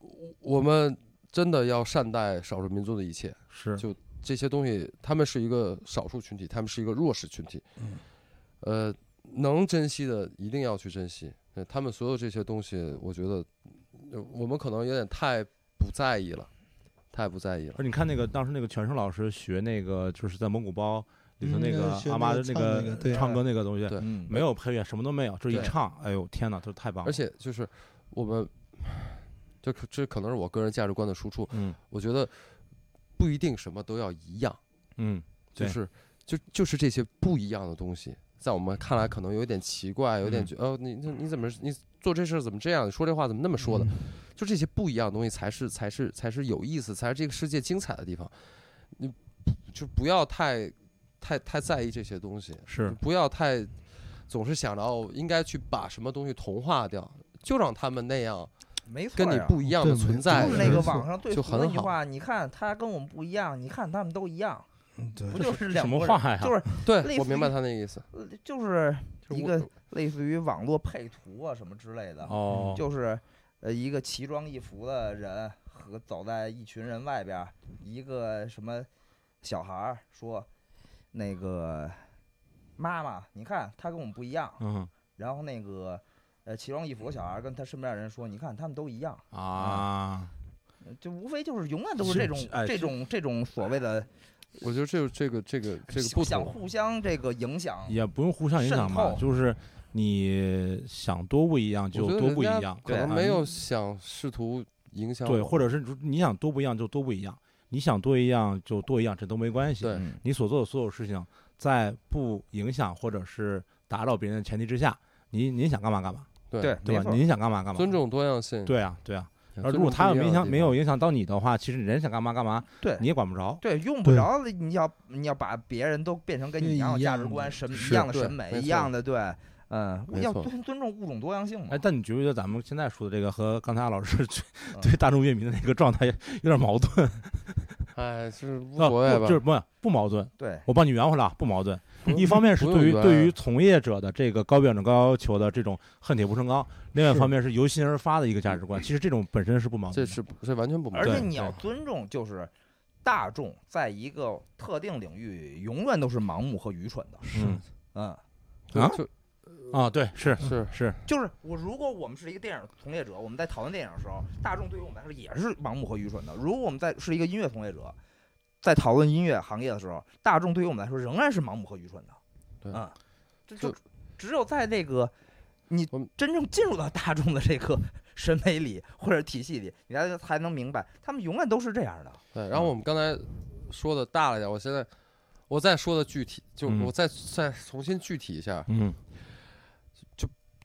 S4: 我我们真的要善待少数民族的一切，
S2: 是
S4: 就这些东西，他们是一个少数群体，他们是一个弱势群体，呃，能珍惜的一定要去珍惜。对他们所有这些东西，我觉得呃我们可能有点太不在意了，太不在意了。
S2: 而你看那个当时那个全胜老师学那个就是在蒙古包里头
S3: 嗯
S2: 那
S3: 那
S2: 个
S3: 学
S2: 阿
S3: 那
S2: 妈
S3: 个
S2: 的那
S3: 唱那个对
S2: 个唱歌那个东西
S4: 对，
S1: 嗯，
S2: 没有配乐，什么都没有，就是一
S4: 对
S2: 唱，哎呦天哪，这太棒了！
S4: 而且就是我们，这可这可能是我个人价值观的输出。
S2: 嗯
S4: 我觉得不一定什么都要一样，
S2: 嗯
S4: 就
S2: 对
S4: 是就就是这些不一样的东西，在我们看来可能有点奇怪，有点
S2: 嗯
S4: 觉哦，你你你怎么你做这事儿怎么这样？你说这话怎么那么说
S1: 嗯
S4: 的？就这些不一样的东西才是才是才是有意思，才是这个世界精彩的地方。你就不要太太太在意这些东西，
S2: 是
S4: 就不要太总是想着哦，应该去把什么东西同化掉，就让他们那样
S1: 没错
S4: 跟你
S1: 呀
S4: 不一样的
S3: 对
S4: 存
S3: 没
S4: 在。嗯
S1: 就是
S3: 着
S1: 那个
S3: 没错
S1: 网上对
S4: 就
S1: 胡
S4: 很
S1: 那句
S4: 好
S1: 话，你看他跟我们不一样，你看他们都一样，
S3: 嗯对
S1: 不就是
S2: 什
S1: 两
S2: 么
S1: 拨
S2: 话呀
S1: 人？就是类
S4: 对，我
S1: 似
S4: 明白
S1: 于
S4: 他那个意思。
S1: 呃就是
S4: 就
S1: 一
S4: 我
S1: 个类似于网络配图啊什么之类的，
S2: 哦，
S1: 嗯就是呃一个奇装异服的人和走在一群人外边儿，一个什么小孩儿说那个妈妈，你看他跟我们不一样，
S2: 嗯
S1: 然后那个呃奇装异服的小孩儿跟他身边的人说，你看他们都一样，
S2: 啊，
S1: 呃就无非就是永远都是这种
S2: 是哎
S1: 这种这种所谓的
S4: 我觉得这个这个这个这个不
S1: 想
S4: 同，啊
S1: 互相这个影响，
S2: 也不用互相影响
S1: 渗
S2: 吧，
S1: 透
S2: 就是你想多不一样就
S4: 我觉得
S2: 多
S4: 人
S2: 不一
S4: 家
S2: 样，
S4: 可
S2: 啊
S4: 能没
S2: 你
S4: 有想试图影响我，
S2: 对，或者是你你想多不一样就多不一样，你想多一样就多一样，这都没关系。
S4: 对
S1: 嗯
S2: 你所做的所有事情，在不影响或者是打扰别人的前提之下，您您想干嘛干嘛，
S1: 对
S4: 对，
S2: 对
S1: 没
S2: 吧？
S1: 错
S2: 您想干嘛干嘛，
S4: 尊。重多样性。
S2: 对啊，对啊。
S4: 尊
S2: 而
S4: 重
S2: 如果
S4: 不
S2: 他
S4: 一
S2: 没
S4: 样的
S2: 影响
S4: 地
S2: 没有
S4: 方
S2: 影响到你的话，其实人想干嘛干嘛，
S1: 对
S2: 你也管不着。
S1: 对，用不
S3: 对
S1: 着你要你要把别人都变成跟你一样的
S3: 一
S1: 价
S3: 样
S1: 值
S3: 的
S1: 观、审一
S4: 是
S1: 样的
S4: 对
S1: 审
S4: 没
S1: 美、
S4: 错
S1: 一样的对，嗯，
S4: 没
S1: 要
S4: 错
S1: 尊尊重物种多样性嘛
S2: 哎，。但你觉不觉得咱们现在说的这个和刚才老师 对
S1: 嗯
S2: 对大众乐迷的那个状态有点矛盾？
S4: 哎，就是无
S2: 啊
S4: 所谓
S2: 不
S4: 吧，
S2: 就是不不矛盾。
S1: 对，
S2: 我帮你圆回来，啊，不矛盾。
S4: 不用
S2: 一方面是
S4: 不
S2: 对于
S4: 用
S2: 对
S4: 圆
S2: 于从业者的这个高标准、高要求的这种恨铁不成钢，另外一
S3: 是
S2: 方面是由心而发的一个价值观。其实这种本身是不矛
S4: 嗯这
S2: 盾的。
S4: 是不这完全不矛
S1: 而
S4: 盾
S1: 且
S2: 对
S1: 你要
S2: 对
S1: 尊重，就是大众在一个特定领域永远都是盲目和愚蠢的。
S2: 嗯
S1: 嗯，
S2: 啊
S4: 就
S2: 啊，对，是
S4: 是
S2: 是，
S1: 就是我，如果我们是一个电影从业者，我们在讨论电影的时候，大众对于我们来说也是盲目和愚蠢的。如果我们在是一个音乐从业者，在讨论音乐行业的时候，大众对于我们来说仍然是盲目和愚蠢的。
S4: 对
S1: 嗯，这就
S4: 就
S1: 只有在那个你
S4: 我们
S1: 真正进入到大众的这个 审美里或者体系里，你才才能明白，他们永远都是这样的。，
S4: 对。然后我们刚才说的大了一点，我现在我再说的具体，就
S2: 嗯
S4: 我再再重新具体一下，
S2: 嗯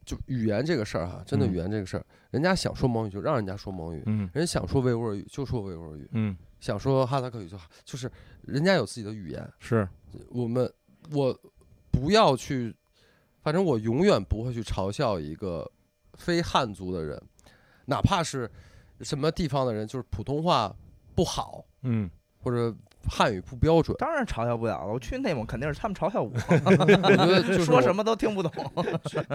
S4: 就语言这个事儿哈，真的
S2: 嗯
S4: 语言这个事儿，人家想说蒙语就让人家说蒙语，
S2: 嗯
S4: 人想说维吾尔语就说维吾尔语，
S2: 嗯，
S4: 想说哈萨克语就就是人家有自己的语言，
S2: 是
S4: 我们我不要去，反正我永远不会去嘲笑一个非汉族的人，哪怕是什么地方的人，就是普通话不好
S2: 嗯，
S4: 或者汉语不标准
S1: 当然嘲笑不了了，我去内蒙肯定是他们嘲笑 我，
S4: 我觉得就是
S1: 说
S4: 我
S1: 什么都听 不懂。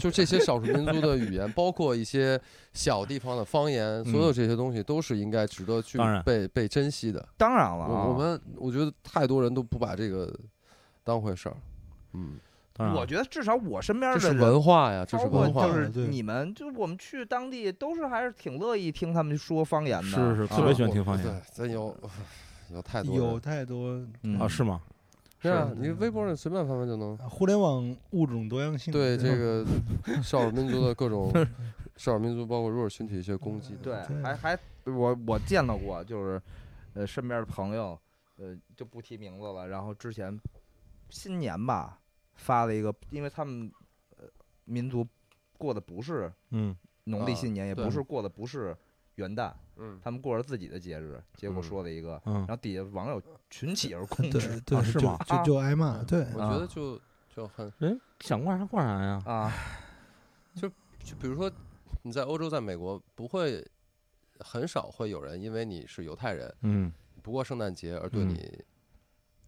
S4: 就这些少数民族的语言， 包括一些小地方的方言，所有这些东西都是应该值得去
S2: 当然
S4: 被被珍惜的。
S1: 当然了、啊，
S4: 我我们我觉得太多人都不把这个当回事儿，嗯，
S2: 当然
S1: 我
S2: 了，啊
S1: 觉得至少我身边
S4: 这
S1: 的人
S4: 是文化呀，这是
S1: 包括
S4: 文化
S1: 就。是
S3: 对
S1: 你们，就我们去当地都是还是挺乐意听他们说方言的，
S2: 是是
S1: 啊
S2: 特别喜欢听方
S4: 对
S2: 言，
S4: 咱有有太多人
S3: 有太多
S1: 嗯
S2: 啊，是吗？
S4: 对啊，
S3: 是
S4: 你微博上随便翻翻就能。
S3: 啊互联网物种多样性。
S4: 对这个少数民族的各种少数民族，包括弱势群体一些攻击，
S1: 对
S3: 对，
S1: 还还我我见到过，就是呃身边的朋友，呃就不提名字了。然后之前新年吧发了一个，因为他们呃民族过的不是
S2: 嗯
S1: 农历
S4: 啊
S1: 新年，也
S4: 对
S1: 不是过的不是元旦，
S4: 嗯，
S1: 他们过着自己的节日。结果
S4: 嗯
S1: 说了一个，
S2: 嗯
S1: 然，后底下网友群起而攻
S3: 对
S1: 之啊
S3: 对对，
S2: 是
S3: 就
S2: 吗
S3: 就就挨骂，对，
S4: 我觉得就就很，
S2: 人想干啥干啥呀？
S1: 啊，
S4: 就比如说你在欧洲，在美国，不会很少会有人因为你是犹太人，
S2: 嗯
S4: 不过圣诞节而对
S2: 嗯
S4: 你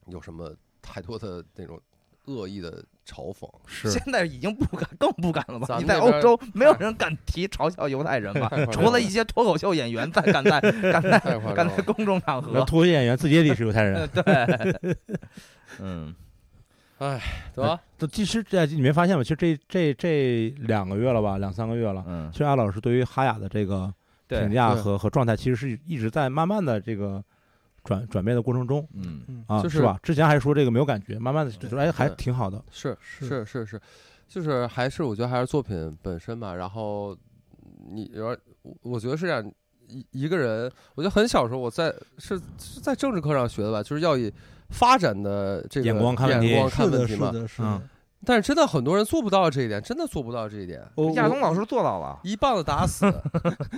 S4: 有什么太多的那种恶意的嘲讽。
S2: 是
S1: 现在已经不敢，更不敢了吧？
S4: 咱
S1: 你
S4: 们
S1: 在
S4: 那
S1: 欧
S4: 边
S1: 洲 没有人敢提嘲笑犹太人 吧？除了一些脱口秀演员在敢 在敢在
S4: 太夸张
S1: 敢在
S4: 了，
S1: 公众场
S2: 那
S1: 合，
S2: 脱口秀演员自己也得是犹太人。
S1: 对，嗯，
S4: 哎对吧？
S2: 都其实这你没发现吗？其实这这这两个月了吧，两三个月了。
S1: 嗯
S2: 其，实艾老师对于哈雅的这个评
S1: 对，
S2: 价
S4: 对
S2: 和和状态，其实是一直在慢慢的这个转转变的过程中
S1: 嗯，
S3: 嗯，
S2: 啊，
S4: 就是是
S2: 吧？之前还说这个没有感觉，慢慢的
S3: 对
S2: 说哎还
S4: 对
S2: 挺好的，
S4: 是
S3: 是
S4: 是是是，就是还是我觉得还是作品本身吧。然后你有点，我我觉得是这样，一一个人，我觉得很小时候我在是是在政治课上学的吧，就是要以发展的这个
S2: 眼光看问题
S4: 眼光
S3: 是
S4: 看问
S3: 的，
S4: 题
S3: 是
S4: 嘛。
S3: 的，是
S2: 嗯
S3: 的。
S4: 但是真的很多人做不到这一点，真的做不到这一点，
S3: 我
S1: 亚
S3: 我
S1: 东老师做到了。
S4: 一棒子打 死。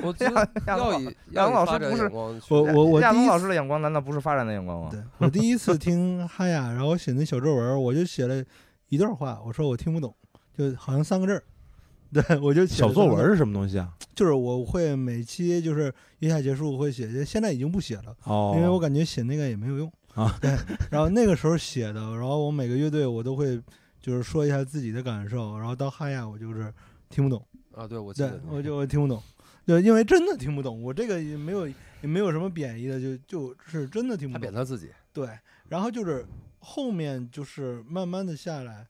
S4: 我觉得
S1: 亚
S4: 要
S1: 东
S4: 以
S1: 亚
S4: 要
S1: 东
S4: 以
S1: 老
S4: 发
S1: 师
S4: 展
S1: 不是
S4: 眼光去
S3: 我我我
S1: 亚
S3: 第
S1: 东
S3: 一
S1: 老
S3: 次
S1: 师的眼光难道不是发展的眼光吗？
S3: 对我第一次听哈雅，然后写那小作文儿，我就写了一段话，我说我听不懂，就好像三个字儿。 对，我就写
S2: 小
S3: 了
S2: 作
S3: 三个字
S2: 文
S3: 儿，
S2: 是什么东西啊？
S3: 就是我会每期就是月下结束会写，现在已经不写了，
S2: 哦，
S3: 因为我感觉写那个也没有用
S2: 啊。
S3: 对，然后那个时候写的，然后我每个乐队我都会就是说一下自己的感受，然后到哈雅我就是听不懂，
S4: 啊，对我记
S3: 对
S4: 得，
S3: 我就我听不懂，对，因为真的听不懂，我这个也没有也没有什么贬义的，就就是真的听
S4: 他
S3: 不
S4: 贬。
S3: 懂
S4: 他自己，
S3: 对，然后就是后面就是慢慢的下来，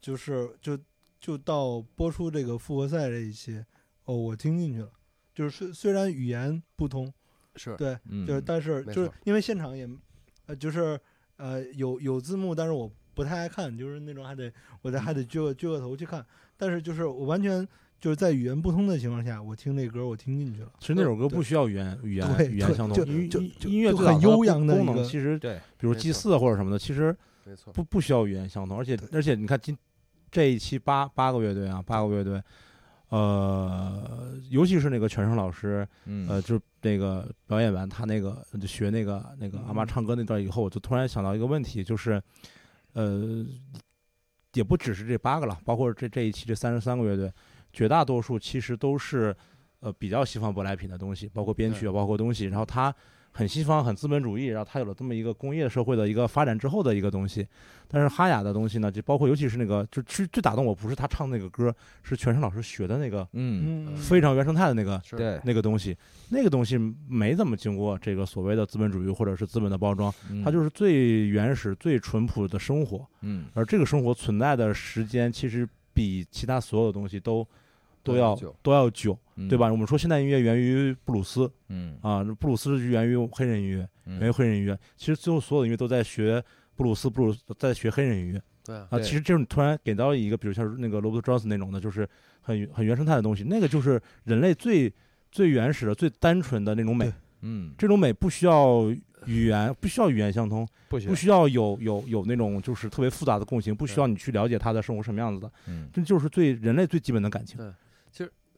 S3: 就是就就到播出这个复活赛这一期，哦，我听进去了。就是虽虽然语言不通，
S4: 是
S3: 对，
S1: 嗯
S3: 就是但是
S4: 没
S3: 就是
S4: 错
S3: 因为现场也，呃，就是呃有有字幕，但是我不太爱看，就是那种还得我得还
S4: 嗯
S3: 得撅个撅个头去看。但是就是我完全就是在语言不通的情况下，我听这歌我听进去了。
S2: 其实那首歌不需要语言语
S3: 对
S2: 言语言相
S3: 就
S2: 通，音
S3: 就
S2: 音
S3: 就
S2: 音乐
S3: 就
S2: 最早
S3: 很
S2: 它
S3: 悠扬的
S2: 功
S3: 一个
S2: 能其实，
S1: 对，
S2: 比如
S4: 没
S2: 祭
S4: 错
S2: 祀或者什么的，其实
S4: 没错，
S2: 不不需要语言相通，而且而且你看今这一期八八个乐队啊，八个乐队，呃，尤其是那个全胜老师，
S1: 嗯
S2: 呃，就是那个表演完他那个就学那个那个阿妈唱歌那段以后，我就突然想到一个问题，就是，呃，也不只是这八个了，包括这这一期这三十三个乐队，绝大多数其实都是呃比较西方舶来品的东西，包括编曲啊，包括东西，然后它很西方、很资本主义，然后它有了这么一个工业社会的一个发展之后的一个东西。但是哈雅的东西呢，就包括尤其是那个，就最最打动我不是他唱那个歌，是全胜老师学的那个
S1: 嗯，
S3: 嗯，
S2: 非常原生态的那个
S4: 是
S1: 对，
S2: 那个东西，那个东西没怎么经过这个所谓的资本主义或者是资本的包装，它就是最原始、最淳朴的生活。
S1: 嗯
S2: 而这个生活存在的时间，其实比其他所有的东西都都
S4: 都要
S2: 要
S4: 久
S2: 都要久，
S1: 嗯
S2: 对吧？我们说现代音乐源于布鲁斯
S1: 嗯
S2: 啊，布鲁斯是源于黑人音乐，
S1: 嗯
S2: 源于黑人音乐。其实最后所有的音乐都在学布鲁斯，布鲁斯在学黑人音乐。
S4: 对啊，
S2: 啊，
S1: 对
S2: 其实这种突然给到一个，比如像那个罗伯特· Johnson 那种的，就是很很原生态的东西，那个就是人类最最原始的、最单纯的那种美
S3: 对。
S1: 嗯，
S2: 这种美不需要语言，不需要语言相通，
S1: 不
S2: 不需要有有有那种就是特别复杂的共情，不需要你去了解他的生活什么样子的，
S1: 嗯
S2: 这就是最人类最基本的感情。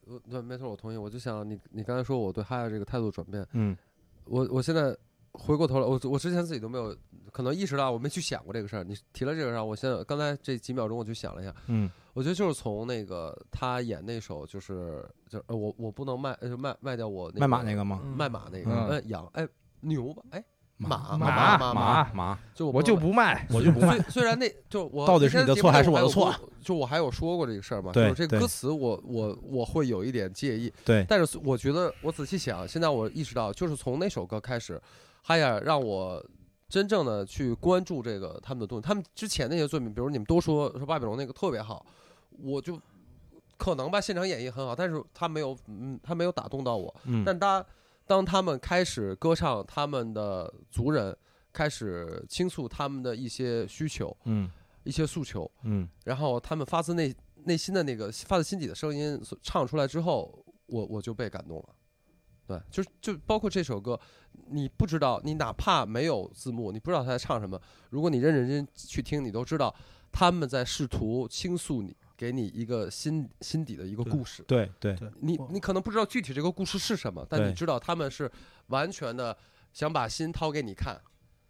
S4: 我对，没错，我同意。我就想你，你刚才说我对哈亚这个态度转变，
S2: 嗯，
S4: 我我现在回过头来，我我之前自己都没有可能意识到，我没去想过这个事儿。你提了这个事儿，我现在刚才这几秒钟我去想了一下，
S2: 嗯，
S4: 我觉得就是从那个他演那首就是就是呃我我不能卖呃卖卖掉我、那个、
S2: 卖马那个吗？
S3: 嗯
S4: 卖马那个
S1: 嗯
S4: 呃羊哎牛吧哎马
S1: 马
S4: 马
S1: 马
S2: 马，
S4: 就
S1: 我就
S4: 能卖
S1: 不卖，
S2: 我就不卖。
S4: 虽虽然那就我
S2: 到底是你的错还是我的错
S4: 我？就我还有说过这个事儿嘛，就
S2: 对
S4: 是这
S2: 对
S4: 歌词我我我会有一点介意，
S2: 对，
S4: 但是我觉得我仔细想，现在我意识到，就是从那首歌开始，哈雅尔让我真正的去关注这个他们的东西。他们之前那些作品，比如你们都说说巴比龙那个特别好，我就可能吧，现场演绎很好，但是他没有，嗯，他没有打动到我。
S2: 嗯，
S4: 但他当他们开始歌唱他们的族人，开始倾诉他们的一些需求、
S2: 嗯
S4: 一些诉求，
S2: 嗯
S4: 然后他们发自内内心的那个发自心底的声音所唱出来之后，我我就被感动了。对，就是就包括这首歌，你不知道，你哪怕没有字幕，你不知道他在唱什么，如果你认认真真去听，你都知道他们在试图倾诉你，给你一个心心底的一个
S3: 对
S4: 故事。
S2: 对对，
S3: 嗯对
S4: 你
S3: 我
S4: 你可能不知道具体这个故事是什么，但你
S2: 对
S4: 知道他们是完全的想把心掏给你看，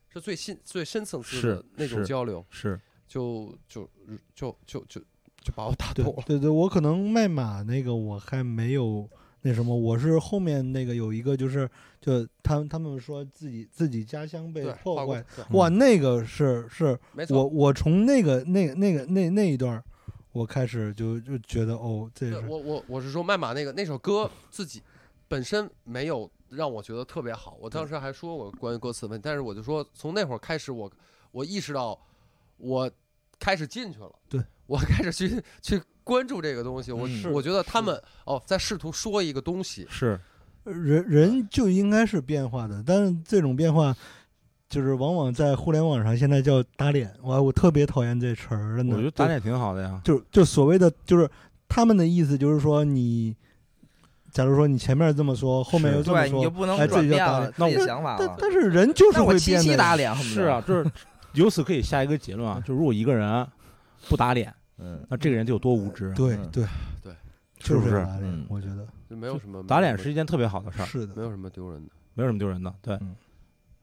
S4: 是最深最深层次的
S2: 是
S4: 那种
S2: 是
S4: 交流。
S2: 是，
S4: 就就就就就就把我打
S3: 对
S4: 动了。
S3: 对对，我可能卖马那个我还没有那什么，我是后面那个有一个就是就他们他们说自己自己家乡被
S4: 对，
S3: 破
S4: 包括
S3: 坏，
S4: 对
S2: 嗯
S3: 哇，那个是是
S4: 没错。
S3: 我我从那个那那个那那一段儿，我开始就就觉得哦，这
S4: 对
S3: 是
S4: 我我我是说麦马那个那首歌自己本身没有让我觉得特别好，我当时还说过关于歌词的问题，但是我就说从那会儿开始我，我意识到我开始进去了，
S3: 对
S4: 我开始去去关注这个东西，我、
S1: 嗯是
S4: 我觉得他们哦在试图说一个东西，
S2: 是
S3: 人人就应该是变化的，但是这种变化。就是往往在互联网上现在叫打脸，哇，我特别讨厌这词儿，真的。
S2: 我觉得打脸挺好的呀。
S3: 就就所谓的就是他们的意思就是说你，假如说你前面这么说，后面
S2: 是
S3: 又这么
S1: 对，你就
S3: 说，
S1: 不能
S3: 哎这
S1: 转
S3: 就
S1: 变
S3: 打
S1: 了自
S3: 脸
S1: 己
S3: 那
S1: 的
S3: 我
S1: 想法
S3: 但
S1: 了。
S3: 但是人就是
S1: 那我
S3: 会
S1: 七
S3: 变
S1: 夕
S3: 得
S1: 打脸，恨不
S2: 是
S1: 得
S2: 啊，，就是由此可以下一个结论啊，就如果一个人不打脸，
S1: 嗯
S2: 那这个人得有多无知啊？
S3: 对
S1: 嗯
S3: 对
S4: 对，
S2: 是
S3: 就
S2: 不是
S3: 打脸
S1: 嗯，
S3: 我觉得
S4: 就没有什么
S2: 打脸是一件特别好的事儿，
S3: 是
S4: 没
S3: 的。
S4: 有什么丢人的。
S2: 没有什么丢人的。对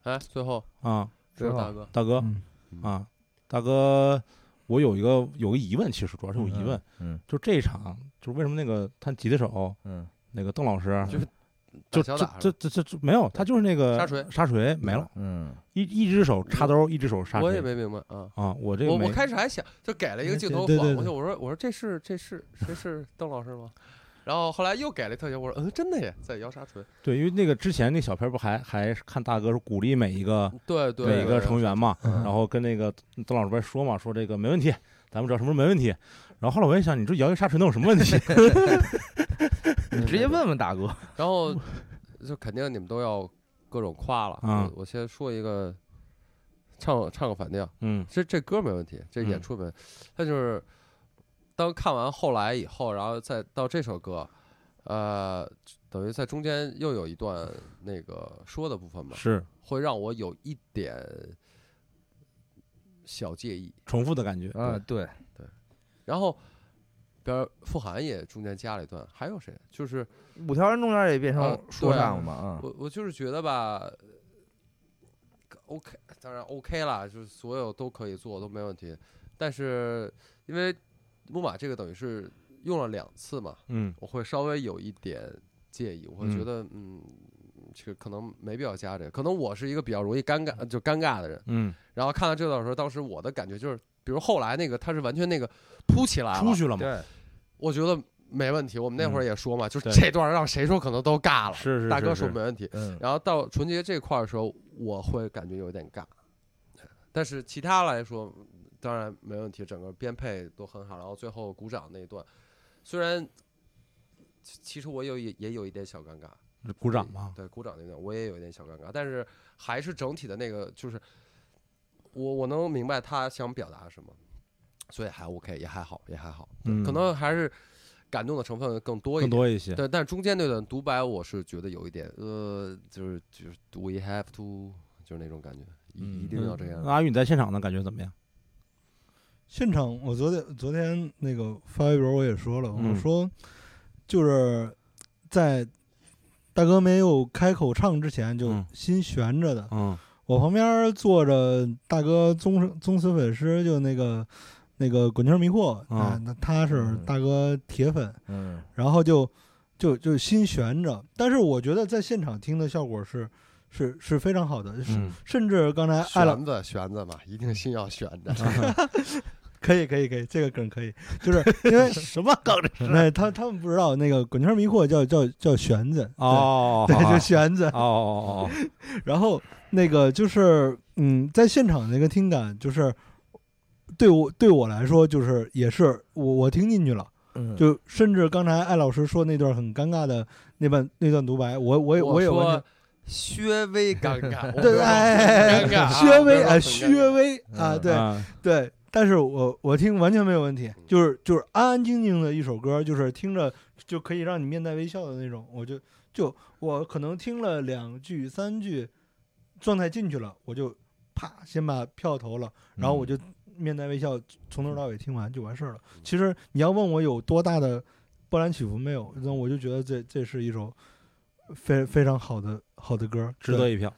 S4: 哎，最后
S2: 啊，
S1: 最
S4: 说
S1: 后
S4: 大哥，
S2: 大哥
S3: 嗯
S2: 啊，大哥，我有一个有个疑问，其实主要是有疑问，
S1: 嗯
S2: 就这一场，就是为什么那个弹吉他手
S1: 嗯
S2: 那个邓老师
S4: 就是
S2: 就
S4: 小
S2: 这
S4: 打
S2: 这这这这没有，他就是那个
S4: 沙锤
S2: 沙锤没了，
S1: 嗯
S2: 一一只手插兜，一只手沙
S4: 我也
S2: 锤
S4: 没明白啊。
S2: 啊，我这个
S4: 我
S2: 没
S4: 我开始还想，就给了一个镜头
S3: 对
S4: 晃
S3: 对
S4: 过
S3: 对
S4: 去，我说我说这是这是这是邓老师吗？然后后来又给了特写，我说嗯，真的耶，在摇沙锤。
S2: 对，因为那个之前那小片儿不还还是看大哥是鼓励每一
S4: 嗯
S2: 个
S4: 对对，
S2: 每一个
S4: 对
S2: 成员嘛，
S3: 嗯
S2: 然后跟那个邓老师不是说嘛，说这个没问题，咱们只要什么时候没问题，然后后来我也想，你这摇一沙锤能有什么问题？
S1: 你直接问问大哥，
S4: 然后就肯定你们都要各种夸了。
S2: 嗯
S4: 我我先说一个，唱唱个反调，
S2: 嗯
S4: 这这歌没问题，这演
S2: 嗯
S4: 出没问题，他就是当看完后来以后，然后再到这首歌，呃，等于在中间又有一段那个说的部分嘛，
S2: 是
S4: 会让我有一点小介意。
S2: 重复的感觉。
S1: 啊，对，
S4: 然后，比如傅函也中间加了一段，还有谁？就是
S1: 五条人中间也变
S4: 啊
S1: 成说
S4: 对啊
S1: 唱了嘛，啊，
S4: 我我就是觉得吧，OK，当然 OK 啦，就是所有都可以做，都没问题。但是因为木马这个等于是用了两次嘛，
S2: 嗯
S4: 我会稍微有一点介意，我会觉
S2: 嗯
S4: 得嗯，这个可能没必要加这个。可能我是一个比较容易尴尬就尴尬的人，
S2: 嗯，
S4: 然后看到这段的时候，当时我的感觉就是，比如后来那个他是完全那个扑起来
S2: 出
S4: 了，
S2: 去了
S3: 啊
S2: 嘛。
S1: 对，
S4: 我觉得没问题。我们那会儿也说嘛，就是
S2: 对
S4: 这段让谁说可能都尬了，
S2: 是是，
S4: 大哥
S2: 是
S4: 说
S2: 是
S4: 没问题。
S1: 嗯，
S4: 然后到纯洁这块儿的时候，我会感觉有点尬，但是其他来说，当然没问题，整个编配都很好。然后最后鼓掌那一段，虽然其其实我有也也有一点小尴尬，
S2: 鼓掌嘛。
S4: 对，鼓掌那段我也有一点小尴尬，但是还是整体的那个就是我我能明白他想表达什么，所以还 OK，也还好，也还好，对
S2: 嗯
S4: 可能还是感动的成分更多一
S2: 更
S4: 点。
S2: 多一些。
S4: 对，但中间那段独白，我是觉得有一点，呃，就是就是 we have to，就是那种感觉，
S3: 嗯
S4: 一一定要这样。
S2: 那阿宇你在现场的感觉怎么样？
S3: 现场，我昨天昨天那个发微博我也说了，
S2: 嗯
S3: 我说就是在大哥没有开口唱之前就
S2: 嗯
S3: 心悬着的。
S2: 嗯
S3: 我旁边坐着大哥忠实忠实粉丝，就那个那个滚球迷惑
S2: 嗯
S3: 啊，那他是
S1: 嗯
S3: 大哥铁粉，
S1: 嗯，
S3: 然后就就就心悬着。但是我觉得在现场听的效果是是是非常好的，是、
S2: 嗯
S3: 甚至刚才哎艾老
S4: 悬着悬着嘛，一定心要悬着。
S3: 可以可以可以，这个梗可以， 就是因 为
S2: 什么梗？
S3: 那他他们不知道那个滚圈迷惑叫叫叫玄子，
S2: 哦，
S3: 对，
S2: 好
S3: 对，
S2: 好
S3: 就玄子
S2: 哦。哦哦哦，
S3: 然后那个就是，嗯，在现场那个听感，就是对我对我来说，就是也是我我听进去了，
S1: 嗯
S3: 就甚至刚才艾老师说那段很尴尬的那半那段独白， 我我也
S4: 我
S3: 也完
S4: 说
S3: 全。
S4: 薛微尴 尬，我没
S3: 对，
S4: 有
S3: 哎哎
S4: 很尴尬
S3: 哎，
S4: 啊
S3: 薛
S4: 我没
S3: 微
S4: 有
S3: 哎，
S4: 很
S3: 薛
S4: 尴尬
S3: 微啊，
S1: 嗯
S3: 对
S2: 嗯
S3: 对，但是我我听完全没有问题，就是就是安安静静的一首歌，就是听着就可以让你面带微笑的那种，我就就我可能听了两句三句，状态进去了，我就啪先把票投了，然后
S2: 嗯
S3: 我就面带微笑从头到尾听完就完事儿了。其实你要问我有多大的波澜起伏没有，那我就觉得这这是一首非非常好的好的歌，
S2: 值得一票。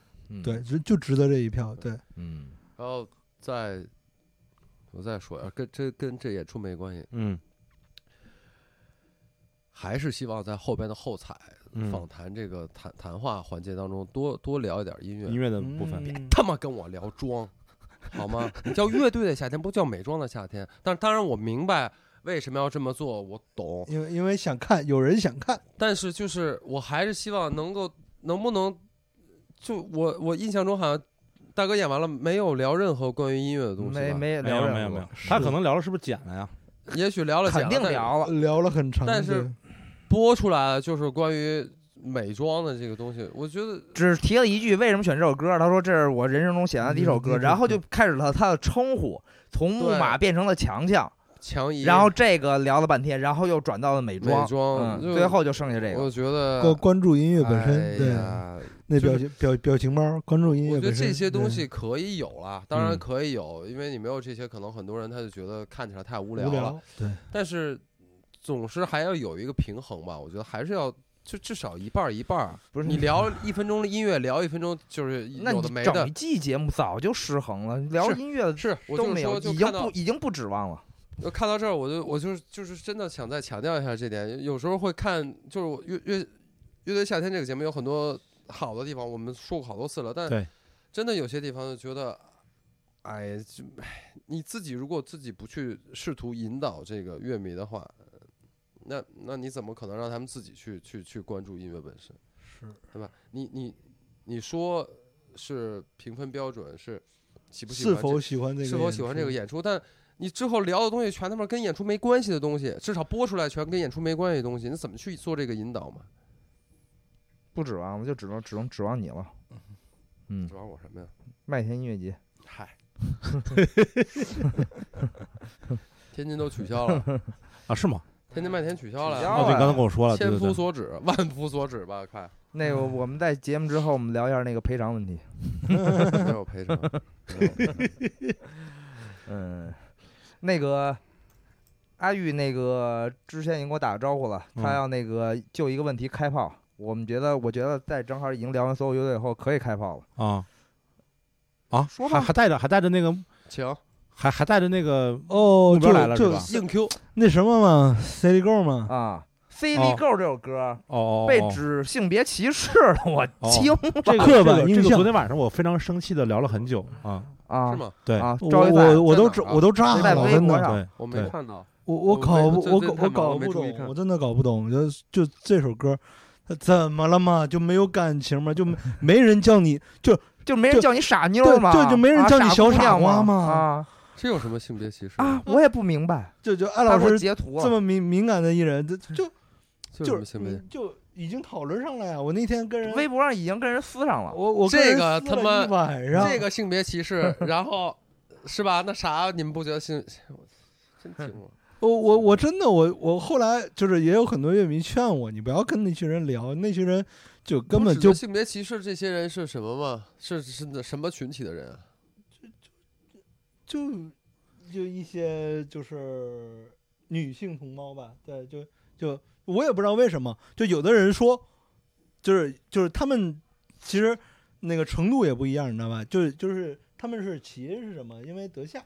S3: 对，对就就值得这一票，对，
S1: 嗯，
S4: 然后再我再说一呃下，跟这跟这演出没关系，
S2: 嗯
S4: 还是希望在后边的后采、
S2: 嗯，
S4: 访谈这个谈谈话环节当中多多聊一点音乐。
S2: 音乐的部分。
S3: 嗯
S4: 他妈跟我聊妆， 好吗？你叫乐队的夏天，不叫美妆的夏天。但当然我明白为什么要这么做，我懂。
S3: 因为因为想看，有人想看。
S4: 但是就是我还是希望能够，能不能，就我我印象中好像大哥演完了没有聊任何关于音乐的东西吧，
S1: 没没
S2: 没
S1: 聊
S2: 有
S1: 任
S2: 没有
S1: 何
S2: 没有，他可能聊了是不是剪了呀？
S4: 也许聊了
S1: 肯定
S4: 讲了
S1: 聊啊了，
S3: 聊了很长，
S4: 但是但播出来的就是关于美妆的这个东西，我觉得
S1: 只提了一句为什么选这首歌，他说这是我人生中写的第一首歌，
S3: 嗯
S1: 然后就开始了他的称呼，从木马
S4: 对
S1: 变成了强强，
S4: 强移，
S1: 然后这个聊了半天，然后又转到了美妆，
S4: 美
S1: 嗯，
S4: 妆就
S1: 最后就剩下这
S4: 我
S1: 个，
S4: 觉得
S3: 对关关注音乐本
S4: 呃
S3: 身，
S4: 哎
S3: 对
S4: 呀
S3: 那
S4: 就
S3: 表
S4: 是
S3: 情表表情包，关注音乐
S4: 我觉得
S3: 本身
S4: 这些东，
S3: 对
S4: 西可以有了，当然
S2: 嗯
S4: 可以有，因为你没有这些，可能很多人他就觉得看起来太无聊
S3: 无
S4: 了。
S3: 聊，对，
S4: 但是总是还要有一个平衡吧，我觉得还是要就至少一半儿一半儿。
S1: 不是
S4: 你聊一分钟的音乐，聊一分钟就是
S1: 那
S4: 有
S1: 你
S4: 的没
S1: 整
S4: 的
S1: 一。季节目早就失衡了，聊
S4: 是
S1: 音乐
S4: 是，我
S1: 都
S4: 就
S1: 没
S4: 是
S1: 有，
S4: 说，就
S1: 已经
S4: 看到
S1: 不已经不指望了。
S4: 就看到这儿，我就我就是就是真的想再强调一下这点。有时候会看，就是我乐乐乐队夏天这个节目有很多好的地方，我们说过好多次了，但
S2: 对
S4: 真的有些地方就觉得，哎，就哎你自己如果自己不去试图引导这个乐迷的话，那那你怎么可能让他们自己去去去关注音乐本身？
S3: 是
S4: 对吧？你你你说是评分标准是喜不喜
S3: 是
S4: 欢这
S3: 否喜欢这个？
S4: 是否喜欢这个？演出，但你之后聊的东西全他妈跟演出没关系的东西，至少播出来全跟演出没关系的东西，你怎么去做这个引导嘛？
S1: 不指望了，就只能只能指望你了。嗯，
S4: 指望我什么呀？
S1: 麦田音乐节，
S2: 嗨
S4: 天津都取消了，
S2: 啊，是吗？
S4: 天津麦田取消
S1: 取
S4: 了，
S1: 消
S2: 哦，对，
S1: 了
S3: 啊
S2: 刚才跟我说了，对
S4: 千
S2: 对
S4: 夫
S2: 对，
S4: 所指，万夫所指吧，快，
S1: 那个我们在节目之后，我们聊一下那个赔偿问题。
S4: 没有 赔偿，没有赔偿
S1: 嗯，那个阿玉那个之前已经给我打个招呼了，他
S2: 嗯
S1: 要那个就一个问题开炮。我们觉得，我觉得在正好已经聊完所有乐队以后，可以开炮了。
S2: 啊啊，
S1: 说吧
S2: 还还带着还带着那个
S4: 请
S2: 还还带着那个
S3: 哦，
S2: 目标来了
S3: 就是
S2: 吧
S3: 就
S4: 硬 Q，
S3: 那什么嘛，City Girl 嘛，
S1: 啊，《C
S2: 哦
S1: D Go》这首歌
S2: 哦哦，哦
S1: 被
S2: 哦
S1: 指性别歧视了，我
S3: 哦
S1: 惊
S2: 这个
S3: 刻
S2: 这
S3: 板
S2: 个
S3: 印
S2: 这个
S3: 象
S2: 昨天晚上我非常生气的聊了很久啊，
S1: 啊
S4: 是吗？
S2: 对
S1: 啊！
S3: 我
S1: 赵一赛
S3: 我我都炸
S1: 在
S4: 在哪儿啊
S3: 我都炸了，
S1: 微
S3: 真
S1: 博
S3: 的
S1: 上，
S2: 对
S4: 我没
S2: 对
S4: 看到，
S3: 我我搞
S4: 我没
S3: 不
S4: 这
S3: 我
S4: 这
S3: 搞
S4: 太忙了
S3: 搞
S4: 没
S3: 不
S4: 注意
S3: 懂，
S4: 看
S3: 我真的搞不懂，就就这首歌，它怎么了嘛？就没有感情吗？就没没人叫你，就
S1: 就没人
S3: 就
S1: 叫你傻妞
S3: 对
S1: 吗？
S3: 对就没人
S1: 啊
S3: 叫你小
S1: 姑娘
S3: 傻
S1: 吗？
S3: 瓜吗
S1: 啊
S4: 这有什么性别歧视
S1: 啊！我也不明白，
S3: 就就艾
S1: 他
S3: 老
S1: 给我
S3: 师
S1: 截图
S3: 这
S1: 了，
S3: 么敏敏感的艺人，就就
S4: 这有什
S3: 就
S4: 么
S3: 是
S4: 性别
S2: 嗯
S3: 你？就已经讨论上了呀。我那天跟人
S1: 微博上已经跟人撕上了。
S3: 我我跟
S4: 这
S3: 人
S4: 个
S3: 撕
S4: 他
S3: 了
S4: 妈
S3: 一晚上，
S4: 这个性别歧视，然后是吧？那啥，你们不觉得性？ 真挺我
S3: 我我我真的我我后来就是也有很多乐迷劝我，你不要跟那群人聊，那群人就根本
S4: 不指
S3: 就
S4: 的性别歧视，这些人是什么吗？是是那什么群体的人啊？
S3: 就就一些就是女性同胞吧，对，就就我也不知道为什么，就有的人说，就是就是他们其实那个程度也不一样，你知道吧？就是就是他们是起因是什么？因为德夏，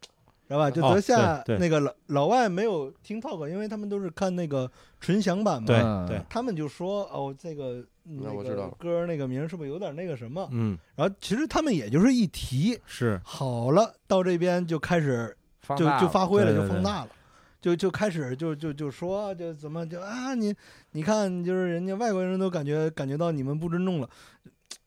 S3: 知道吧？就
S2: 哦
S3: 德夏
S2: 啊对对
S3: 那个老老外没有听 talk，因为他们都是看那个纯享版嘛，
S2: 对
S1: 嗯
S2: 对，
S3: 他们就说哦，这个
S4: 那我知道
S3: 个
S4: 了
S3: 歌儿那个名儿是不是有点那个什么？
S2: 嗯，
S3: 然后其实他们也就是一提，
S2: 是
S3: 好了，到这边就开始
S1: 放
S3: 就
S1: 大
S3: 就
S1: 了
S3: 发挥了，
S2: 对对
S3: 就放
S2: 对
S3: 大了，就就开始就就就说就怎么就啊你你看就是人家外国人都感觉感觉到你们不尊重了，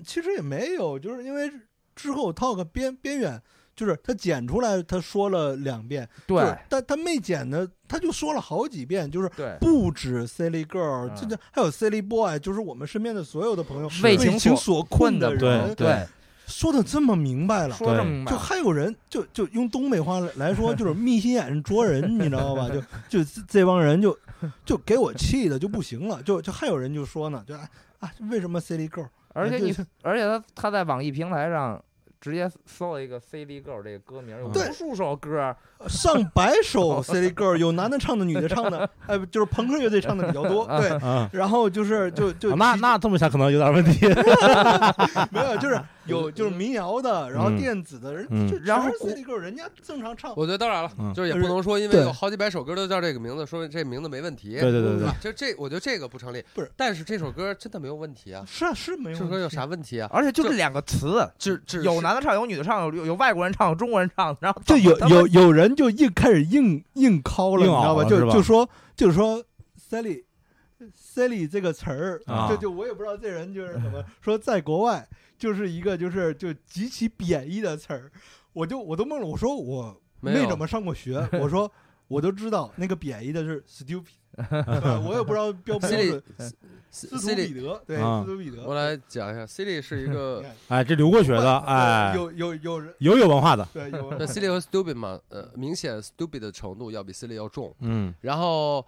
S3: 其实也没有，就是因为之后 talk 边边缘。就是他剪出来，他说了两遍，就是
S1: 对
S3: 但他没剪的，他就说了好几遍，就是
S1: 对
S3: 不止 silly girl，、
S1: 嗯
S3: 这这还有 silly boy，就是我们身边的所有的朋友，
S1: 为
S3: 情
S1: 情所
S3: 所
S1: 困的
S3: 的人，
S1: 人，对，
S3: 说的这么明白了。
S1: 说
S2: 对
S1: 这么明白
S3: 就
S1: 了，
S3: 还有人，就就用东北话来来说，就是眯心眼捉人，你知道吧？就就这这帮人就就给我气的就不行了，就就还有人就说呢，就啊啊，为什么 silly girl？
S1: 而且
S3: 就
S1: 你
S3: 是，
S1: 而且他他在网易平台上直接搜了一个 CD Girl 这个歌名，有
S3: 对
S1: 无数首歌，
S3: 上百首 silly girl，有男的唱的，女的唱的，哎，不就是朋克乐队唱的比较多，对。
S2: 啊，
S3: 然后就是就就
S2: 啊那
S3: 其
S2: 那这么想可能有点问题，
S3: 没有，就是有就是民谣的，然后
S2: 嗯
S3: 电子的，人
S2: 嗯
S3: 就
S1: 然后
S3: 全是
S1: 国
S3: City Girl，人家正常唱，
S4: 我觉得当然了，
S2: 嗯
S4: 就是也
S3: 就
S4: 不
S3: 是
S4: 能说因为
S3: 对
S4: 有好几百首歌都叫这个名字，说这名字没问题。
S2: 对对对
S4: 是
S2: 对
S4: 吧，就这，我觉得这个不成立。
S3: 不是，
S4: 但是这首歌真的没有问题啊。
S3: 是啊是
S4: 这
S3: 没有
S4: 首歌有
S3: 问题
S4: 啥？问题啊？
S1: 而且就这两个词，
S4: 只只
S1: 有
S4: 是
S1: 男的唱，有女的唱，有有有外国人唱，有中国人唱，然后
S3: 就有
S1: 他们
S3: 有有人就硬开始硬硬敲了，你
S2: 硬
S3: 知
S2: 拗
S3: 道吧？
S2: 了
S3: 就是
S2: 吧
S3: 就说就是说 Sally。Sally 这个词儿，
S2: 啊
S3: 就就我也不知道这人就是怎么说，在国外就是一个就是就极其贬义的词儿，我就我都懵了，我说我
S4: 没有
S3: 没怎么上过学，我说我都知道那个贬义的是 stupid，对吧我也不知道标不标
S4: Silly
S3: 准，斯图彼
S4: Silly，
S3: 得，对，
S2: 啊
S3: 斯图彼得，
S4: 我来讲一下，Silly 是一 个，
S2: 哎，这留过学的，哎，
S3: 有有有人，
S2: 有有文化的，
S3: 对有
S4: 那
S3: 人，
S4: Silly 和 Stupid 嘛，呃，明显 Stupid 的程度要比 Silly 要重。
S2: 嗯
S4: 然后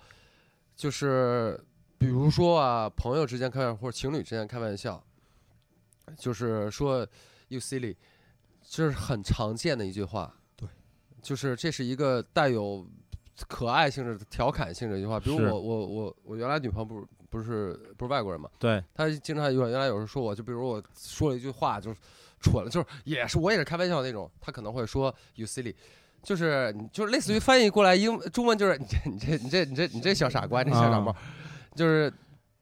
S4: 就是比如说啊，朋友之间开玩笑或者情侣之间开玩笑，就是说 “you silly”，这是很常见的一句话。
S3: 对，
S4: 就是这是一个带有可爱性质、调侃性质的一句话。比如
S2: 是
S4: 我我我我原来女朋友不是不是不是外国人嘛，
S2: 对，
S4: 她经常有原来有时候说我，就比如我说了一句话就是蠢了，就是也是我也是开玩笑那种，她可能会说 “you silly”。就是你就是类似于翻译过来英中文就是你 这你这你这你这你这小傻瓜，你这小
S2: 啊
S4: 傻帽，就是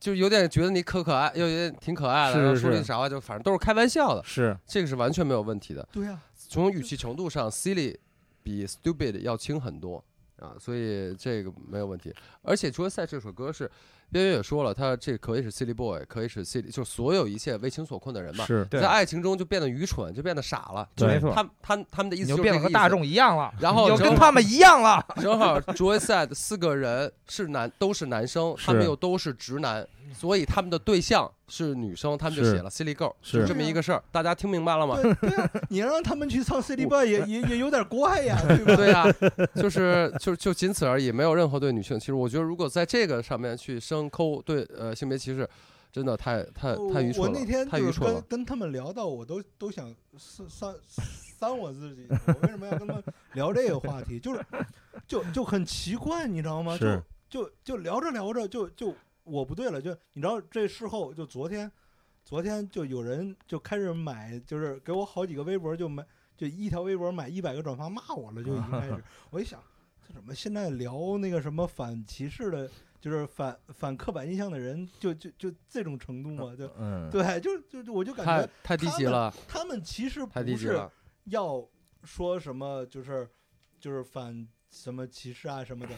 S4: 就有点觉得你可可爱，又有点挺可爱的，
S2: 是
S4: 然后
S2: 是
S4: 说
S2: 是
S4: 句啥话就反正都是开玩笑的，
S2: 是
S4: 这个是完全没有问题的。
S3: 对呀，
S4: 从语气程度上，silly 比 stupid 要轻很多啊，所以这个没有问题。而且《除了赛》这首歌是边缘也说了，他这可以是 silly boy，可以是 silly，就是所有一切为情所困的人嘛。
S2: 是
S1: 对
S4: 在爱情中就变得愚蠢，就变得傻了。
S2: 对
S1: 没错，
S4: 他他他们的意
S1: 你
S4: 思
S1: 就
S4: 就是
S1: 变
S4: 这
S1: 得
S4: 个
S1: 和
S4: 意
S1: 大
S4: 思哦
S1: 众一样了，
S4: 然
S1: 你
S4: 后
S1: 就
S4: 正
S1: 跟
S4: 好
S1: 他们一样 了。
S4: 正好 Joy Sad 四个人是男，都是男生，他们又都是直男，所以他们的对象是女生，他们就写了 Silly Girl，
S2: 是
S4: 就这么一个事儿，大家听明白了吗？
S3: 对对呀、你让他们 去唱 City Boy 也也也有点怪呀，对吧？
S4: 对呀、就是就是就仅此而已，没有任何对女性歧视。我觉得如果在这个上面去生抠对呃性别歧视，真的太太
S3: 我
S4: 太愚
S3: 我
S4: 蠢
S3: 那
S4: 了，
S3: 天
S4: 太
S3: 就
S4: 愚
S3: 是
S4: 蠢了
S3: 跟。跟他们聊到，我都都想扇扇扇我自己。我为什么要跟他们聊这个话题？就是就就很奇怪，你知道吗？
S2: 是
S3: 就就就聊着聊着就就我不对了，就你知道这事后就昨天，昨天就有人就开始买，就是给我好几个微博就买，就一条微博买一百个转发骂我了，就已经开 始。我一想，这怎么现在聊那个什么反歧视的？就是反反刻板印象的人，就就就这种程度吗？就
S1: 嗯，
S3: 对，就就我就感
S4: 呃太
S3: 觉
S4: 太低级了，
S3: 他们其实
S4: 太低
S3: 不
S4: 级
S3: 是
S4: 了。
S3: 要说什么，就是就是反什么歧视啊什么的，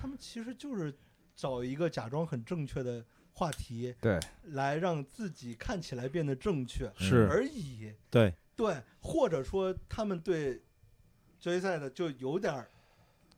S3: 他们其实就是找一个假装很正确的话题，
S1: 对，
S3: 来让自己看起来变得正确
S2: 是，
S3: 而已。
S2: 对，
S3: 对，或者说他们对追赛的就有点儿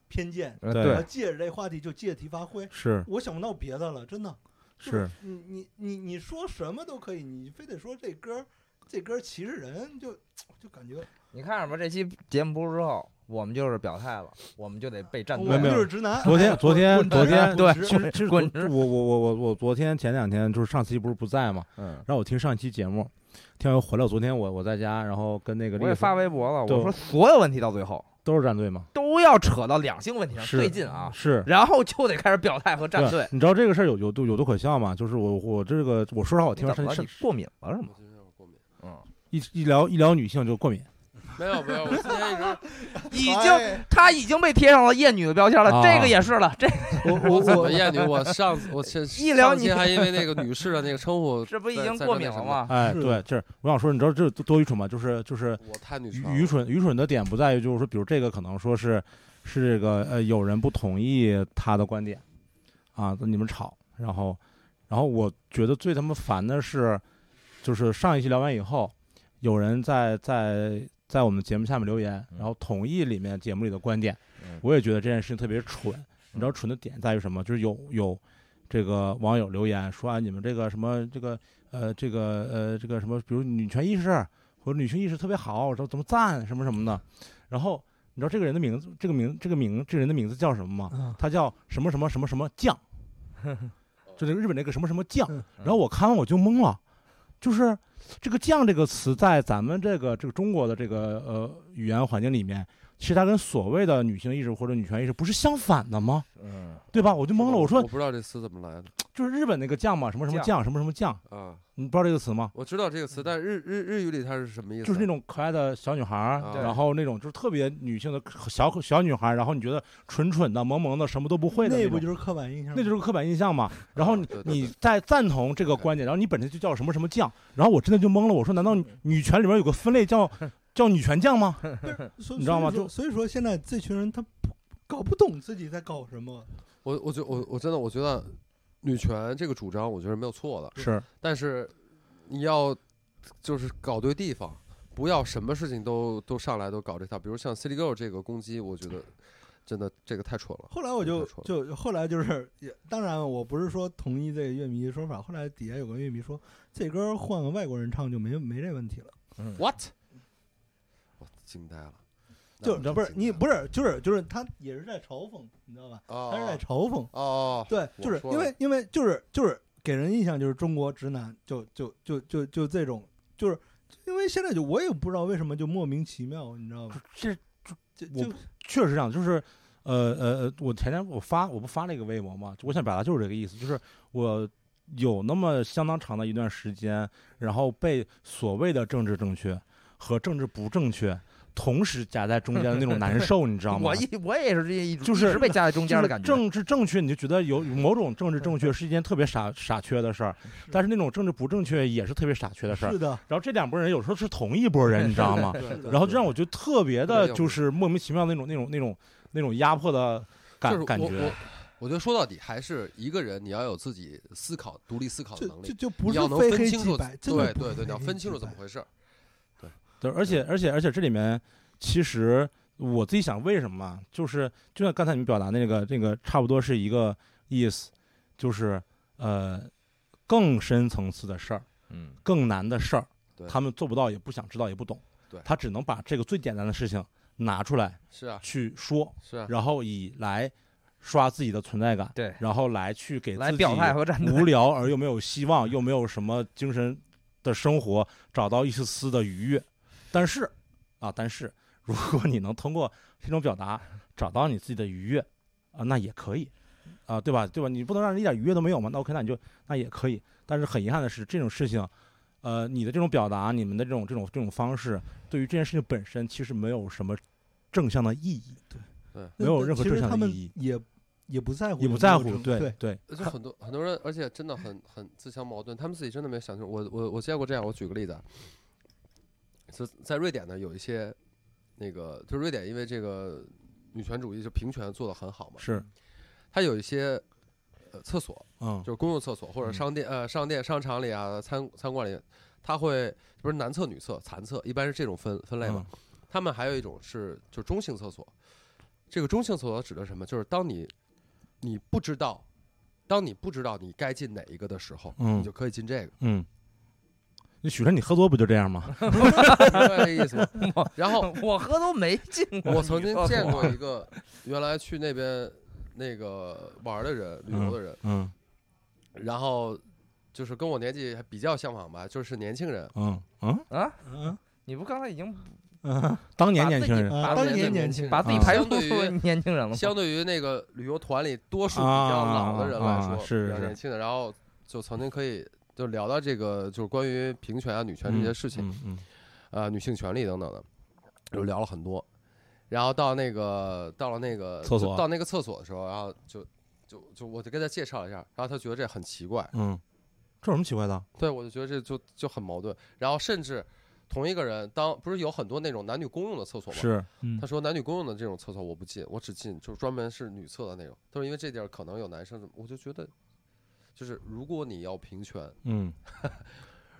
S3: 偏见，
S1: 呃
S2: 对
S3: 然后
S1: 对，
S3: 借着这话题就借题发挥。
S2: 是
S3: 我想不到别的了，真的。就是你你你你说什么都可以，你非得说这歌儿这歌儿歧视人，就就感觉
S1: 你看着吧，这期节目播出之后，我们就是表态了，我们就得被站
S3: 我
S1: 队。
S2: 没有没有
S3: 就是直男。
S2: 昨天
S3: 哎
S2: 昨天
S3: 滚
S2: 昨天
S3: 滚
S1: 对
S3: 直
S2: 其实其实
S1: 啊滚
S2: 我我我我我昨天前两天就是上期不是不在嘛，
S1: 嗯，
S2: 然后我听上一期节目，听完回来，我昨天我我在家，然后跟那个
S1: 我也
S2: 丽
S1: 发
S2: 发
S1: 微博了，
S2: 对
S1: 我说所有问题到最后
S2: 都是战队嘛，
S1: 都要扯到两性问题上
S2: 是
S1: 最近啊，
S2: 是。
S1: 然后就得开始表态和站
S2: 对
S1: 队。
S2: 你知道这个事儿有有多有多可笑吗？就是我我这个我说实话，我
S1: 你
S2: 听完
S1: 怎
S2: 上
S1: 么了？
S2: 上
S1: 你过敏了是吗？嗯，
S2: 一一聊一聊女性就过
S1: 啊
S2: 敏，
S4: 没有没有，我今天一 直
S1: 已经
S3: 哎
S1: 他已经被贴上了厌女的标签了，
S2: 啊
S1: 这个也是了，这
S3: 我
S4: 我怎么
S3: 我我
S4: 厌女？我上次我 前
S1: 一聊
S4: 上期
S1: 你
S4: 还因为那个女士的那个称呼，
S1: 这不已
S4: 在
S1: 经
S4: 在
S1: 过
S4: 那
S1: 敏
S4: 个什
S1: 了
S4: 么
S1: 吗？
S2: 哎，
S3: 是
S2: 对，这我想说，你知道这多多愚蠢吗？就是就是
S4: 我太女权了
S2: 愚愚蠢愚蠢的点不在于就是说，比如这个可能说是是这个呃有人不同意他的观点啊，你们吵，然后然后我觉得最他妈烦的是，就是上一期聊完以后，有人在在在我们节目下面留言，
S1: 嗯
S2: 然后同意里面节目里的观点
S1: 嗯，
S2: 我也觉得这件事情特别蠢。你知道蠢的点在于什么？就是有有这个网友留言说啊，你们这个什么这个呃这个呃这个什么，比如女权意识或者女性意识特别好，然后怎么赞什么什么的。然后你知道这个人的名字，这个名这个名这个人的名字叫什么吗？
S3: 嗯
S2: 他叫什么什么什么什么酱，就是日本那个什么什么酱
S3: 嗯。
S2: 然后我看完我就懵了，就是这个“酱”这个词在咱们这个这个中国的这个呃语言环境里面，其实它跟所谓的女性意识或者女权意识不是相反的吗？
S1: 嗯，
S2: 对吧？我就懵了，我说
S4: 我不知道这词怎么来的
S2: 就是日本那个酱嘛，什么什么酱，什么什么酱，
S4: 啊，
S2: 你不知道这个词吗？
S4: 我知道这个词，但日日日语里它是什么意思？
S2: 嗯就是那种可爱的小女孩儿，
S4: 啊
S2: 然后那种就是特别女性的小小女孩儿，然后你觉得蠢蠢的、萌萌的，什么都不会的
S3: 那
S2: 种
S3: 不，就是刻板印象吗？
S2: 那就是刻板印象 嘛。然后你
S4: 对对对
S2: 你在赞同这个观点，然后你本身就叫什么什么酱，然后我真的就懵了，我说难道女女权里面有个分类叫叫女权酱 吗？
S3: 所以
S2: 你知道吗
S3: 所以说
S2: 就
S3: 所以说现在这群人他不搞不懂自己在搞什么。
S4: 我我觉我我真的我觉得女权这个主张我觉得没有错的，
S2: 是
S4: 但是你要就是搞对地方，不要什么事情都都上来都搞这套。比如像 City Girl 这个攻击，我觉得真的这个太蠢了。
S3: 后来我就
S4: 太蠢了
S3: 就后来就是也，当然我不是说同意这个乐迷的说法。后来底下有个乐迷说，这歌儿换个外国人唱就没没这问题了。
S4: What？我惊呆了，
S3: 就
S4: 那我
S3: 不是
S2: 啊
S3: 你
S4: 惊呆
S3: 不是就是就是他也是在嘲讽，你知道吧？
S4: 了
S3: 他是在
S4: 哦
S3: 嘲讽。
S4: 哦，
S3: 对，
S4: 我
S3: 就是
S4: 说
S3: 因
S4: 了
S3: 为因为就是就是给人印象就是中国直男就就就就就这种，就是因为现在就我也不知道为什么就莫名其妙，你知
S4: 嗯
S3: 道吗？
S2: 这
S3: 就
S2: 我
S3: 就
S2: 确实这样，就是，呃呃呃，我前天我发我不发那个微博嘛，我想表达就是这个意思，就是我有那么相当长的一段时间，然后被所谓的政治正确和政治不正确同时夹在中间的那种难受，你 知道吗
S1: 我？一我也是这一
S2: 就
S1: 一
S2: 是
S1: 直被夹在中
S2: 就
S1: 间
S2: 是
S1: 的感觉。
S2: 政治正确，你就觉得有某种政治正确是一件特别傻傻缺的事儿，但是那种政治不正确也是特别傻缺的事儿。
S3: 是的，
S2: 然后这两拨人有时候是同一拨人，你知道吗？
S3: 是的
S2: 然后就让我觉得特别的，
S4: 对
S2: 就是莫名其妙那种、那种、那种、那种压迫的
S4: 就
S2: 感
S4: 是
S2: 感
S4: 我
S2: 觉
S4: 我。我觉得说到底还是一个人，你要有自己思考、独立思考的
S3: 就
S4: 能
S3: 就
S4: 力，
S3: 就不
S4: 你
S3: 是
S4: 要能
S3: 非
S4: 分
S3: 黑
S4: 清楚，
S3: 即白，真的
S4: 对
S3: 不
S4: 对
S3: 是
S4: 对，你
S3: 非
S4: 要
S3: 黑
S4: 分
S3: 即
S4: 清楚怎么
S3: 白
S4: 回事儿。
S2: 对，而且而且而且这里面其实我自己想为什么啊，就是就像刚才你们表达那个那个差不多是一个意思，就是呃更深层次的事儿，
S5: 嗯
S2: 更难的事儿
S4: 对，
S2: 他们做不到，也不想知道，也不懂，
S4: 对
S2: 他只能把这个最简单的事情拿出来
S4: 是啊，
S2: 去说，
S4: 是啊，
S2: 然后以来刷自己的存在感，
S1: 对，
S2: 然后来去给
S1: 来
S2: 自己
S1: 表态和站队
S2: 无聊而又没有希望，又没有什么精神的生活，找到一丝丝的愉悦。但是啊，但是如果你能通过这种表达找到你自己的愉悦啊，那也可以啊，对吧？对吧？你不能让人一点愉悦都没有嘛？那 OK，那你就那也可以。但是很遗憾的是，这种事情。呃，你的这种表达，你们的这种这种这种方式，对于这件事情本身其实没有什么正向的意义，没有
S3: 那
S2: 任何
S3: 其
S2: 正
S3: 实
S2: 向
S3: 他
S2: 的
S3: 们
S2: 意义
S3: 也也不在乎，
S2: 也不在乎，对
S3: 对，
S2: 对，
S4: 就很多很多人，而且真的很很自相矛盾，他们自己真的没有想清楚。我我我见过这样，我举个例子，啊，就在瑞典呢，有一些那个，就瑞典因为这个女权主义就平权做得很好嘛，
S2: 是，
S4: 它有一些呃厕所，
S2: 嗯
S4: 就是公用厕所或者
S2: 嗯
S4: 商店、呃商店商场里啊餐餐馆里，它会不是男厕女厕残厕，一般是这种分分类嘛。
S2: 嗯
S4: 他们还有一种是就中性厕所，这个中性厕所指的是什么？就是当你你不知道，当你不知道你该进哪一个的时候，
S2: 嗯
S4: 你就可以进这个，
S2: 嗯，那许晨，你喝多不就这样吗？
S4: 明白这 意思吗？然后
S1: 我喝都没进过。哦
S4: 我曾经
S1: 你
S4: 见
S1: 说
S4: 过一个原来去那边那个玩儿的人，旅游的人，
S2: 嗯
S4: 然后就是跟我年纪还比较相仿吧，就是年轻人，
S2: 嗯嗯，
S1: 我啊，
S3: 嗯
S1: 你不刚才已经
S3: 嗯，
S2: 当年年轻人
S1: 把
S3: 啊
S1: 自
S3: 当
S1: 己
S3: 年年轻
S4: 轻人
S1: 把自己
S2: 啊
S1: 排
S4: 相
S1: 除
S4: 对于
S1: 年轻人了吗？
S4: 相对于那个旅游团里多数比较老的人来说，
S2: 啊啊啊啊是
S4: 比较
S2: 是
S4: 年轻的，然后就曾经可以就聊到这个就是关于平权啊、女权这些事情，
S2: 嗯嗯
S4: 啊、女性权利等等的，就聊了很多。然后到那个到了那个
S2: 厕所
S4: 就到那个厕所的时候，然后就就就我就跟他介绍了一下，然后他觉得这很奇怪，
S2: 嗯，这有什么奇怪的？
S4: 对我就觉得这就就很矛盾。然后甚至同一个人，当不是有很多那种男女公用的厕所吗？
S2: 是，
S5: 嗯
S4: 他说男女公用的这种厕所我不进，我只进就是专门是女厕的那种。他说因为这地儿可能有男生什么，我就觉得，就是如果你要平权，
S2: 嗯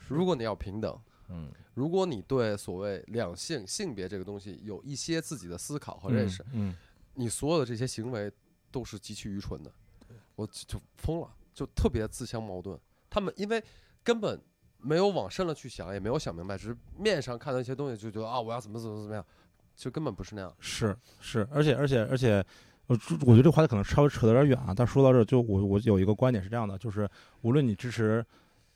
S4: 如果你要平等，
S5: 嗯
S4: 如果你对所谓两性性别这个东西有一些自己的思考和认识，，
S2: 嗯
S4: 你所有的这些行为都是极其愚蠢的。我就就疯了，就特别自相矛盾。他们因为根本没有往深了去想，也没有想明白，只是面上看到一些东西就觉得啊，我要怎么怎么怎么样，就根本不是那样。
S2: 是是，而且而且而且，我我觉得这个话题可能稍微扯得有点远啊。但说到这儿，就我我有一个观点是这样的，就是无论你支持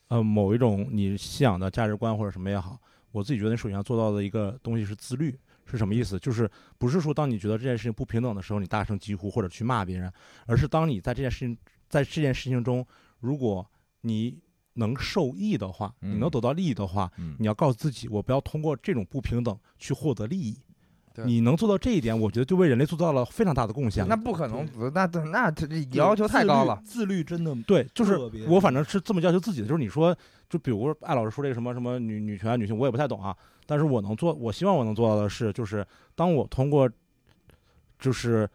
S2: 呃某一种你信仰的价值观或者什么也好，我自己觉得你首先要做到的一个东西是自律。是什么意思？就是不是说当你觉得这件事情不平等的时候，你大声疾呼或者去骂别人，而是当你在这件事情在这件事情中，如果你能受益的话，你能
S5: 嗯
S2: 得到利益的话，
S5: 嗯
S2: 你要告诉自己，我不要通过这种不平等去获得利益。
S4: 对
S2: 你能做到这一点，我觉得就为人类做到了非常大的贡献了。
S1: 那不可能，不那那那这要求太高了。
S3: 自律真的
S2: 对，就是
S3: 特别
S2: 我反正是这么要求自己的，就是你说，就比如艾老师说这个什么什么女女权啊女性，我也不太懂啊，但是呃我能做，我希望我能做到的是，就是当我通过，就是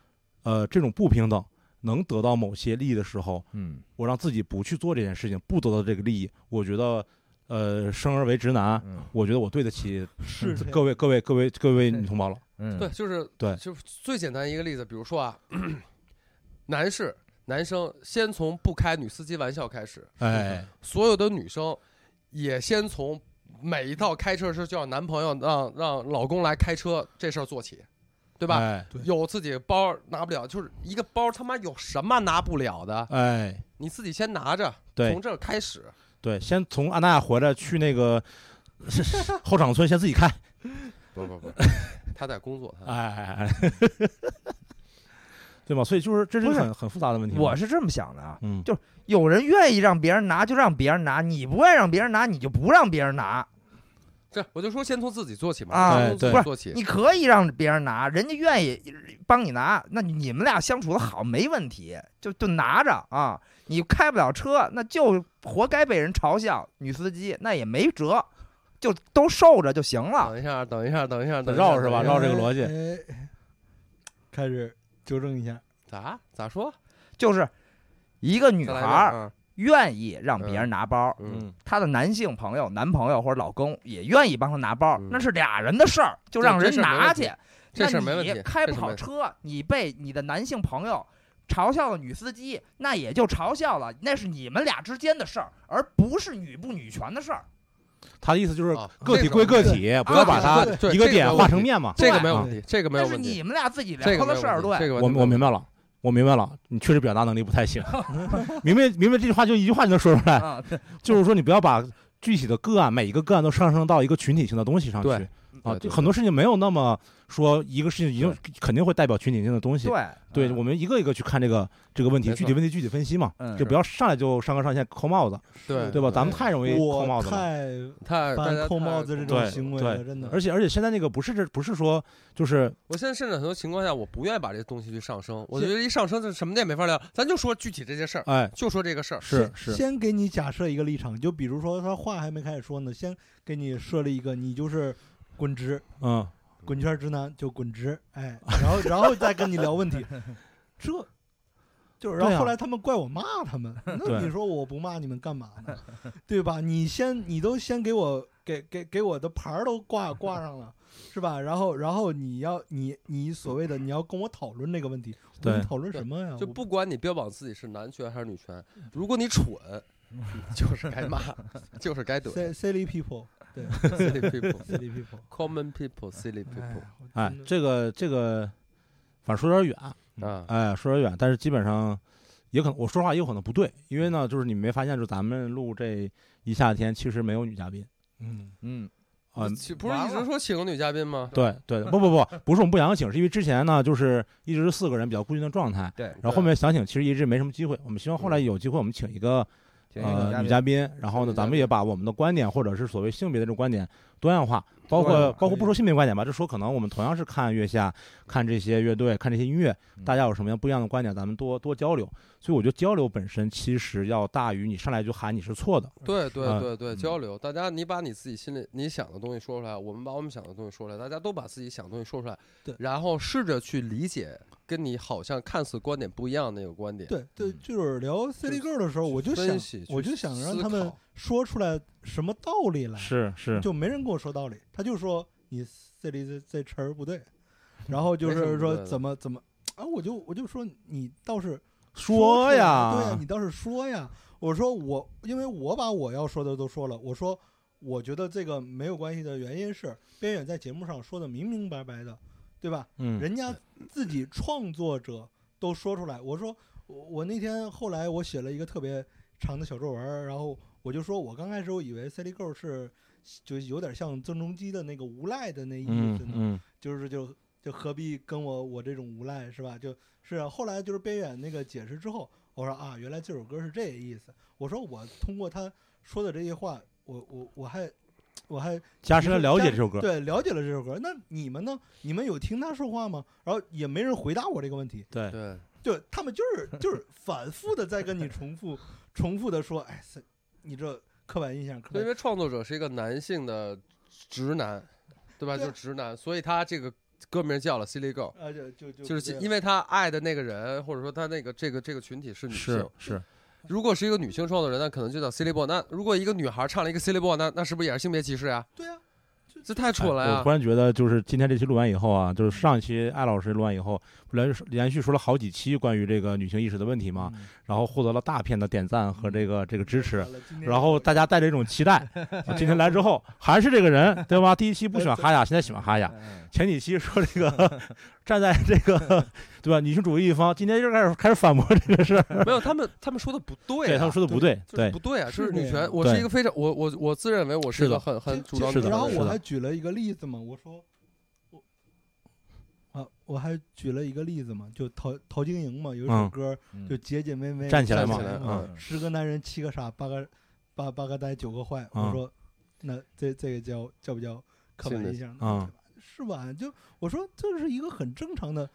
S2: 呃这种不平等能得到某些利益的时候，
S5: 嗯
S2: 我让自己不去做这件事情，不得到这个利益，我觉得呃生而为直男，
S5: 嗯
S2: 我觉得我对得起
S3: 是这样
S2: 各位各位各位各位
S1: 对
S2: 女同胞了。
S5: 嗯，
S4: 对，，就是
S2: 对
S4: 就是最简单一个例子，比如说啊，男士男生先从不开女司机玩笑开始，
S2: 哎，
S4: 所有的女生也先从每一套开车是叫男朋友让让老公来开车这事儿做起，对
S2: 对
S4: 吧？
S2: 哎，
S3: 对
S4: 有自己的包儿拿不了，就是一个包儿他妈有什么拿不了的？
S2: 哎
S4: 你自己先拿着，
S2: 对
S4: 从这儿开始。
S2: 对，先从安那亚回来去那个后场村，先自己开。
S4: 不不不， 他在工作，他
S1: 啊
S2: 哎哎哎， 对吗？所以就是这是一
S1: 不
S2: 个
S1: 是
S2: 很很复杂的问题嘛。
S1: 我是这么想的啊，
S2: 嗯
S1: 就有人愿意让别人拿就让别人拿，你不愿意让别人拿你就不让别人拿，
S4: 这我就说先从自己做起嘛，
S1: 啊
S4: 先从自
S2: 对
S4: 己做起。
S1: 你可以让别人拿，人家愿意帮你拿，那你们俩相处的好没问题，就就拿着啊。你开不了车，那就活该被人嘲笑，女司机那也没辙，就都受着就行了。
S4: 等一下，等一下，等一下，等一下
S2: 绕是吧
S4: 等一下
S2: 绕这个逻辑
S3: 辑，哎开始纠正一下，
S4: 咋咋说？
S1: 就是一个女
S4: 再来
S1: 孩
S4: 一遍
S1: 儿
S4: 啊
S1: 愿意让别人拿包，
S4: 嗯，
S1: 她的男性朋友、男朋友或者老公也愿意帮她拿包，
S4: 嗯
S1: 那是俩人的事儿，就
S4: 对
S1: 让
S4: 这
S1: 人
S4: 事儿没
S1: 拿
S4: 问题
S1: 去。
S4: 这事儿没
S1: 那
S4: 问
S1: 你
S4: 题，
S1: 开
S4: 这
S1: 不
S4: 事儿没
S1: 好
S4: 问题
S1: 车，你被你的男性朋友嘲笑了女司机，那也就嘲笑了，那是你们俩之间的事儿，而不是女不女权的事儿。
S2: 他的意思就是
S4: 啊
S2: 个体
S4: 这个
S2: 归个
S3: 对
S2: 体，不要把它
S3: 对
S2: 一个点画成，面嘛。
S4: 这个
S1: 对
S4: 没有问题这个没
S1: 那
S4: 有
S1: 是
S4: 问题，
S1: 你们俩自己
S4: 这
S1: 聊
S4: 个没
S1: 的
S4: 有
S1: 事儿，
S4: 问题，这
S1: 对。
S4: 个
S2: 我
S4: 完全
S2: 我
S4: 没有问题
S2: 明白了，我明白了，你确实表达能力不太行。明白明白，这句话就一句话就能说出来，
S1: 啊，
S2: 就是说你不要把具体的个案每一个个案都上升到一个群体性的东西上去
S4: 对
S2: 啊
S4: 对，
S2: 就
S4: 对
S2: 很多事情没有那么说一个事情一定肯定会代表群体性的东西。
S1: 对
S2: 对，
S1: 嗯
S2: 我们一个一个去看这个这个问题，
S4: 没错
S2: 具体问题具体分析嘛，
S1: 嗯
S2: 就不要上来就上纲上线扣帽子，
S4: 对
S2: 对吧？咱们
S4: 对
S2: 太容易扣
S3: 我
S2: 帽子了。
S3: 太
S4: 太大家
S3: 犯扣
S4: 太
S3: 帽子这
S2: 对
S3: 种行为了，真的。
S2: 而且而且现在那个不是这不是说就是
S4: 我现在甚至很多情况下，我不愿意把这东西去上升，我觉得一上升，这什么也没法聊，咱就说具体这些事儿，
S2: 哎
S4: 就说这个事儿。
S2: 是
S3: 先
S2: 是
S3: 先给你假设一个立场，就比如说他话还没开始说呢，先给你设立一个，你就是滚直，
S2: 嗯
S3: 滚圈直男就滚直，哎，然后然后再跟你聊问 题，这就是，然
S2: 对
S3: 后
S2: 啊
S3: 后来他们怪我骂他 们，那
S2: 对
S3: 你说我不骂你们干嘛呢？ 对吧？你先你都先给我给给给我的牌儿都挂挂上了，是吧？然后然后你要你你所谓的你要跟我讨论这个问题，我跟你
S2: 对
S3: 讨论什么呀？
S4: 就
S3: 我
S4: 不管你标榜自己是男权还是女权，如果你蠢，就是该骂，就是该 怼。
S3: silly silly people
S4: Silly people,
S3: silly people。
S4: common people, silly people
S3: 哎我
S2: 哎
S3: 真，的
S2: 这个这个，反正说有点远，
S4: 啊，
S2: 哎，说有点远，但是基本上也可能我说话也有可能不对，因为呢，就是你没发现，就咱们录这一夏天其实没有女嘉宾
S3: 嗯，
S1: 嗯，
S2: 啊。
S4: 其不是一直说请女嘉宾吗？
S2: 对对，不不不，不是我们不想请，是因为之前呢，就是一直是四个人比较固定的状态，
S1: 对，
S2: 然后后面想请，其实一直没什么机会。我们希望后
S3: 嗯
S2: 来有机会，我们请一个
S1: 请一个
S2: 呃
S1: 女
S2: 女
S1: 嘉
S2: 嘉宾，然后呢，咱们也把我们的观点或者是所谓性别的这种观点多样化，包
S1: 多样
S2: 括
S1: 化
S2: 包
S3: 可
S2: 括
S3: 以
S2: 不说性别观点吧，就说可能我们同样是看月下、看这些乐队、看这些音乐，
S1: 嗯
S2: 大家有什么样不一样的观点，咱们多多交流。所以我觉得交流本身其实要大于你上来就喊你是错的。
S4: 对
S2: 啊
S4: 对对对，
S1: 嗯
S4: 交流，大家你把你自己心里你想的东西说出来，我们把我们想的东西说出来，大家都把自己想的东西说出来，
S3: 对
S4: 然后试着去理解跟你好像看似观点不一样的那个观点，
S3: 对对，
S1: 嗯
S3: 就是聊 City Girl 的时候，我就
S4: 分
S3: 想
S4: 析，
S3: 我
S4: 去
S3: 就想让
S4: 思
S3: 他们
S4: 考
S3: 说出来什么道理来，
S2: 是是，
S3: 就没人跟我说道理，他就说你这里这这词儿 不对，然后就
S4: 没什么
S3: 是
S4: 不对
S3: 说
S4: 的
S3: 怎么怎么，啊，我就我就说你倒是
S2: 说
S3: 出来
S2: 呀
S3: 对呀，你倒是 说呀，我说我因为我把我要说的都说了，我说我觉得这个没有关系的原因是边远在节目上说的明明白白的，对吧？
S2: 嗯，
S3: 人家自己创作者都说出来。我说我我那天后来我写了一个特别长的小作文儿，然后我就说我刚开始我以为 Silly Girl 是就有点像郑中基的那个无赖的那意
S2: 嗯
S3: 思呢，
S2: 嗯
S3: 就是就就何必跟我我这种无赖是吧？就是啊后来就是边远那个解释之后，我说啊，原来这首歌是这个意思。我说我通过他说的这些话，我我我还我还
S2: 加深了了解这首歌。
S3: 对，了解了这首歌。那你们呢？你们有听他说话吗？然后也没人回答我这个问题。
S2: 对
S4: 对
S3: 对他们就是就是反复的在跟你重复、重复的说，哎，是你这刻板印象，刻
S4: 对，因
S3: 板
S4: 为创作者是一个男性的直男，对吧？
S3: 对
S4: 就直男，所以他这个歌名叫了 Silly Girl，
S3: 啊，就就就
S4: 就是因为他爱的那个人，或者说他那个这个这个群体是女
S2: 是
S4: 性。
S2: 是，
S4: 如果是一个女性创作人，那可能就叫 Silly Boy。那如果一个女孩唱了一个 Silly Boy，那那是不是也是性别歧视呀、
S3: 对啊，
S4: 这太蠢了
S2: 哎我
S4: 呀
S2: 突！然觉得，就是今天这期录完以后啊，就是上一期艾老师录完以后，不连连续说了好几期关于这个女性意识的问题嘛，
S4: 嗯
S2: 然后获得了大片的点赞和这个这个支持
S3: 完。了今天
S2: 然后大家带着一种期待，啊今天来之后还是这个人，对吧？第一期不喜欢哈雅，现在喜欢哈 雅。
S1: 嗯
S2: 前几期说这个站在这个对吧女性主义一方，今天又开始开始反驳这个事儿，
S4: 没有，他们他们说的不对、啊，
S2: 对他们说的不对，
S4: 就是
S2: 对
S4: 不对啊，就是
S3: 是
S4: 女
S3: 这
S4: 权。
S3: 样
S4: 我是
S2: 对
S4: 一个非常我我我自认为我是
S2: 是
S4: 一个
S2: 的
S4: 很很主
S3: 就
S4: 张
S2: 是
S4: 女
S2: 的
S4: 权
S3: 然后
S4: 人
S2: 是
S3: 我
S2: 的
S3: 还举了一个例子嘛，我说我啊，我还举了一个例子嘛，就陶陶晶莹嘛，有一首
S2: 嗯
S3: 歌
S1: 嗯
S3: 就结结妹妹
S2: 站起来
S4: 嘛
S3: 站起
S4: 嗯
S3: 嘛
S1: 嗯
S3: 十个男人七个傻，八个八八个呆九个坏。
S2: 嗯
S3: 我说，那这这个叫叫不叫刻板
S4: 性的
S3: 印象？
S2: 嗯，
S3: 是吧？就我说这是一个很正常的，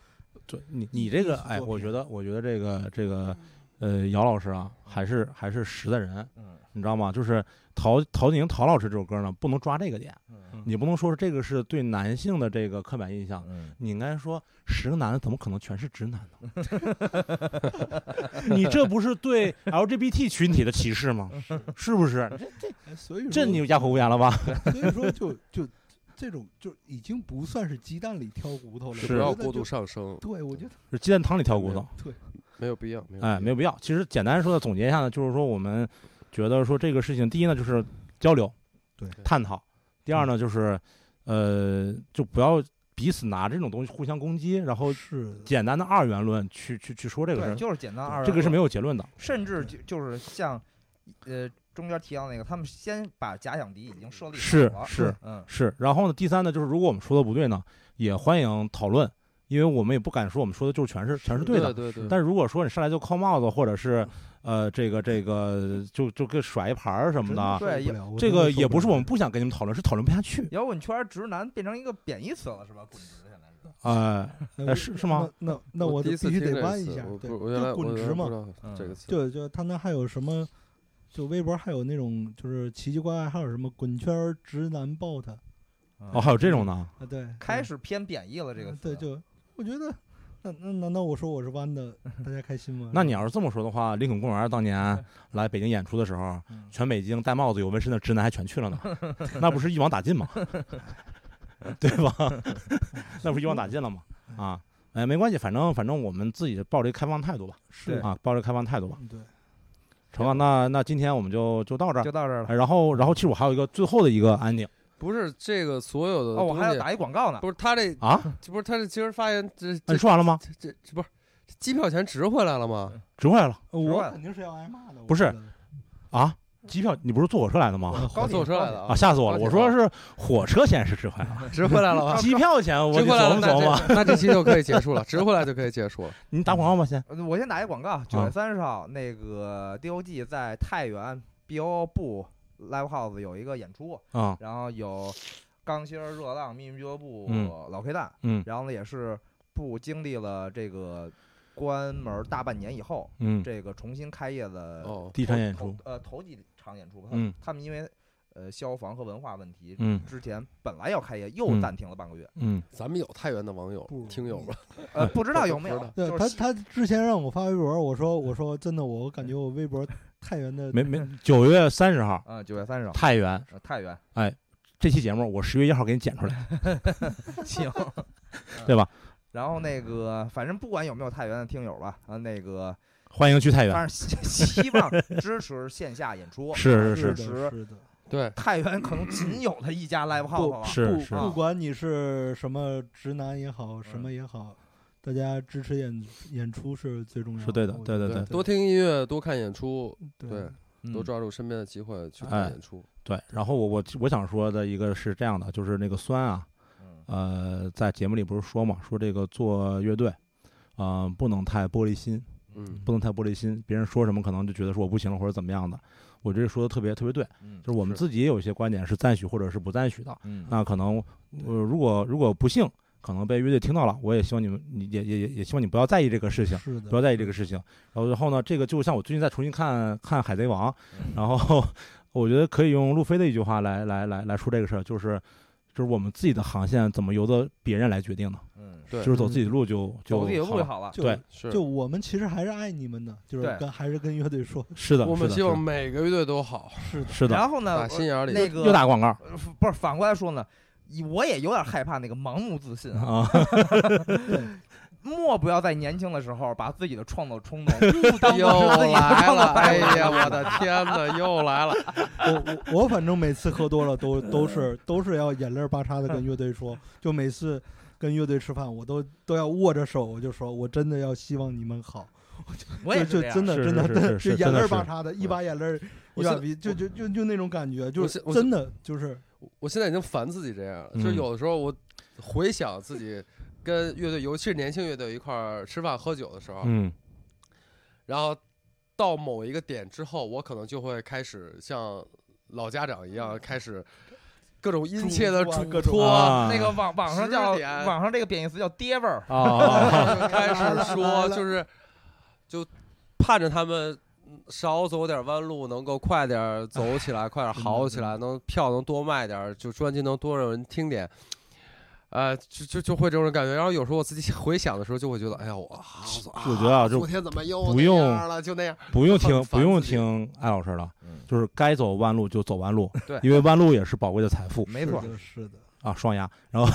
S2: 对你你这个
S3: 艺术
S2: 哎，
S3: 作
S2: 我
S3: 品
S2: 觉得我觉得这个这个呃姚老师啊，还是还是实在人，
S1: 嗯
S2: 你知道吗？就是陶陶晶莹陶老师这首歌呢，不能抓这个点，
S1: 嗯
S3: 嗯
S2: 你不能说这个是对男性的这个刻板印象，
S1: 嗯，
S2: 你应该说十个男的怎么可能全是直男呢？ 你这不是 对 LGBT 群体的歧视吗？是不是？
S3: 哎所以
S2: 这
S3: 说
S2: 你就哑口无言了吧？
S3: 所以说就就这种就已经不算是鸡蛋里挑骨头了，
S2: 是
S3: 我
S4: 不要
S3: 觉得
S4: 过度
S3: 就
S4: 上升，
S3: 对，我觉得
S2: 是鸡蛋汤里挑骨头。
S3: 对，
S4: 没有必要，没有
S2: 哎，
S4: 必
S2: 没有必要。其实简单说的总结一下呢，就是说我们觉得说这个事情，第一呢就是交流，
S3: 对
S2: 探讨；第
S4: 嗯
S2: 二呢就是，呃，就不要彼此拿这种东西互相攻击，然后
S3: 是的
S2: 简单的二元论去去去说这个
S1: 对，
S2: 事儿，嗯
S1: 就是简单二元论，
S2: 这个是没有结论的。
S1: 甚至就就是像呃中间提到那个，他们先把假想敌已经设立
S2: 是
S1: 好了，
S2: 是
S1: 嗯，
S2: 是。然后呢，第三呢就是如果我们说的不对呢，也欢迎讨论，因为我们也不敢说我们说的就是全是全是
S4: 要，
S2: 对的。
S4: 对对，
S2: 但是如果说你上来就扣帽子，或者是呃这个这个就就跟甩一盘儿什么
S3: 真
S2: 的
S3: 的
S1: 对
S3: 受
S1: 也
S3: 不了
S2: 这个也不是我们
S3: 不
S2: 不想跟你们讨论，是讨论不下去。
S1: 摇滚圈直男变成一了一个贬义词了，是吧？滚直现在是。
S2: 呃，
S3: 能
S2: 呃是是吗？
S3: 那那那我
S4: 第
S3: 就
S4: 一次
S3: 必须
S4: 听
S3: 得
S4: 这个
S3: 弯一
S4: 词
S3: 下
S4: 我，
S3: 对，
S4: 不我原来
S3: 就滚直嘛。
S4: 嘛这个词，
S3: 就就他那还有什么？就微博还有那种就是奇奇怪怪，还有什么滚圈儿直男 bot
S1: 嗯
S2: 哦，还有这种呢？？
S3: 啊？对，
S1: 开始偏贬义了这个
S3: 嗯
S1: 词，
S3: 对，就我觉得，那那难道我说我是弯的，大家开心吗
S2: 那你要是这么说的话，林肯公园当年来北京演出的时候，
S3: 嗯
S2: 全北京戴帽子有纹身的直男还全去了呢，那不是一网打尽吗？对吧？ 那不是一网打尽了吗？啊，哎，没关系，反正反正我们自己抱着一个开放态度吧，
S3: 是
S2: 啊，抱着开放态度吧。
S3: 嗯对，
S2: 成啊，那那今天我们就就到这儿
S1: 就。到这儿了。
S2: 哎然后然后其实我还有一个最后的一个安定
S4: 不是这个所有的
S1: 哦，我还
S4: 东
S1: 要
S4: 西
S1: 打一广告呢
S4: 不。是他这
S2: 啊，
S4: 这不是他这今儿发言这
S2: 那
S4: 这
S2: 哎你说完了吗？
S4: 这这这不是这机票钱值回来了吗？
S2: 值回来了
S3: 呃
S1: 十
S3: 我
S1: 万
S3: 肯定是要挨骂的。我
S2: 不是
S3: 觉得
S2: 啊？机票你不是坐火车来 的吗？
S3: 我
S1: 高铁
S4: 坐车来的
S2: 啊，吓死我了！
S4: 高铁
S2: 我说是火车钱是值 回来了，
S4: 值回来了吧？
S2: 机票钱 我
S4: 值
S2: 得
S4: 回来
S2: 琢
S4: 了，
S2: 磨
S4: 那
S2: 琢磨。
S4: 这那这期就可以结束了，值回来就可以结束了。
S2: 你打广告吧先。
S1: 呃我先打一广告，九月三十号，那个 DOG 在太原 BO 部 Live House 有一个演出，
S2: 啊，
S1: 然后有钢芯儿、热浪、秘密俱乐部、
S2: 嗯
S1: 老 K 蛋，
S2: 嗯
S1: 然后呢也是部经历了这个关门大半年以后，
S2: 嗯，
S1: 这个重新开业的头、
S4: 哦，
S2: 第一场演出
S1: 头，呃头几场演出吧，
S2: 嗯
S1: 他们因为呃消防和文化问题，
S2: 嗯
S1: 之前本来要开业又
S2: 嗯
S1: 暂停了半个月，
S2: 嗯，
S4: 咱们有太原的网友
S3: 不
S4: 听友吧？
S1: 呃不知道有没有
S4: 不知道，
S3: 对
S1: 就是
S3: 他
S1: 希
S3: 他之前让我发微博，我说我说真的，我感觉我微博太原的
S2: 没没，九月三十号，
S1: 啊九月三十号
S2: 太原
S1: 呃太 原
S2: 这期节目我十月一号给你剪出来，
S1: 行， 嗯
S2: 对吧？
S1: 然后那个反正不管有没有太原的听友吧，啊那个
S2: 欢迎去太原，
S1: 反正希 希望支持线下演出，
S2: 是
S1: 是
S2: 是
S3: 是
S1: 是
S3: 的，是的。
S4: 对，
S1: 太原可能仅有的一家 live house 吧。
S2: 是
S3: 不
S2: 是嗯
S1: 啊
S3: 不管你是什么直男也好，什么也好，大家支持演演出是最重要的。
S2: 是对的
S3: 我
S2: 对
S3: 觉
S2: 对对
S3: 得
S4: 多听音乐，多看演出，对
S3: 对，
S2: 嗯
S4: 多抓住身边的机会去
S2: 哎
S4: 看演出。
S2: 对。然后我我我想说的一个是这样的，就是那个酸啊，
S1: 嗯
S2: 呃，在节目里不是说嘛，说这个做乐队，呃，不能太玻璃心，
S4: 嗯，
S2: 不能太玻璃心，别人说什么可能就觉得说我不行了或者怎么样的。我这说的特别特别对，
S1: 嗯
S2: 就是我们
S4: 是
S2: 自己也有一些观点是赞许或者是不赞许的。
S1: 嗯
S2: 那可能呃，如果如果不幸可能被乐队听到了，我也希望你们，你也也也也希望你不要在意这个事情，
S3: 是的，
S2: 不要在意这个事情。然后然后呢，这个就像我最近在重新看看《海贼王》，
S1: 嗯
S2: 然后我觉得可以用路飞的一句话来来来来说这个事儿，就是就是我们自己的航线怎么由得别人来决定呢？
S1: 嗯，
S4: 对
S2: 就是走自己的路就就
S1: 走自己的
S2: 好
S1: 路就
S2: 了。
S1: 好了。
S3: 就
S2: 对
S4: 是
S3: 就我们其实还是爱你们的，就是
S1: 对
S3: 跟还是跟乐 队说，
S2: 是的，
S4: 我们
S2: 是的
S4: 希望每个乐队 都好，
S3: 是的，
S2: 是的，
S1: 然后呢
S4: 打，心眼儿里。
S1: 那
S2: 是的又
S1: 个
S2: 打广告
S1: 呃不是反过来说呢，以我也有点害怕那个盲目自信啊，
S2: 啊，
S1: 莫不要在年轻的时候把自己的创作冲动 误当
S4: 又
S1: 做是自己的
S4: 来
S1: 创
S4: 了，
S1: 作
S4: 哎
S1: 快
S4: 呀，我的天哪，又来了！
S3: 我我我反正每次喝多了都都是都是要眼泪巴叉的跟乐 队说，就每次跟乐队吃饭，我都都要握着手，我就说我真的要希望你们好，
S1: 我也
S3: 就是
S1: 这样
S3: 真的
S2: 是是
S3: 真的
S2: 是
S3: 真的
S2: 是
S3: 就
S2: 真
S3: 眼
S2: 的
S3: 泪
S2: 是嗯
S3: 巴叉的，一把眼泪儿
S4: 我
S3: 一
S4: 现
S3: 把鼻，就就就就那种感觉，就
S4: 我
S3: 是
S4: 现我
S3: 真的就是
S4: 我现在已经烦自己这样了，
S2: 嗯
S4: 就是有的时候我回想自己跟乐队，尤其是年轻乐队一块儿吃饭喝酒的时候，
S2: 嗯
S4: 然后到某一个点之后，我可能就会开始像老家长一
S2: 嗯
S4: 样，开始各种殷切的
S3: 嘱
S4: 嘱
S3: 托各种
S4: 托，
S2: 啊
S1: 那个网网上叫
S4: 十点
S1: 网上这个贬义词叫爹味儿，
S2: 啊，
S4: 开始说，就是就盼着他们少走点弯路，能够快点走起来，快点好起来，能票能多卖点儿，就专辑能多让人听点。呃，就就就会这种感觉，然后有时候我自己回想的时候，就会觉得，哎呀，我啊
S2: 我觉得啊
S4: 啊
S2: 就
S4: 昨天怎么又
S2: 不
S4: 那
S2: 用
S4: 样了，就那样，
S2: 不用听
S4: 很，
S2: 不
S4: 烦
S2: 用
S4: 自己
S2: 听艾老师了，
S1: 嗯
S2: 就是该走弯路就走弯路，
S1: 对
S2: 因为弯路也是宝贵的财富
S1: 没错
S3: 是，的，是 的，
S2: 啊，双压，然后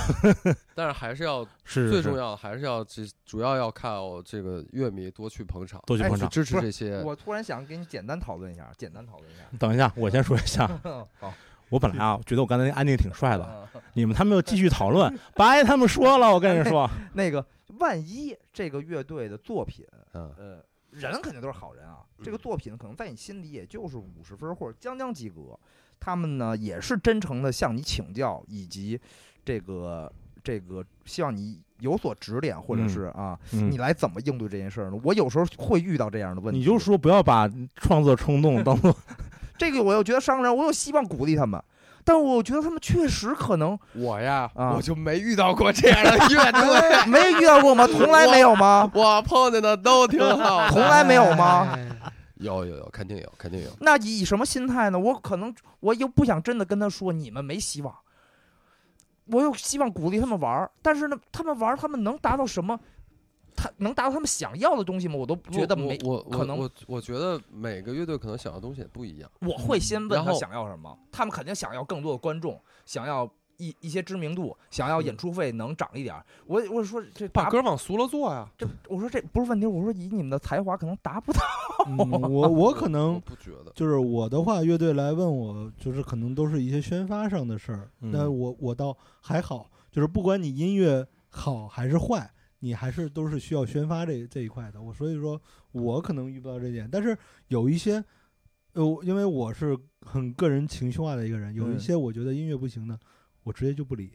S4: 但是还是要
S2: 是
S4: 最
S2: 是
S4: 重
S2: 是
S4: 要的，还是要这主要要靠这个乐迷多去捧场，
S2: 多去
S1: 哎
S2: 捧
S4: 去
S2: 场。
S4: 支持
S1: 不是
S4: 这些。
S1: 我突然想给你简单讨论一下，简单讨论一 下。
S2: 等一下，我先说一 下，
S1: 好，
S2: 我本来啊觉得我刚才那安静挺帅的，
S1: 嗯
S2: 你们他们又继续讨论，白他们说了，我跟你说，
S1: 那个万一这个乐队的作品，
S4: 嗯，
S1: 呃，人肯定都是好人啊，
S2: 嗯
S1: 这个作品可能在你心里也就是五十分或者将将及格，他们呢也是真诚的向你请教，以及这个这个希望你有所指点，或者
S2: 嗯
S1: 是啊，
S2: 嗯
S1: 你来怎么应对这件事儿呢？我有时候会遇到这样的 问题，
S2: 你就说不要把创作冲动当做
S1: 这个，我又觉得商人，我又希望鼓励他们，但我觉得他们确实可能
S4: 我呀，
S1: 啊
S4: 我就没遇到过这样的乐队，
S1: 没遇到过吗？从来没有 吗？
S4: 我碰见的都挺好的，
S1: 从来没有吗？
S4: 有有有，肯定有，肯定有。
S1: 那以什么心态呢？我可能我又不想真的跟他说你们没希望，我又希望鼓励他们玩儿，但是呢，他们玩儿他们能达到什么？他能达到他们想要的东西吗？我都觉得
S4: 我
S1: 没。
S4: 我
S1: 可能
S4: 我我我觉得每个乐队可能想要的东西也不一样。
S1: 我会先问
S4: 嗯然
S1: 他
S4: 后
S1: 想要什么，他们肯定想要更多的观众，想要一一些知名度，想
S4: 嗯
S1: 要演出费能涨一点儿。我我说这达
S4: 把歌往俗了做呀，
S1: 这我说这不是问题，我说以你们的才华可能达不到。
S3: 嗯我我可
S4: 我
S3: 能
S4: 不觉得。
S3: 就是我的话，乐队来问我，就是可能都是一些宣发上的事儿。
S2: 嗯
S3: 但我我倒还好，就是不管你音乐好还是坏，你还是都是需要宣发这这一块的。我所以说我可能遇不到这点，但是有一些，呃，我因为我是很个人情绪化的一个人，有一
S1: 嗯
S3: 些我觉得音乐不行的，我直接就不理。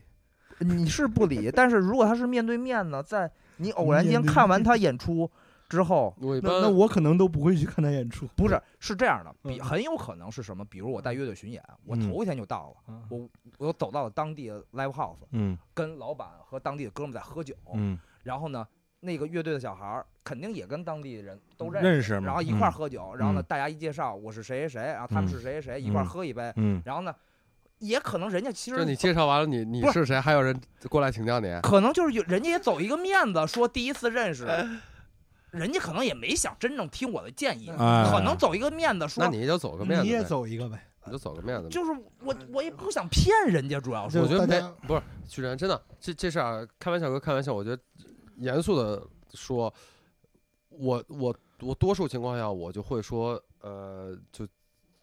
S1: 你是不理，但是如果他是面对面呢，在你偶然间
S3: 面对
S1: 看完他演出之后，
S4: 我一
S3: 那
S4: 般
S3: 那我可能都不会去看他演出。
S1: 不是是这样的，比
S3: 嗯
S1: 很有可能是什么？比如我带乐队巡演，我
S2: 嗯
S1: 头一天就到了，
S3: 嗯，
S1: 我我走到了当地的 live house，
S2: 嗯
S1: 跟老板和当地的哥们在喝酒，
S2: 嗯
S1: 然后呢，那个乐队的小孩儿肯定也跟当地人都认识，
S2: 认识嘛，
S1: 然后一块儿
S2: 嗯
S1: 喝酒，然后呢，
S2: 嗯
S1: 大家一介绍我是谁谁谁，然后他们
S2: 嗯
S1: 是谁谁谁，一块儿
S2: 嗯
S1: 喝一杯，
S2: 嗯
S1: 然后呢，也可能人家其
S4: 就
S1: 实
S4: 你介绍完了你你
S1: 不
S4: 是谁，还有人过来请教你。
S1: 可能就是有人家也走一个面子，说第一次认识，
S4: 哎
S1: 人家可能也没想真正听我的建议，
S2: 哎
S1: 可能走一个面子说
S4: 那，你就走个面子呗，
S3: 你也走一个呗。
S4: 你就走个面子呗。
S1: 就是我我也不想骗人家，主要
S3: 就是
S4: 我觉得
S3: 大
S4: 没
S3: 家
S4: 不是许然，真的这这事儿啊开玩笑归开玩笑，我觉得严肃的说，我我我多数情况下我就会说，呃，就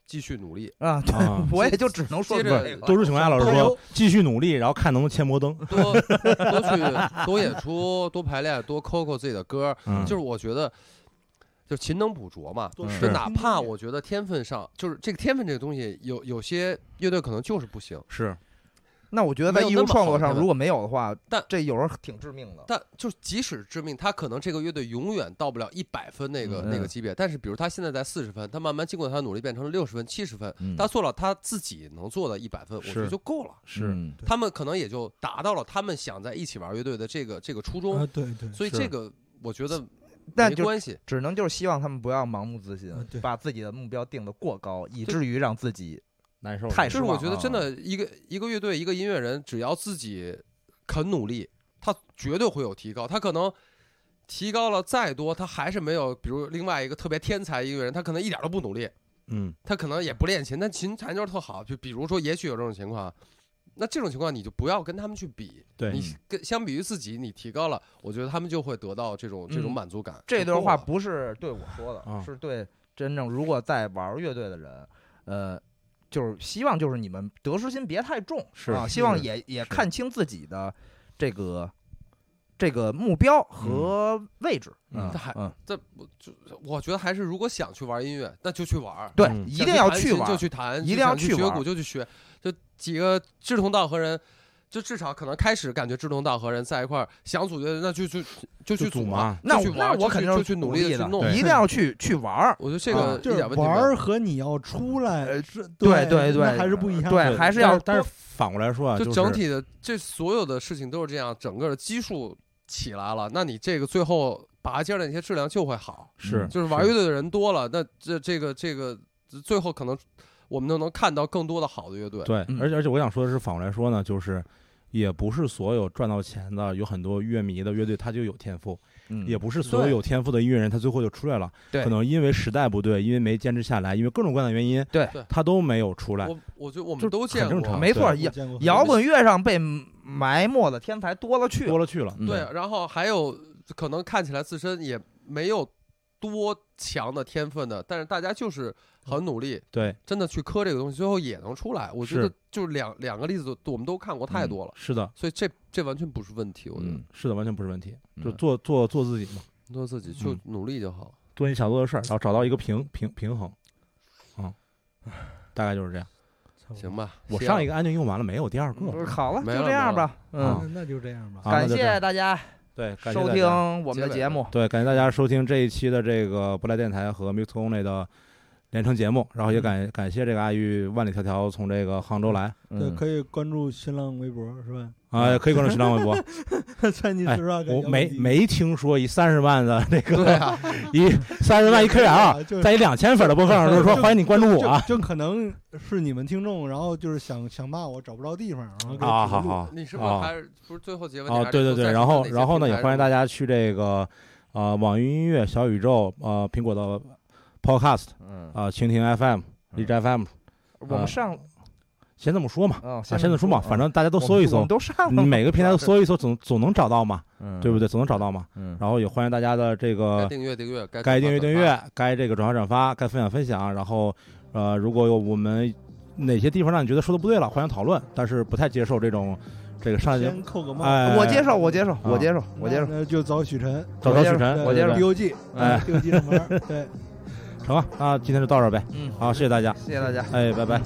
S4: 继续努力，
S1: 啊， 对
S2: 啊
S1: 我也就只能说
S4: 接
S1: 这
S4: 着
S1: 个
S2: 多数情况下，老师
S4: 都
S2: 说
S4: 有
S2: 继续努力，然后看能不能牵摩登。
S4: 多多去多演出，多排练，多抠抠自己的歌儿，
S2: 嗯，
S4: 就是我觉得。就勤能补拙嘛，
S3: 多
S2: 嗯
S4: 就是哪怕我觉得天分上，就是这个天分这个东西，有有些乐队可能就是不行，
S2: 是
S1: 那我觉得
S4: 没
S1: 在
S4: 有
S1: 艺
S4: 那
S1: 术
S4: 么
S1: 创
S4: 好
S1: 作上
S4: 看的
S1: 如果没有的话，
S4: 但
S1: 这有时候挺致命的。
S4: 但就即使致命，他可能这个乐队永远到不了一百分那个、
S1: 嗯
S4: 那个级别。但是，比如他现在在四十分，他慢慢经过他的努力，变成了六十分、七十分，
S1: 嗯
S4: 他做了他自己能做的一百分，我觉得
S2: 是
S4: 就够了。
S2: 是，
S1: 嗯
S4: 他们可能也就达到了他们想在一起玩乐队的这个这个初衷，
S3: 啊，对对，
S4: 所以
S2: 是
S4: 这个我觉得
S1: 但
S4: 没
S1: 就
S4: 关系。
S1: 只能就是希望他们不要盲目自信
S3: 啊，对
S1: 把自己的目标定得过高，以
S4: 对
S1: 至于让自己
S2: 难受。
S1: 太
S4: 就是
S1: 失
S4: 我
S1: 望。啊
S4: 觉得真，的一个一个乐队一个音乐人，只要自己肯努力，他绝对会有提高。他可能提高了再多，他还是没有，比如另外一个特别天才音乐人，他可能一点都不努力。
S2: 嗯
S4: 他可能也不练琴，但琴弹就是特好。就比如说，也许有这种情况，那这种情况你就不要跟他们去比，
S2: 对嗯
S4: 你跟相比于自己，你提高了，我觉得他们就会得到这种这种
S1: 嗯
S4: 满足感。
S1: 这
S4: 就够
S1: 段话
S4: 了
S1: 不是对我说
S2: 啊
S1: 的，是对真正如果在玩乐队的人，呃，就是希望就是你们得失心别太重，
S2: 是
S1: 啊，
S2: 是
S1: 希望也也看清自己的这个这个目标和位置，
S2: 嗯
S1: 嗯
S4: 这还
S1: 嗯，
S4: 这我就我觉得还是如果想去玩音乐，那就去玩，
S1: 对，
S2: 嗯
S1: 一
S4: 想
S1: 定要
S4: 弹
S1: 去
S4: 琴
S1: 玩
S4: 就，去弹，
S1: 一定要
S4: 想去
S1: 去
S4: 学
S1: 玩
S4: 鼓就去学，就几个志同道合人。就至少可能开始感觉志同道合人在一块儿想组队，那就就
S2: 就
S4: 就去
S2: 组
S4: 组
S2: 嘛
S4: 就
S1: 那我
S4: 去玩
S1: 那
S4: 就
S1: 我
S4: 去
S1: 肯定
S4: 就是去努
S1: 力
S4: 力的去弄。
S2: 对
S1: 一定要去去玩儿。
S4: 我觉得这
S1: 啊
S4: 个一
S3: 就
S4: 点
S3: 是
S4: 问题没有
S3: 玩儿和你要出来是，
S1: 对对对
S3: 那还是不一样。
S1: 对还是要
S2: 但是反过来说啊，
S4: 就是整体的这所有的事情都是这样，整个的基数起来了，那你这个最后拔尖儿的那些质量就会好。
S2: 是
S4: 就是玩乐队的人多了，那这这个这个最后可能我们都能看到更多的好的乐队。
S2: 对，
S1: 嗯
S2: 而且而且我想说的是，反过来说呢，就是也不是所有赚到钱的，有很多乐迷的乐队他就有天赋，
S1: 嗯
S2: 也不是所有
S1: 对
S2: 有天赋的音乐人他最后就出来了，
S1: 对
S2: 可能因为时代不对，因为没坚持下来，因为各种各样的原因，
S1: 对
S4: 对
S2: 他都没有出来。
S4: 我我觉得我
S2: 就
S4: 们都
S2: 很
S4: 见
S2: 正
S4: 过，
S2: 常
S1: 没错，
S3: 我
S1: 摇
S3: 见过很多
S1: 摇滚乐上被埋没的天才多了去
S2: 多
S1: 了，
S2: 了去了，
S1: 嗯
S4: 对，，然后还有可能看起来自身也没有多强的天分的，但是大家就是很努力，
S2: 对，
S4: 真的去磕这个东西，最后也能出来。我觉
S2: 是嗯
S4: 得就是两两个例子都，我们都看过太多了，
S2: 是的，
S4: 所以这这完全不是问题。我觉得
S1: 嗯，
S2: 是的，完全不是问题，就
S1: 嗯
S2: 做做做自己嘛，
S4: 做自己就
S2: 嗯
S4: 努力就好。
S2: 做你想做的事儿，然后找到一个平平平衡，嗯，大概就是这样。
S4: 行吧，
S2: 我
S4: 希
S2: 上
S4: 望
S2: 一个安静用完了，没有第二个
S1: 嗯好了，
S4: 没
S1: 就
S4: 了
S1: 这样
S4: 没
S1: 吧，
S2: 啊
S1: 嗯，
S3: 那那就这样吧。
S2: 啊那
S1: 感
S2: 就这样
S1: 谢大家
S2: 对，感谢
S1: 收
S2: 大
S1: 听
S2: 家
S1: 我们
S4: 结
S1: 的
S4: 尾
S1: 节
S4: 吧
S1: 目，
S2: 对，感谢大家收听这一期的这个不来电台和 Mix Only 的连成节目，然
S4: 嗯
S2: 后也感感谢这个阿玉万里迢迢从这个杭州来
S3: 对，
S1: 嗯
S3: 可以关注新浪微博是吧？
S4: 嗯
S2: 啊，也可以关注新浪 微博。
S3: 在你
S2: 哎
S3: 身上，
S2: 我没没听说一三十万 的这
S4: 对
S2: 个
S4: 啊，
S2: 一三十万一 K 啊，
S3: 就
S2: 在一两千粉的播客上都说
S3: 就
S2: 欢迎你关注我啊
S3: 就就可能是你们听众，然后就是想想骂我找不着地方，然后给我
S2: 啊，
S3: 指个
S2: 好
S3: 路
S2: 好
S4: 你是不是
S2: 啊
S4: 还是不是最后结尾？
S2: 啊，对对对，然后然后呢也欢迎大
S4: 家。
S2: 家去这个呃网易云音乐、小宇宙、呃苹果的 Podcast
S1: 嗯，
S2: 啊、蜻蜓 FM、荔枝 FM，
S1: 我
S2: 呃
S1: 们上
S2: 先这么说嘛，
S1: 啊，
S2: 啊先这么说嘛，
S1: 嗯
S2: 反正大家都
S1: 我们
S2: 搜一
S1: 我
S2: 搜
S1: 们。都上
S2: 你
S1: 了，
S2: 每个平台都搜一搜，总总能找到嘛，
S1: 嗯
S2: 对不？对？总能找到嘛。
S1: 嗯，
S2: 然后也欢迎大家的这
S4: 该
S2: 个
S4: 订阅订阅，该
S2: 呃该
S4: 转
S2: 订
S4: 发
S2: 阅订
S4: 转发，
S2: 阅，该这个转发转发，该分享分享。然后，呃，如果有我们哪些地方让你觉得说的不对了，欢迎讨论，但是不太接受这种这个上来就
S3: 先扣个帽。
S2: 哎，
S1: 我接受，我接受，我
S2: 啊
S1: 接受，我接受。
S3: 那就找许晨，呃
S2: 找
S1: 我
S2: 到
S1: 接
S2: 许
S1: 受
S2: 晨，
S1: 我接
S2: 对
S1: 着
S2: 对
S1: 受
S2: 对
S3: 丢记，
S2: 哎
S3: 丢记上门儿，对。
S2: 成吧。那今天就到这儿呗。
S1: 嗯，
S2: 好，谢谢大家，
S1: 谢谢大家。
S2: 哎，拜拜。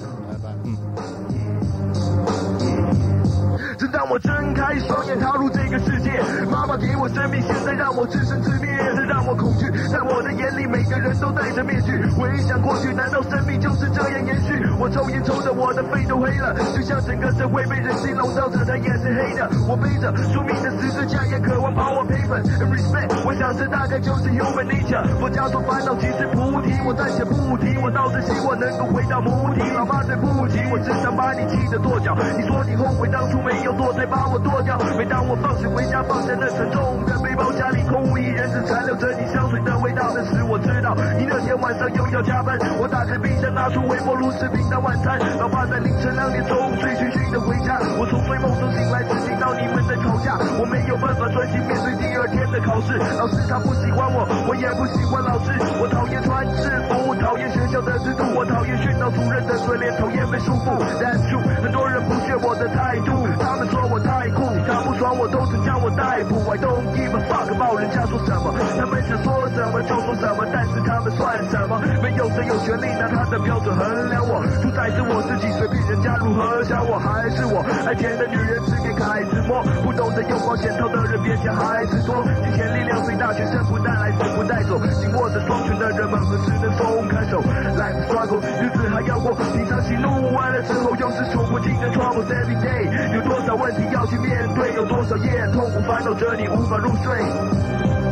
S5: 直到我睁开双眼踏入这个世界。妈妈给我生命，现在让我自生自灭，这让我恐惧。在我的眼里，每个人都戴着面具。回想过去，难道生命就是这样延续？我抽烟抽的我的肺都黑了，就像整个社会被人心笼罩着，它也是黑的。我背着宿命的十字架，也渴望把我 p a v e respect。我想这大概就是 human nature。佛家说烦恼其实菩提，我暂且不提，我倒是希望能够回到母体。老妈对不起，我只想把你气得跺脚。你说你后悔当初没有做对，把我剁掉。每当我放学回家，放下那沉重的背包，家里空无一人，只残留着你香水的味道。那时我知道，你那天晚上又要加班。我打开冰箱，拿出微波炉食品当晚餐。老爸在凌晨两点钟醉醺醺的回家，我从睡梦中醒来，只听到你们在吵架。我没有办法专心面对第二天的考试，老师他不喜欢我，我也不喜欢老师。我讨厌穿制服，讨厌学校的制度，我讨厌训导主任的嘴脸，讨厌被束缚。That's true，很多人不屑我的态度，他们说我太酷，他不爽我都是将我逮捕。I don't give a fuck about 人家说什么，他们想说什么就说什么，但是他们算什么？没有谁有权利拿他的标准衡量我，主宰是我自己，随便人家如何想我，还是我爱钱的女人只给凯子摸，不懂得用光显套的人别想孩子多，金钱力量最大，学生不带来死不带走，紧握着双拳的人们何时能松开手？Life struggle，日子还要过，平常喜怒完了之后又是数不尽的 troubles every day，有多少问题要去面对，有多少夜痛苦烦恼着你无法入睡。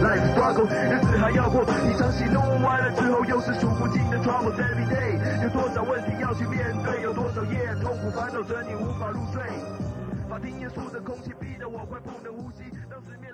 S5: Life struggle，日子还要过，一场喜怒完了之后又是数不尽的 troubles every day，有多少问题要去面对，有多少夜痛苦烦恼着你无法入睡。法庭严肃的空气逼得我快不能呼吸，当时面。